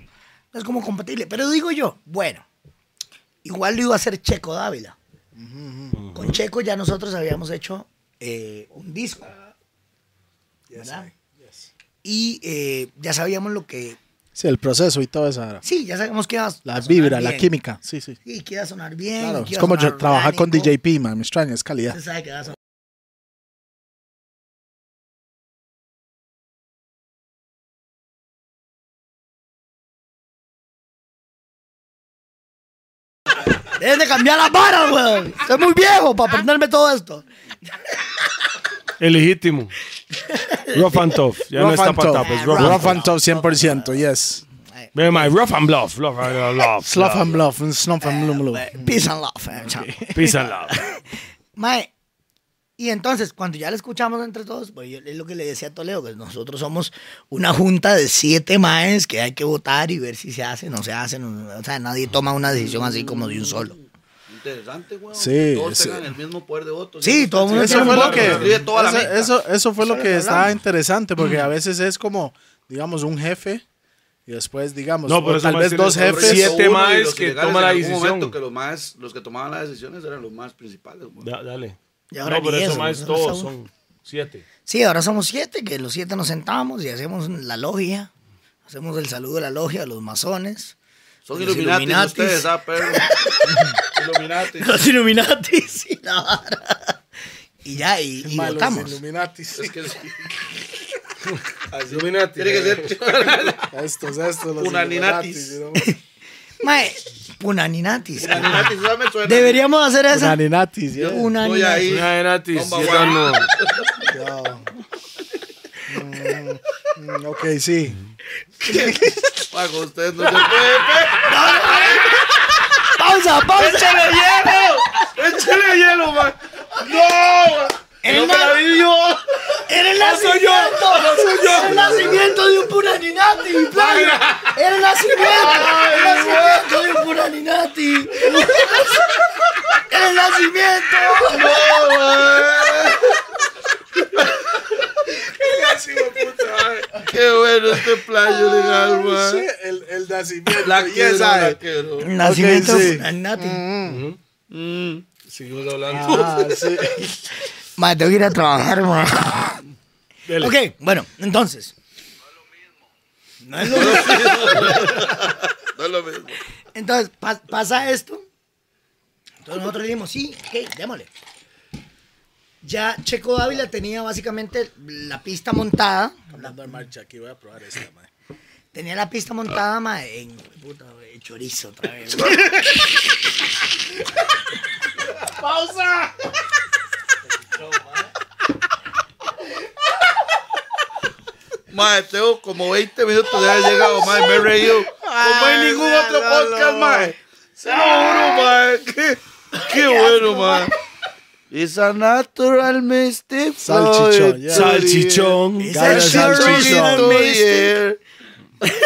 No es como compatible. Pero digo yo, bueno, igual lo iba a hacer Checo Dávila. Con Checo ya nosotros habíamos hecho eh, un disco. ¿verdad? Y eh, ya sabíamos lo que.
Sí, el proceso y todo eso.
Sí, ya sabíamos que iba a.
La
a sonar
vibra, la
bien.
química. Sí, sí.
Y que iba a sonar bien. y
Claro,
que
es
iba a
como
sonar
yo- trabajar con
orgánico.
DJP, man. Me extraña, es calidad.
Usted sabe que va a sonar. Deben de cambiar las varas, weón. Soy muy viejo para aprenderme todo esto.
El legítimo. Rough and tough. Ya no
Rough
está
and tough.
para tapas.
Ah,
Rough,
rough
and
Rough and tough, 100%, yes.
Ve, mae, rough and bluff. Rough and bluff.
Slough and bluff, un snuff and blum blum.
Pues, Peace and love. eh, chao.
Peace and love.
Mae, y entonces, cuando ya lo escuchamos entre todos, pues yo- es lo que le decía a Toledo, que nosotros somos una junta de siete maes que hay que votar y ver si se hace, no se hace. no- o sea, nadie toma una decisión así como de un solo.
Interesante, weón.
Sí,
Que Todos
sí.
tengan el mismo poder de voto.
Sí, todo el mundo
Eso
tiene
fue
un
lo
voto.
que,
Escribe toda la
eso,
meta.
eso- eso Mm. fue lo
Eso
que
lo
estaba
hablamos.
interesante, porque a veces es como, digamos, un jefe y después, digamos,
No, pero
o
eso
tal
va a
vez
ser
dos
el
Pero
progreso.
jefes.
Siete
uno y
maes
los
que
ilegales
toman la
en algún
decisión.
momento que los, más, los que tomaban las decisiones eran los más principales, weón.
Da- dale.
Y ahora
no, pero
ni
eso,
eso,
más
eso no
todos
está
son siete.
Sí, ahora somos siete, que los siete nos sentamos y hacemos la logia. Hacemos el saludo de la logia, a los masones.
Son
Los
Illuminati
Illuminatis.
ustedes, ah, perro. Illuminati.
Los Illuminatis y la vara. Y ya, y, y
Malos
votamos.
Illuminatis.
Es que es- así. eh.
Illuminati.
Tiene que ser
Estos, estos, los
Unaninatis.
Illuminatis,
Mae, Punaninatis.
Illuminati, eso me suena.
Deberíamos hacer
¿no?
esa.
Unaninatis, ya.
Yo
Una
estoy ahí.
Una de Natis,
Bomba
sí,
guay.
no.
Mm, mm, ok, sí.
Pago, Ah, ustedes no se pueden.
Pausa, pausa.
¡Échale hielo! ¡Échale hielo, man! ¡No!
El
¡No me la
man-
vi yo!
Era el nacimiento. Era el nacimiento de un Punaninati, mi plan. Era el nacimiento. El nacimiento de un Punaninati. Era el nacimiento.
¡No, man! ¡Qué bueno este playo legal, man!
Ah. el, el nacimiento.
La
ya
quiero,
sabe.
eh.
la quiero.
El nacimiento
Ok,
de
sí.
Punaninati.
Mm.
Seguimos hablando.
Ah, sí.
Mae, tengo que ir a trabajar, mae. Ok, bueno, entonces. No es lo mismo.
No es lo mismo.
Entonces, pa- pasa esto. Entonces nosotros dijimos, sí, ok, démosle. Ya Checo Dávila tenía básicamente la pista montada.
Hablando de marcha, aquí voy a probar esta, man.
Tenía la pista montada, ma, en puta, güey, chorizo otra vez.
Mae, tengo como 20 minutos de haber llegado, mae, me he reído. Como
Ah,
en ningún otro podcast, mae. Se lo juro, mae. Qué, qué bueno, mae. It's a natural mystic.
Salchichón, ya.
Salchichón.
Esa
Gala
es la original
salchichón.
mystic.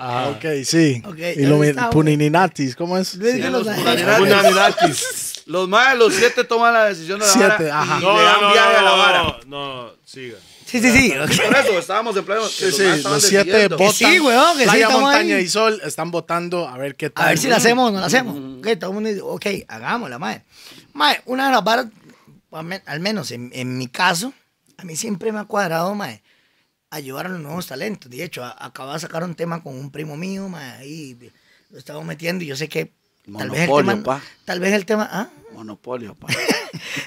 Ah, ok, sí.
Ok,
Okay,
ahí está,
Punininatis, ¿cómo es?
Luis de los Ángeles.
Una de Natis.
Los mae, los siete toman la decisión de la vara
Siete, ajá.
y
No,
le dan
no, no,
viaje a la
no,
vara.
No, no, siga.
Sí, sí, sí. ok.
Por eso estábamos en pleno.
Sí, sí, los siete votan.
sí, weón, que sí,
Playa,
estamos
montaña
ahí.
y sol están votando a ver qué tal.
A ver si la hacemos o no la hacemos. Ok, todo el mundo dice, ok, hagámosla, mae. Mae, una de las varas, al men- al menos en, en mi caso, a mí siempre me ha cuadrado, mae, ayudar a los nuevos talentos. De hecho, a- acabo de sacar un tema con un primo mío, mae, ahí de- lo estamos metiendo y yo sé que tal vez el
Monopolio,
tema...
pa.
Tal vez el tema... ¿ah?
Monopolio, pa.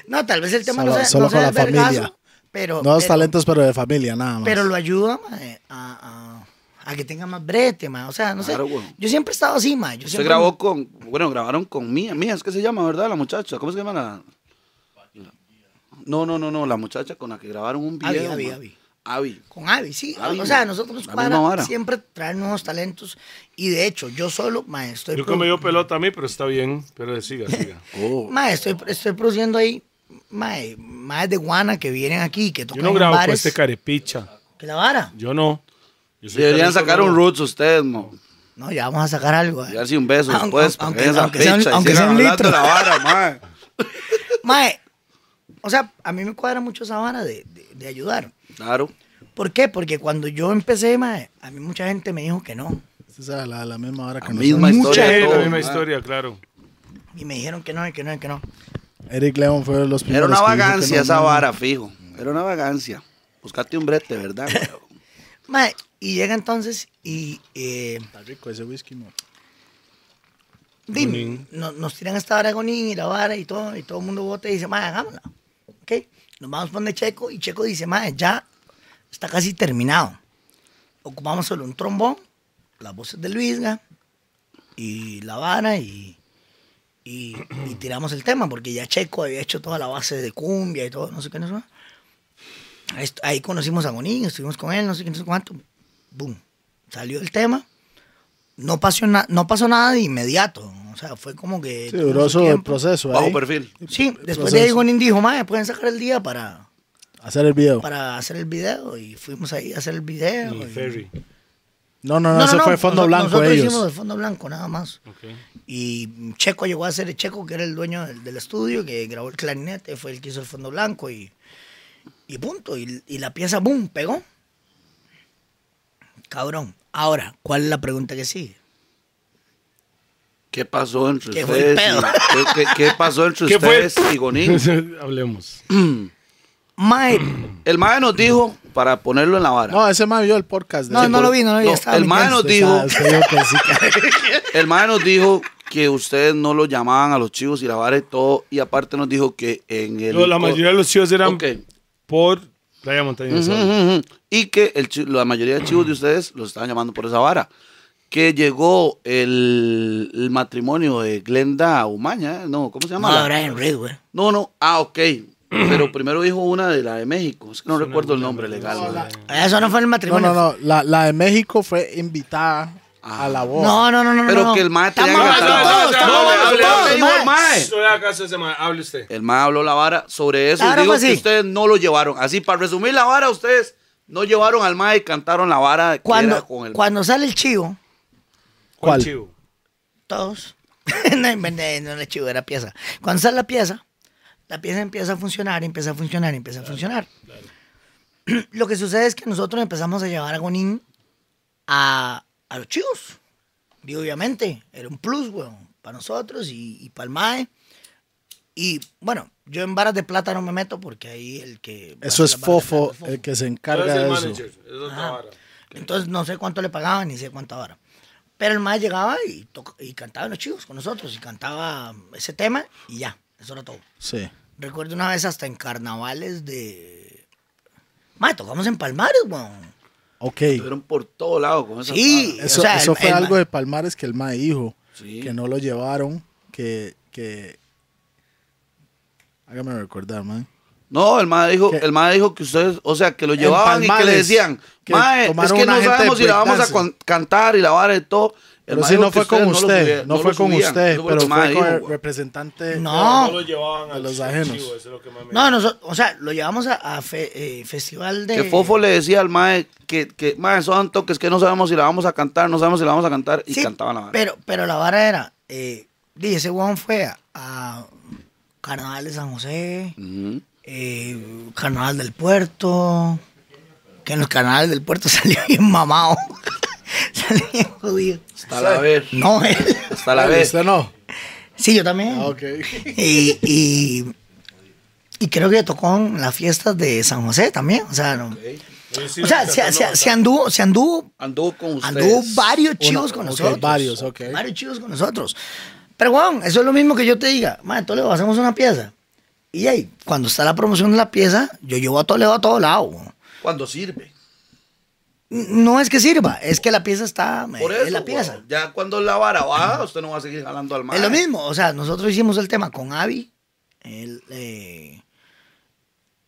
No, tal vez el tema
Solo-
no sea,
solo
no sea
con la
del vergazo,
familia.
pero,
Nuevos
pero-
talentos, pero de familia, nada más.
pero lo ayuda mae, a, a- a que tenga más brete, mae. O sea, no
Claro,
sé.
weón.
Yo siempre he estado así, mae. Yo
Se
siempre-
grabó con, bueno, grabaron con Mía, Mía, es que se llama, ¿verdad? La muchacha, ¿cómo se llama la? la- No, no, no, no, la muchacha con la que grabaron un
Abby,
video.
Abby,
ma.
Abby.
Abby.
Con Avi, sí.
Abby,
o sea,
man.
nosotros nos
La misma
cuadra
vara.
siempre traer nuevos talentos. Y de hecho, yo solo, mae, estoy,
Nunca
produ-
me dio pelota a mí, pero está bien. Pero siga, siga.
mae, estoy, estoy produciendo ahí, mae, mae de guana que vienen aquí, que
Yo
tocan
no
en
grabo con
bares.
este carepicha.
que la vara.
Yo no. Yo soy
Deberían
talento
sacar
nuevo.
un Roots ustedes, mo.
No, ya vamos a sacar algo. eh.
Y darse un beso
Aunque-
después. para
aunque-
que esa
aunque sea un-
fecha y
aunque sea un
sigan hablando
litro.
de la vara, ma.
Mae, o sea, a mí me cuadra mucho esa vara de- de- de ayudar.
Claro.
¿Por qué? Porque cuando yo empecé, mae, a mí mucha gente me dijo que no.
Esa es la, la- la misma hora que
La
nosotros.
misma
Sí,
historia.
la
todo, Ah.
misma
ma.
historia, claro.
Y me dijeron que no, y que no, y que no.
Eric León fue de los
Era
primeros.
una
que dijo que
vagancia
no,
esa
no.
vara, fijo. Era una vagancia. Buscate un brete, ¿verdad? weón?
Mae, y llega entonces y eh,
Está rico ese whisky, mo.
di,
Gonín.
no- nos tiran esta vara de Gonín y la vara y todo, y todo el mundo vota y dice, mae, hagámosla. ¿Ok? Nos vamos a poner Checo y Checo dice, mae, ya está casi terminado. Ocupamos solo un trombón, las voces de Luisga y la vara y, y, y tiramos el tema, porque ya Checo había hecho toda la base de cumbia y todo, no sé qué, no sé más. Ahí est- Ahí conocimos a Gonín, estuvimos con él, no sé qué, no sé cuánto. Boom. Salió el tema. No pasó, na- no pasó nada de inmediato. O sea, fue como que.
Sí,
tomó su
duró su- el
tiempo.
proceso.
Bajo
ahí.
perfil.
Sí, después
proceso.
de ahí Gonín dijo, madre, pueden sacar el día para,
Hacer el video.
para hacer el video. Y fuimos ahí a hacer el video.
Y
y-
Ferry.
No, no, no, eso fue fondo
noso-
blanco
nosotros
ellos.
hicimos de fondo blanco nada más.
Okay.
Y Checo llegó a ser el Checo, que era el dueño del, del estudio, que grabó el clarinete, fue el que hizo el fondo blanco y, y punto. Y, y la pieza, boom, pegó. Cabrón. Ahora, ¿cuál es la pregunta que sigue?
¿Qué pasó entre
¿Qué fue el
ustedes?
pedo?
y- ¿Qué, qué- qué pasó entre
¿Qué fue?
ustedes y Gonín?
Hablemos.
Mae,
El mae nos dijo, para ponerlo en la vara.
No, ese mae vio el podcast. de-
No, no lo vi, no lo vi.
No,
estaba
el
muy
mae
tenso.
no dijo-
Usted dijo que sí, que-
El mae nos dijo que ustedes no lo llamaban a los chivos y la vara y todo. Y aparte nos dijo que en el.
No, la mayoría de los chivos eran
Ok.
por Playa Montañosa.
Ujú, ujú. Y que el chi- la mayoría de chivos de ustedes los estaban llamando por esa vara. Que llegó el, el matrimonio de Glenda Umaña, ¿eh? no, ¿cómo se llama?
No,
La-
Brian Reed, güey.
No, no, ah, ok. Pero primero dijo una de la de México. Es que no recuerdo el nombre legal. ¿verdad?
Eso no fue el
No,
matrimonio.
no, no. La, la de México fue invitada
Ah.
a la boda.
No, no, no, no.
Oh. Pero
no.
que el mae tenía
Estamos
que
hablando
cantar.
todos, estamos
No,
hablando
hable,
todos,
hable,
mae.
mae.
No le haga caso a ese mae, hable usted.
El más habló la vara sobre eso.
Claro,
y dijo
pues,
que
sí.
ustedes no lo llevaron. Así, para resumir la vara, ustedes no llevaron al mae y cantaron la vara que era
Cuando,
con el
cuando sale el chivo,
¿Cuál?
chivo?
todos. no, en vez de- no era chivo, era pieza. Cuando sale la pieza, la pieza empieza a funcionar, empieza a funcionar, empieza a funcionar. Lo que sucede es que nosotros empezamos a llevar a Gonín a, a los chivos. Y obviamente, era un plus, weón, para nosotros y, y para el MAE. Y bueno, yo en varas de plata no me meto porque ahí el que.
Eso es
las varas de
Fofo, eh,
plata es
el que se
No
encarga
es el
de eso.
manager, es otra
Ah.
vara.
Entonces no sé cuánto le pagaban ni sé cuánto ahora. Pero el más llegaba y, toc- y cantaba en los chivos con nosotros y cantaba ese tema y ya, eso era todo.
Sí.
Recuerdo una vez hasta en carnavales de... Mae, tocamos en Palmares, weón.
Ok.
Estuvieron por todo lado con esa
Sí.
Eso,
o sea, el-
eso fue
el
algo
ma-
de Palmares que el mae dijo.
Sí.
Que no lo llevaron. Que. que... Hágame recordar, man.
No, el mae dijo,
¿Qué?
el mae dijo que ustedes, o sea, que lo
En
llevaban y que
Palmares,
le decían,
que
mae, es
tomaron
que
una
no
gente de
sabemos si la vamos a
breakdance".
con- cantar y la vara y todo. El
Pero
mae
si
dijo
no
que
fue con
ustedes lo
usted,
subían,
no,
lo
fue con
subían.
usted,
Eso fue
pero
lo que el mae
fue con
dijo,
el
güey.
representante.
No.
lo llevaban
A
al-
los
al
ajenos.
chivo, eso es lo que más me-
No, nosotros, o sea, lo llevamos a, a fe- eh, festival de...
Que Fofo le decía al mae que, que mae, son toques que no sabemos si la vamos a cantar, no sabemos si la vamos a cantar y
Sí,
cantaban la vara.
Pero, pero la vara era, eh, dije, ese weón fue a, a Carnaval de San José,
Ujú.
eh, Carnaval del Puerto, que en los carnavales del Puerto salió bien mamado. salió bien jodido.
Hasta la vez,
No, él.
hasta la
Ah,
vez.
usted no.
Sí, yo también.
Ah, ok.
y, y, y creo que tocó en las fiestas de San José también. O sea, no-
Yo sí
o sea
lo
se,
cantando
se- se anduvo, se anduvo,
Anduvo con ustedes.
anduvo varios chivos con
ok,
nosotros.
varios, ok.
Varios chivos con nosotros. Pero, weón, eso es lo mismo que yo te diga. Man, Toledo, hacemos una pieza. Y ahí, cuando está la promoción de la pieza, yo llevo a Toledo a todo lado. weón.
Cuando sirve.
No es que sirva, es que la pieza está. eh,
Por
es
eso,
la pieza.
güey, ya cuando la vara baja, usted no va a seguir jalando al mae.
Es lo mismo, o sea, nosotros hicimos el tema con Abby, el, eh,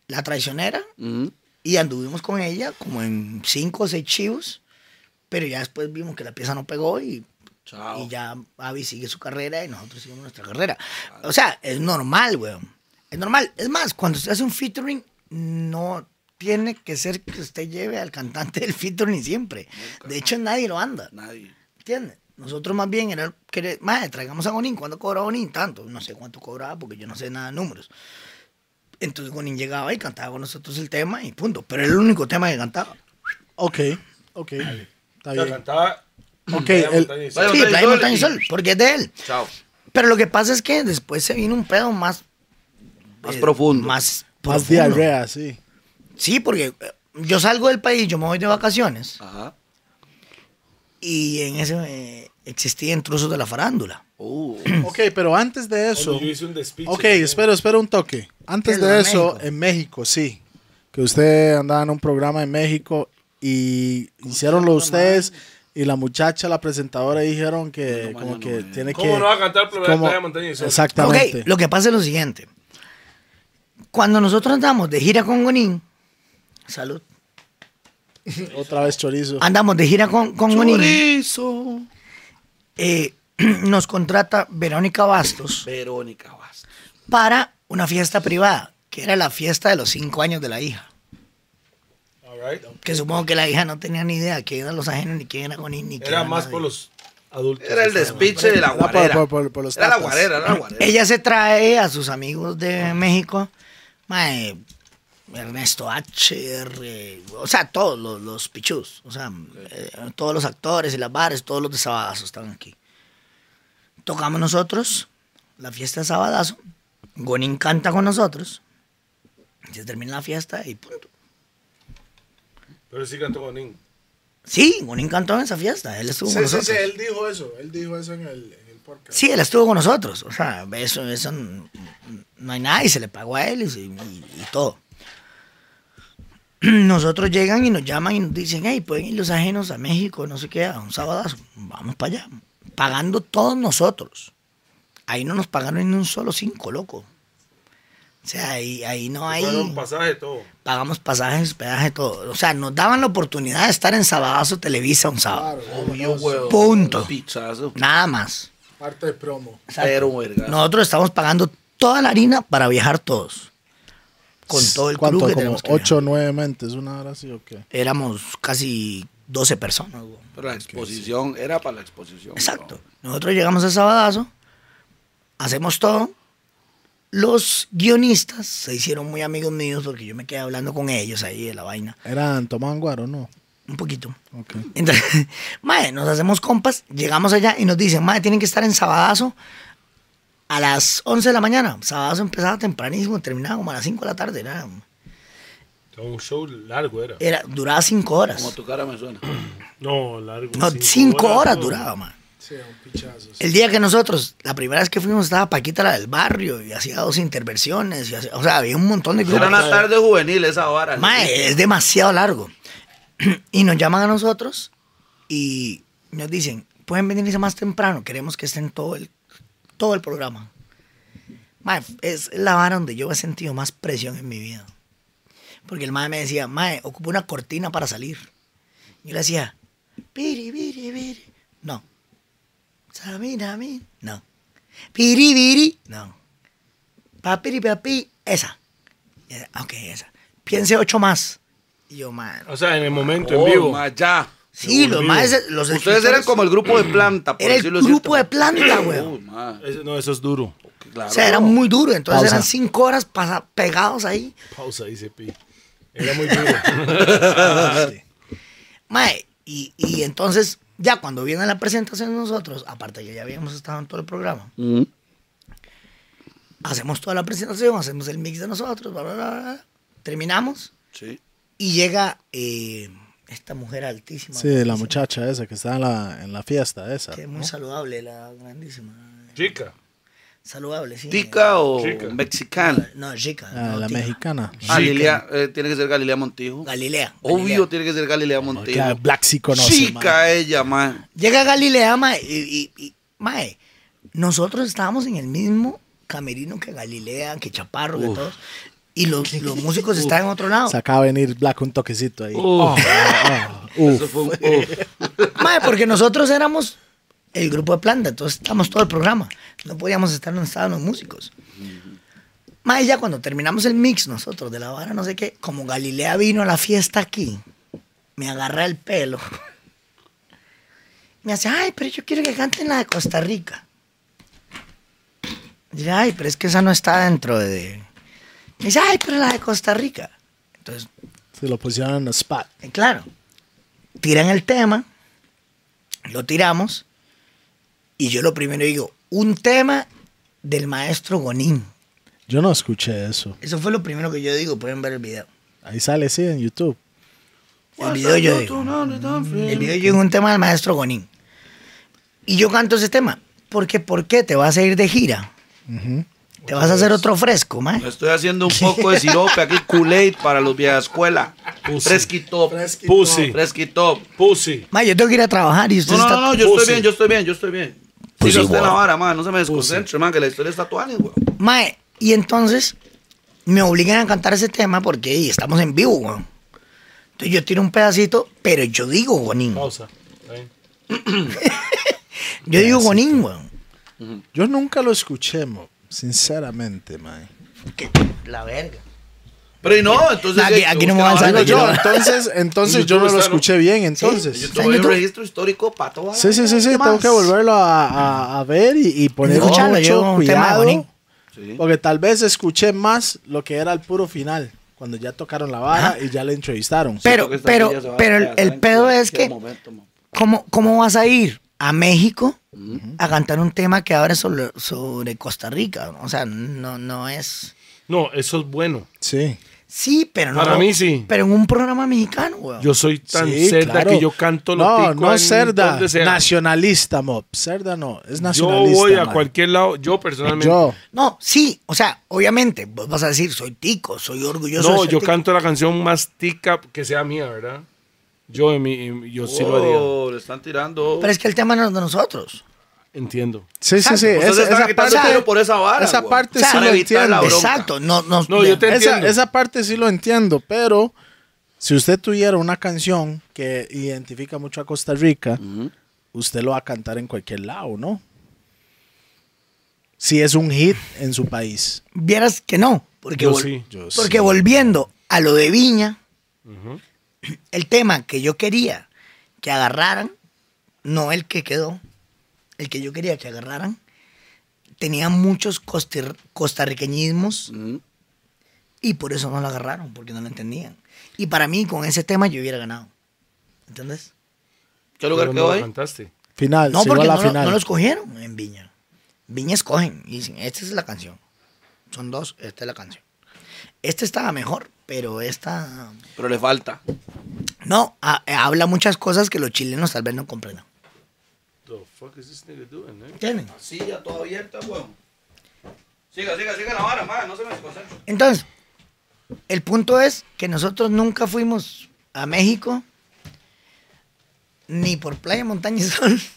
la traicionera,
Ujú.
y anduvimos con ella como en cinco o seis chivos, pero ya después vimos que la pieza no pegó y,
Chao.
y ya Abby sigue su carrera y nosotros seguimos nuestra carrera. O sea, es normal, weón. Es normal. Es más, cuando usted hace un featuring, no tiene que ser que usted lleve al cantante del featuring siempre. De hecho, nadie lo anda.
Nadie.
¿Entiendes? Nosotros más bien era que más traigamos a Gonin, ¿cuánto cobra Gonin? Tanto, no sé cuánto cobraba porque yo no sé nada de números. Entonces Gonin llegaba y cantaba con nosotros el tema y punto. Pero era el único tema que cantaba.
Ok, ok. Está
la
bien.
cantaba.
Ok,
Playa
el-
Montañosa.
Playa
sí,
Montaña y
Playa
Sol
Montaña y
y-
Sol, porque es de él.
Chao.
Pero lo que pasa es que después se vino un pedo más. eh,
Más profundo.
Más,
más
profundo.
diarrea, sí.
Sí, porque eh, yo salgo del país, yo me voy de vacaciones
Ajá.
y en ese eh, existían trozos de la farándula.
Uh.
Ok, pero antes de eso.
Cuando yo hice un despiche.
Ok,
también.
espera, espera un toque. Antes
¿Qué, lo
de
de
eso,
México?
en México, sí. Que usted andaba en un programa en México y hicieronlo ustedes y la muchacha, la presentadora, dijeron que como que tiene
¿Cómo
que...
no va a cantar Playa
como-
Playa Montaña y Sol?
Exactamente.
Ok, lo que pasa es lo siguiente. Cuando nosotros andamos de gira con Gonín, salud,
Otra vez chorizo.
andamos de gira con, con Gonín,
Chorizo.
eh, nos contrata Verónica Bastos
Verónica Vázquez.
para una fiesta privada, que era la fiesta de los cinco años de la hija.
All right.
Que supongo que la hija no tenía ni idea de quién eran los ajenos, ni quién era Gonín, ni quién
Era más
nadie.
por los adultos.
Era el despiche de la
Era por-
guarera.
por- por- por los
Era la
tatas.
guarera, era la guarera.
Ella se trae a sus amigos
Ah.
de México, mae, Ernesto H, o sea, todos los, los pichús, o sea, eh, todos los actores y las bares, todos los de Sabadazo están aquí. Tocamos nosotros la fiesta de Sabadazo, Gonin canta con nosotros, se termina la fiesta y punto.
Pero sí cantó con Nin.
Sí, Gonín cantó en esa fiesta. Él estuvo con
Sí, sí,
nosotros.
sí, él dijo eso. Él dijo eso en el, en el podcast.
Sí, él estuvo con nosotros. O sea, eso, eso n- n- no hay nada y se le pagó a él y, se- y- y todo. Nosotros llegan y nos llaman y nos dicen, hey, pueden ir los ajenos a México, no sé qué, a un sabadazo. Vamos para allá. Pagando todos nosotros. Ahí no nos pagaron ni un solo cinco, loco. O sea, ahí, ahí no hay...
Fueron pasaje todo.
Pagamos pasajes, hospedaje, todo. O sea, nos daban la oportunidad de estar en Sabadazo Televisa un sábado.
Claro,
Obvio, huevón.
Punto.
Pichazo.
Nada más.
parte de promo.
Pero, verga.
Nosotros estamos pagando toda la harina para viajar todos. Con todo el
¿Cuánto?
club que
Como
tenemos que
8 o 9 mentes, una hora así o qué.
viajar. Éramos casi 12 personas. güey.
Pero la exposición era para la exposición.
Exacto. Nosotros llegamos a Sabadazo, hacemos todo. Los guionistas se hicieron muy amigos míos porque yo me quedé hablando con ellos ahí de la vaina.
Eran Tomán Guaro, ¿no?
Un poquito.
Ok.
Entonces, mae, nos hacemos compas, llegamos allá y nos dicen, mae, tienen que estar en Sabadazo a las 11 de la mañana. Sabadazo empezaba tempranísimo, terminaba como a las 5 de la tarde. Era,
Un show largo era.
era- duraba 5
¿no? Como
horas.
tu cara me suena.
No, largo.
No, 5 horas duraba, mae.
Sí, un pichazo. sí.
El día que nosotros, la primera vez que fuimos estaba Paquita la del barrio y hacía dos interversiones. y hacía- o sea, había un montón de
Era
grupos.
una tarde juvenil esa vara. ¿no?
Mae, es demasiado largo. Y nos llaman a nosotros y nos dicen, pueden venirse más temprano, queremos que estén todo el, todo el programa. Mae, es la vara donde yo he sentido más presión en mi vida. Porque el mae me decía, mae, ocupo una cortina para salir. Yo le decía, piri, piri, piri. No. Samina, mi. No. Piri, piri. No. Papiri, papi. Esa. Y ella, Ok, esa. Piense ocho más. Y yo, man.
O sea, en el momento,
Oh,
en vivo.
ma, ya.
Sí, los
volvió.
más. Los
Ustedes
escritores-
eran como el grupo de planta, por
Era el
decirlo
grupo
así.
de planta, güey.
Uy, ma,
Eso- no, eso es duro.
claro.
O sea, era muy duro. Entonces
Pausa.
eran cinco horas pasa- pegados ahí.
Pausa, dice Pi. Era muy duro.
Ah,
Ah, Mae, y, y entonces, ya cuando viene la presentación de nosotros, aparte que ya habíamos estado en todo el programa,
Mm.
hacemos toda la presentación, hacemos el mix de nosotros, bla, bla, bla, bla. terminamos
Sí.
y llega eh, esta mujer altísima.
Sí, la
grandísima,
muchacha esa que estaba en la, en la fiesta esa.
Que es
¿no?
muy saludable, la grandísima.
Chica.
Saludable, sí.
¿Tica o
Chica.
mexicana?
No, chica.
Ah,
no,
la
tica.
mexicana.
Ah, Lilia, eh, tiene que ser Galilea Montijo.
Galilea. Galilea.
Obvio, tiene que ser Galilea Montijo.
Porque Black sí conoce.
Chica
man.
ella, ma.
Llega Galilea, mae, y, y- y- mae, nosotros estábamos en el mismo camerino que Galilea, que Chaparro, que todos. Y los, los músicos estaban en otro lado.
Se acaba de venir Black un toquecito ahí.
Uh.
Eso fue un uf.
Mae, porque nosotros éramos el grupo de planta, entonces estábamos todo el programa. No podíamos estar donde estaban los músicos. Mae, ya cuando terminamos el mix nosotros de la vara, no sé qué, como Galilea vino a la fiesta aquí, me agarra el pelo. Me hace, ay, pero yo quiero que canten la de Costa Rica. Y yo, ay, pero es que esa no está dentro de... Me dice, ay, pero la de Costa Rica. Entonces,
Se lo pusieron en el spot.
eh, Claro. Tiran el tema, lo tiramos, y yo lo primero digo, un tema del maestro Gonín.
Yo no escuché eso.
Eso fue lo primero que yo digo, pueden ver el video.
Ahí sale, sí, en YouTube.
El video yo digo. El video yo digo un tema del maestro Gonín. Y yo canto ese tema. Porque, ¿por qué? Te vas a ir de gira.
Ujú.
Te vas a hacer otro fresco, mae.
Estoy haciendo un poco de sirope aquí, Kool-Aid para los viejas escuela.
Pussy.
Fresqui top.
Pussy.
Fresqui top.
Pussy.
Mae, yo tengo que ir a trabajar y usted
No, no,
está...
no, no, yo estoy
Pussy.
bien, yo estoy bien, yo estoy bien.
Pussy,
Siga usted en la
guau.
vara, ma. No se me desconcentre, ma, que la historia es tatuaje, güey.
Mae, y entonces me obligan a cantar ese tema porque ey, estamos en vivo, weón. Entonces yo tiro un pedacito, pero yo digo Gonín.
Pausa. Ahí.
Yo digo Gonín, weón.
Yo nunca lo escuché, mo, sinceramente, man.
Que- La verga.
Pero y no, entonces.
Aquí-
eh,
aquí no me
busca
van a
la
salir.
vara.
yo,
yo-
entonces, entonces yo no lo escuché bien, entonces.
¿Está
Yo
en
tuve un
YouTube?
registro histórico para toda
Sí, sí, sí, sí, tengo que volverlo a, a- a ver y, y poner
Escucharlo, yo,
mucho
un tema
cuidado.
bonito.
Sí.
Porque tal vez escuché más lo que era el puro final, cuando ya tocaron la vara y ya le entrevistaron.
Pero, pero, pero el, el pedo es que, ¿cómo, ¿cómo vas a ir a México a cantar un tema que ahora es sobre, sobre Costa Rica? O sea, no, no es...
No, eso es bueno.
Sí.
Sí, pero no.
Para mí sí.
Pero en un programa mexicano, weón.
Yo soy tan
Sí,
cerda
claro.
que yo canto lo
No,
tico
no
en
cerda.
donde sea.
Nacionalista, Mob. Cerda no. Es
Yo
nacionalista.
voy a
man.
cualquier lado, yo personalmente.
Yo.
No, sí, o sea, obviamente, vos vas a decir, soy tico, soy orgulloso. de
no,
ser
yo
tico.
canto la canción más tica que sea mía, ¿verdad? Yo, en mi- en- yo Pues sí lo haría.
Oh, le están tirando.
Pero es que el tema no es de nosotros.
Entiendo.
Sí, sí, sí.
Ustedes
Esa,
están
esa
quitando
parte,
tiro por esa vara,
esa
güey.
O
parte
sea,
sí lo
para
evitar la
entiendo.
bronca.
Exacto, no, no.
No, yo te-
Esa,
entiendo.
esa parte sí lo entiendo, pero si usted tuviera una canción que identifica mucho a Costa Rica, usted lo va a cantar en cualquier lado, ¿no? Si es un hit en su país.
Vieras que no. Porque,
Yo
vol-
sí,
yo
porque
sí.
volviendo a lo de Viña, el tema que yo quería que agarraran, no el que quedó, el que yo quería que agarraran, tenía muchos costir- costarriqueñismos
Ujú.
y por eso no lo agarraron, porque no lo entendían. Y para mí, con ese tema yo hubiera ganado. ¿Entendés?
¿Qué lugar
Pero
quedó
no la
ahí?
cantaste.
Final,
No,
se va
porque
a la
no, lo-
final.
no los cogieron en Viña. Viña escogen y dicen, esta es la canción. Son dos, esta es la canción. Esta estaba mejor, pero esta...
Pero le falta.
No, ha- habla muchas cosas que los chilenos tal vez no comprendan.
The fuck is this nigga doing, eh?
¿Entienden?
Silla toda abierta, weón. Siga, siga, siga la vara, madre. No se me desconcentre.
Entonces, el punto es que nosotros nunca fuimos a México ni por playa, montaña y sol.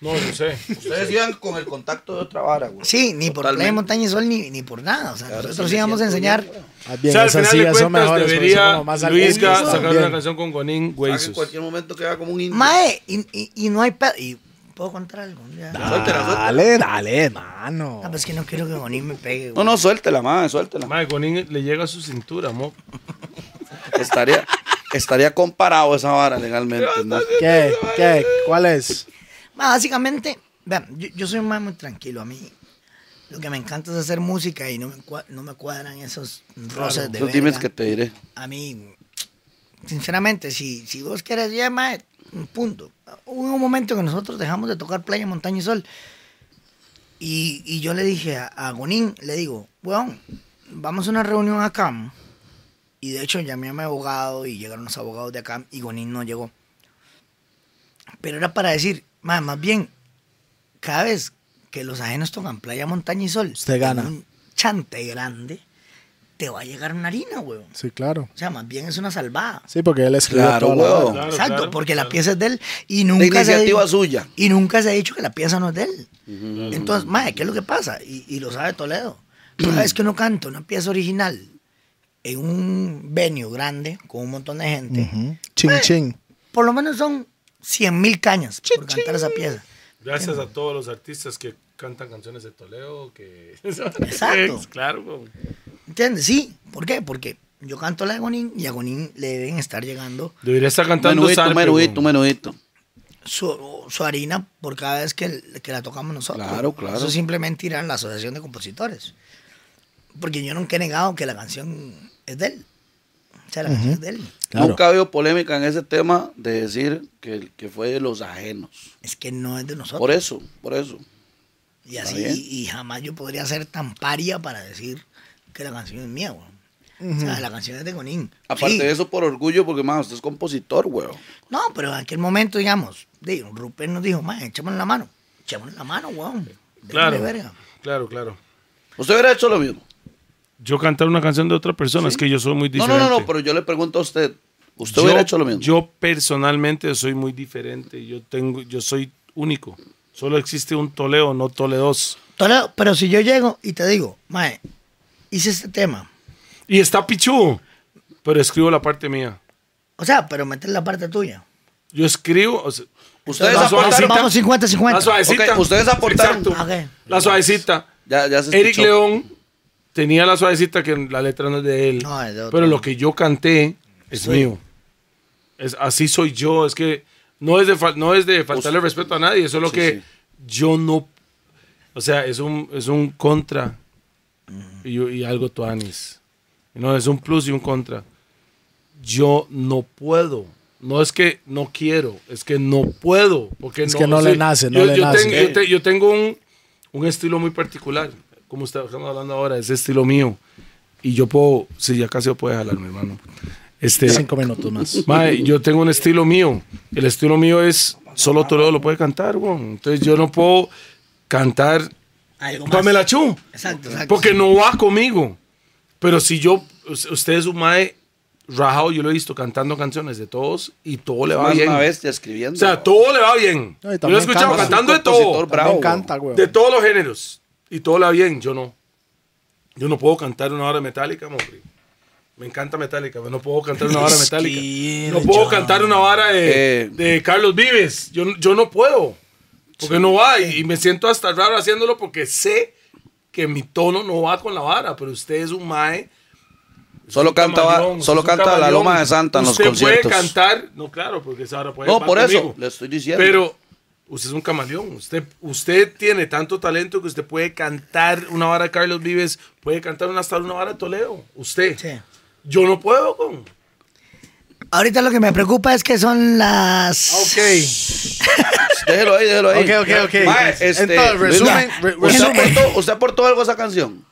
No, yo sé.
Ustedes iban con el contacto de otra vara, güey.
Sí, ni por playa,
Totalmente.
montaña y sol, ni, ni por nada. O sea,
Claro,
nosotros
sí me
íbamos a
siento
enseñar...
bien, güey.
Ah,
O
bien,
sea, al
esas
final de
sillas son
cuentas
mejores, porque son
debería
como más
Luisga
alcohólicas
sacar
también.
una canción con Gonín,
Ah, que en
Huesos.
cualquier momento queda como un indio.
Mae, y, y- y no hay... pe- Y puedo contar algo. Ya.
Suéltela, suéltela.
Dale, dale, mano.
Ah, pues es que no quiero que Bonnie me pegue.
No,
güey.
no, suéltela, madre, suéltela.
Mae, Gonín le llega a su cintura, mo.
Estaría, estaría comparado esa vara legalmente. ¿no?
¿Qué? ¿Qué? ¿Cuál es?
Ma, Básicamente, vean, yo, yo soy un man muy tranquilo. A mí lo que me encanta es hacer música y no me, cua- no me cuadran esos roces de
Esos dimes
verga.
que te diré.
A mí, sinceramente, si, si vos querés, ya, mae, un punto. Hubo un momento que nosotros dejamos de tocar Playa, Montaña y Sol. Y, y yo le dije a, a Gonín, le digo, weón, vamos a una reunión a CAM. Y de hecho llamé a mi abogado y llegaron los abogados de CAM y Gonín no llegó. Pero era para decir, mae, más bien, cada vez que los ajenos tocan Playa, Montaña y Sol,
Usted gana.
en Un chante grande, te va a llegar una harina, weón.
Sí, claro.
O sea, más bien es una salvada.
Sí, porque él escribió
Claro,
toda la
huevo.
vara.
Claro,
Exacto,
claro,
porque la
claro.
pieza es de él y
De
nunca se ha
iniciativa
dicho,
suya.
y nunca se ha dicho que la pieza no es de él. Entonces, madre, ¿qué es lo que pasa? Y, y lo sabe Toledo. Cada vez que uno canta una pieza original en un venue grande con un montón de gente,
Ujú. Ching, ching.
por lo menos son 100 mil cañas por cantar esa pieza.
Gracias a todos los artistas que cantan canciones de Toledo, que...
Exacto.
claro, weón.
¿Entiendes? Sí. ¿por qué? Porque yo canto la de Gonín y a Gonín le deben estar llegando
Debería estar cantando
Menudito,
Sarpe,
menudito,
weón.
menudito.
su, su harina por cada vez que, que la tocamos nosotros.
Claro, claro.
Eso simplemente irá a la Asociación de Compositores. Porque yo nunca he negado que la canción es de él. O sea, la canción es de él.
Claro.
Nunca veo polémica en ese tema de decir que, que fue de los ajenos.
Es que no es de nosotros.
Por eso, por eso.
y así,
bien.
y, y jamás yo podría ser tan paria para decir que la canción es mía, güey. O sea, la canción es de Gonín.
Aparte
Sí.
de eso, por orgullo, porque, más usted es compositor, weón.
No, pero en aquel momento, digamos, di, Rupert nos dijo, man, echémonos la mano. Echémonos la mano, weón. Déjale
Claro,
verga.
claro, claro.
Usted hubiera hecho lo mismo.
Yo cantar una canción de otra persona, es que yo soy muy
No,
diferente.
no, no, no, pero yo le pregunto a usted. ¿Usted hubiera hecho lo mismo?
Yo personalmente soy muy diferente. Yo tengo, yo soy único. Solo existe un Toledo, no Toledos.
Toledo, pero si yo llego y te digo, mae, hice este tema.
Y está Pichu, pero escribo la parte mía.
O sea, pero meter la parte tuya.
Yo escribo. o sea,
Ustedes
La
aportaron.
suavecita.
Vamos 50-50.
la suavecita.
Ok, ustedes aportaron.
Exacto.
Ah, ok.
La suavecita.
Ya, ya se escuchó.
Eric León tenía la suavecita que la letra no es de él.
No, es de otro.
pero lo que yo canté es mío. Es, así soy yo. Es que no es de, fal- no es de faltarle respeto a nadie. Eso es lo
Sí,
que
sí.
yo no. O sea, es un, es un contra y, y algo tuanis. No, es un plus y un contra. Yo no puedo. No es que no quiero, es que no puedo. Porque
Es que no le nace, no
yo,
le
yo
nace.
tengo- yo, te- yo tengo un, un estilo muy particular, como está- estamos hablando ahora, ese estilo mío. y yo puedo, si ya casi puede jalar, mi hermano. Este,
Cinco minutos más.
Mae, yo tengo un estilo mío. El estilo mío es solo Toledo lo puede cantar, weón. Entonces yo no puedo cantar
Algo más.
Pamela Chu.
Exacto, exacto.
Porque no va conmigo. Pero si yo, us- usted es un mae rajado, yo lo he visto cantando canciones de todos y todo le va
Más
bien.
una
O
bestia escribiendo.
sea,
bro.
todo le va bien.
No, y
yo lo he
también
escuchado
canta,
cantando
es
de
un
todo.
compositor
También
bravo,
canta,
weón.
güey.
De todos los géneros. Y todo le va bien, yo no. Yo no puedo cantar una hora metálica, hombre. Me encanta Metallica, pero no puedo cantar una hora metálica. No puedo cantar una vara de,
Eh.
de Carlos Vives. Yo, yo no puedo. Porque no va. Y, y me siento hasta raro haciéndolo porque sé que mi tono no va con la vara. Pero usted es un mae.
Solo
un
canta,
camaleón,
solo
usted es un
canta la
camaleón.
Loma de Santa en los
Usted
conciertos.
puede cantar. No, claro, porque esa hora puede
No,
va
por eso,
conmigo.
le estoy diciendo.
Pero usted es un camaleón. Usted, usted tiene tanto talento que usted puede cantar una vara de Carlos Vives, puede cantar una, hasta una vara de Toledo. Usted.
Sí.
Yo no puedo con.
Ahorita lo que me preocupa es que son las.
Déjelo ahí, déjelo ahí.
Ok, ok, ok.
Mae, este,
Entonces, resumen,
Luis,
re-
¿usted,
resumen.
aportó, ¿Usted aportó algo a esa canción?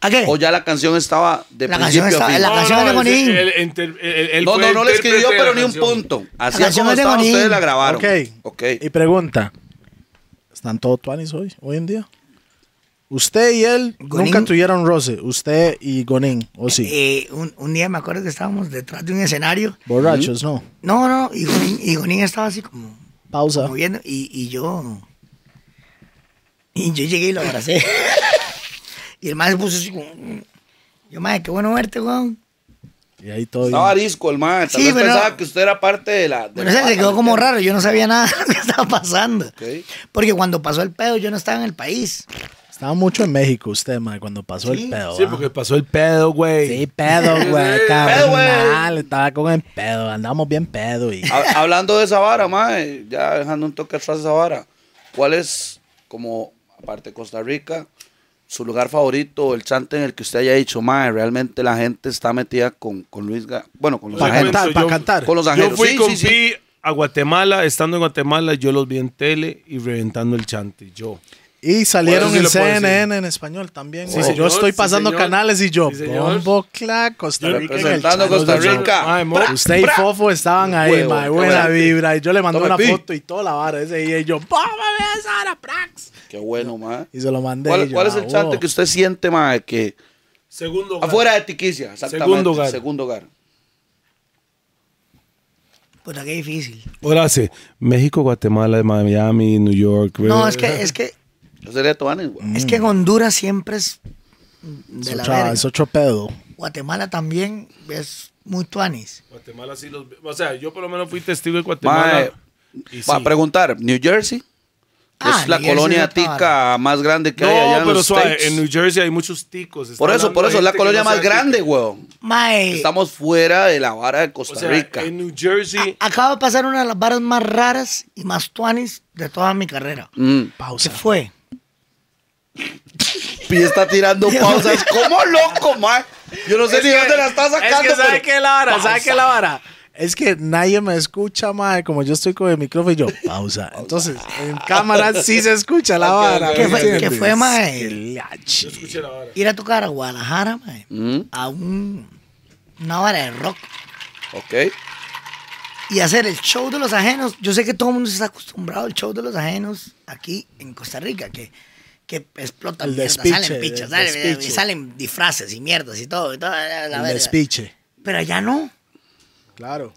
¿A qué?
Oh,
¿O ya la canción estaba de
La
principio
canción estaba-
a fin?
la canción es de
ese-
Bonín.
él inter- él- él
No,
fue
no, no le
intérprete
escribió,
de la
pero ni un
canción.
punto. Así
La
es
canción
como
es de
estaba,
Bonín.
ustedes la
Ok.
grabaron. Ok.
Y pregunta. ¿Están todos tuanis hoy, hoy en día? Usted y él
Gonin.
nunca tuvieron roce. Usted y Gonin, ¿o sí?
Eh, un, un día me acuerdo que estábamos detrás de un escenario.
Borrachos, no.
No, no, y Jonín, y Jonín estaba así como
Pausa.
moviendo. Y, y yo. Y yo llegué y lo abracé. y el maestro puso así como. "Mm". Yo, madre, qué bueno verte, weón.
Y ahí todo.
Estaba
bien.
arisco el mae. Tal
Sí,
vez
pero-
pensaba que usted era parte de la... de
Pero
la
se
banda,
quedó como
¿entiendes?
raro, yo no sabía nada de lo que estaba pasando.
Ok.
Porque cuando pasó el pedo, yo no estaba en el país.
Estaba mucho en México usted, mae, cuando pasó el pedo.
Sí,
¿ah?
porque pasó el pedo, güey.
Sí, pedo, güey.
Pedo, güey. Ah,
Carnal, estaba con el pedo. Andábamos bien pedo. Y...
Ha- Hablando de esa vara, mae, ya dejando un toque atrás de esa vara, ¿cuál es, como, aparte de Costa Rica, su lugar favorito, el chante en el que usted haya dicho, mae, realmente la gente está metida con, con Luis, Ga- bueno, con los
Para
ajenos?
cantar,
yo-
para cantar.
pues, Con los
Yo
ajenos,
fui
sí,
con
sí, sí.
Pi a Guatemala, estando en Guatemala, yo los vi en tele y reventando el chante. Yo.
Y salieron
Bueno, sí
en
lo puedo
CNN en español también.
Sí,
güey. yo
señor,
estoy
sí,
pasando
señor.
canales y yo.
Sí, señor.
Bombo, clac, Costa
Yo
Rica. en el
representando
chat.
Costa
No, yo-
Rica.
Ay, mo-
Usted y Fofo estaban ahí,
Huevo,
mae,
qué
buena
buena.
vibra. Y yo le mandé
Tome,
una
pi.
foto y toda la vara ese día. Y yo, ¡Vamos a esa hora, Prax!
Qué bueno, mae.
Y se lo mandé. y
¿Cuál,
yo,
cuál es el
ah,
chante
wow.
que usted siente, mae, que...
Segundo. hogar.
Afuera de Tiquicia, ah, exactamente.
Segundo hogar.
Segundo hogar.
Puta, qué difícil.
Ahora hace México, Guatemala, Miami, New York.
No, es que, es que,
Yo sería Toanes,
Mm.
güey.
es que en Honduras siempre es de
Es
la
otro-
verga.
Ah, Es otro pedo.
Guatemala también es muy tuanis.
Guatemala sí los vi- O sea, yo por lo menos fui testigo de
Mae,
Guatemala. y
para
sí.
preguntar, New Jersey, que
Ah,
es la
New Jersey
colonia
es otra
tica más grande que
No,
hay allá en
pero
los
suave,
States.
en New Jersey hay muchos ticos. Está
Por eso,
hablando
por
de
eso, es la
gente que
colonia
no
más
sea tica.
grande, weón.
Mae,
Estamos fuera de la vara de Costa
O sea,
Rica.
en New Jersey,
acaba de pasar una de las barras más raras y más tuanis de toda mi carrera.
Mm.
¿Qué
Pausa.
fue?
Pi está tirando pausas como loco, mae. Yo no sé ni dónde la está
Es
sacando.
que sabe
pero-
que la vara, sabe
Pausa.
que la vara. Es que nadie me escucha, mae, como yo estoy con el micrófono y yo, pausa. Entonces, en cámara sí se escucha la vara.
¿Qué
¿me
fue- qué
entiendes?
fue, mae?
Qué lache.
Ir a tocar a Guadalajara, mae,
Mm,
a un, una vara de rock
ok.
y hacer el show de los ajenos. Yo sé que todo el mundo se está acostumbrado al show de los ajenos aquí en Costa Rica, que, que explota
El
mierda,
despiche,
salen pichas,
el
salen, eh,
despiche.
salen disfraces y mierdas y todo. y toda la
El
verga.
despiche.
Pero allá no.
Claro.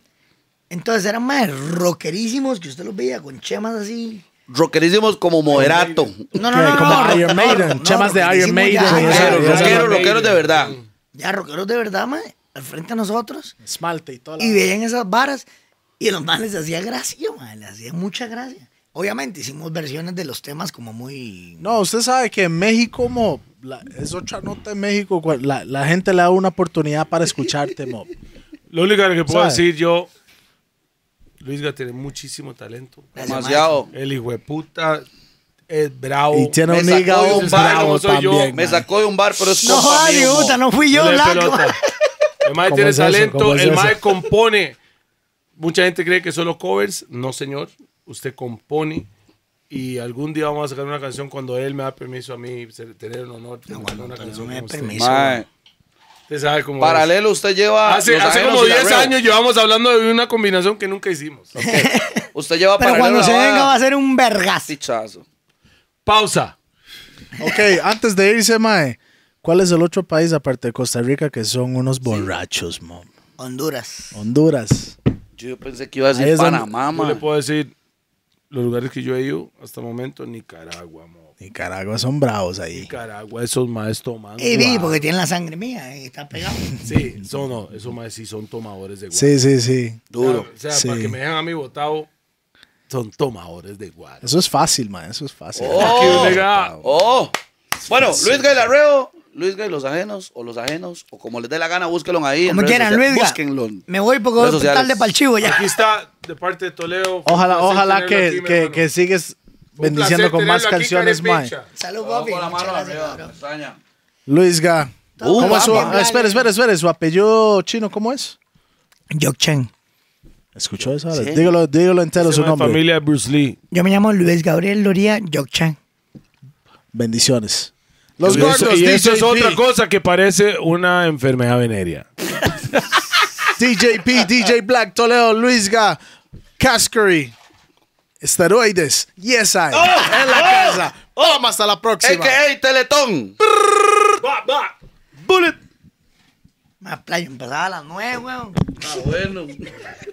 Entonces eran más rockerísimos que usted los veía con chemas así.
Rockerísimos como moderato.
No, no,
Que
no, no,
como
no,
Iron
no,
Maiden,
no,
chemas de Iron
rockerísimos
Maiden,
Ya, ya,
eso,
Rockeros,
eso.
rockeros, rockeros de verdad.
ya, rockeros de verdad, man, al frente a nosotros.
Esmalte y toda la
Y veían esas varas y a los más les hacía gracia, man, les hacía mucha gracia. Obviamente hicimos versiones de los temas como muy...
No, usted sabe que en México, mo, la- es otra nota en México, cua- la, la gente le da una oportunidad para escucharte, mo.
lo único que puedo
Suave.
decir yo, Luisga tiene muchísimo talento.
Gracias,
Demasiado.
El hijo de puta es bravo.
Y tiene
Me
un
sacó
hígado
de
un bar
bravo
como soy yo.
también.
Me
man.
sacó de un bar, pero es
No,
compa
ay,
mío,
puta,
mo.
no fui yo,
No le
blanco.
pelota. El mae
¿Cómo
tiene
es eso?
talento,
¿Cómo es
el
eso?
mae compone. Mucha gente cree que solo covers. No, señor. Usted compone. Y algún día vamos a sacar una canción cuando él me da permiso a mí ser- tener el honor de cantar una
no
canción
me
con
da
usted.
permiso.
Mae.
Usted sabe cómo es.
Paralelo, usted lleva.
Hace,
Los
hace
Ajenos
como
y la
10
Reo.
años llevamos hablando de una combinación que nunca hicimos.
Usted lleva
Pero
paralelo.
cuando
la
se
vara.
venga va a ser un vergazo.
Pichazo.
Pausa.
Ok, antes de irse, mae, ¿cuál es el otro país aparte de Costa Rica que son unos borrachos, mo?
Honduras.
Honduras.
Yo pensé que iba a
Ahí
decir
es donde-
Panamá,
No le
mae.
puedo decir los lugares que yo he ido hasta el momento. Nicaragua, mo.
Nicaragua son bravos ahí.
Nicaragua, esos maes toman.
Y vi,
guaro.
porque tiene la sangre mía, eh, está pegado.
Sí, son, no, esos maes sí son tomadores de guaro.
Sí, sí, sí.
Duro. O sea,
Sí.
para que me dejan a mí botado, son tomadores de guaro.
Eso es fácil, mae, eso es fácil.
Oh.
Aquí, nega.
Oh. Bueno, Luis Gailarreo, Luis Gay Los Ajenos, o Los Ajenos, o como les dé la gana, búsquenlo ahí. en
Como
redes
quieran,
sociales.
Luis. Ga.
Búsquenlo.
Me voy porque
Redes
voy a
sociales.
tarde para el chivo ya.
Aquí está, de parte de Toledo. Fue
Ojalá,
un placer
ojalá
tenerlo
que,
aquí, mi
que,
hermano.
que sigues
Fue un placer
bendiciendo con más
tenerlo aquí,
canciones, mae.
Carepicha.
Salud,
Vamos
papi.
con la mano
Muchas gracias,
arriba,
cabrón.
pestaña.
Luisga.
Uh,
¿Cómo es su,
vamos.
ah, espera, espera, espera. ¿Su apellido chino cómo es?
pues.
Yokchen.
¿Escuchó eso? ahora? Dígalo, dígalo entero su
Llama
nombre.
familia de Bruce Lee.
Yo me llamo Luis Gabriel Loría Yokchen.
Bendiciones. Los
Y eso-
gordos,
y eso es
DJP.
otra cosa que parece una enfermedad venérea.
DJP, DJ Black, Toledo, Luisga, Cascary, Esteroides, Yes I, en la casa. Vamos hasta la próxima.
¡Ey, Teletón!
Más playa, empezaba a las nueve, weón.
Ah, bueno.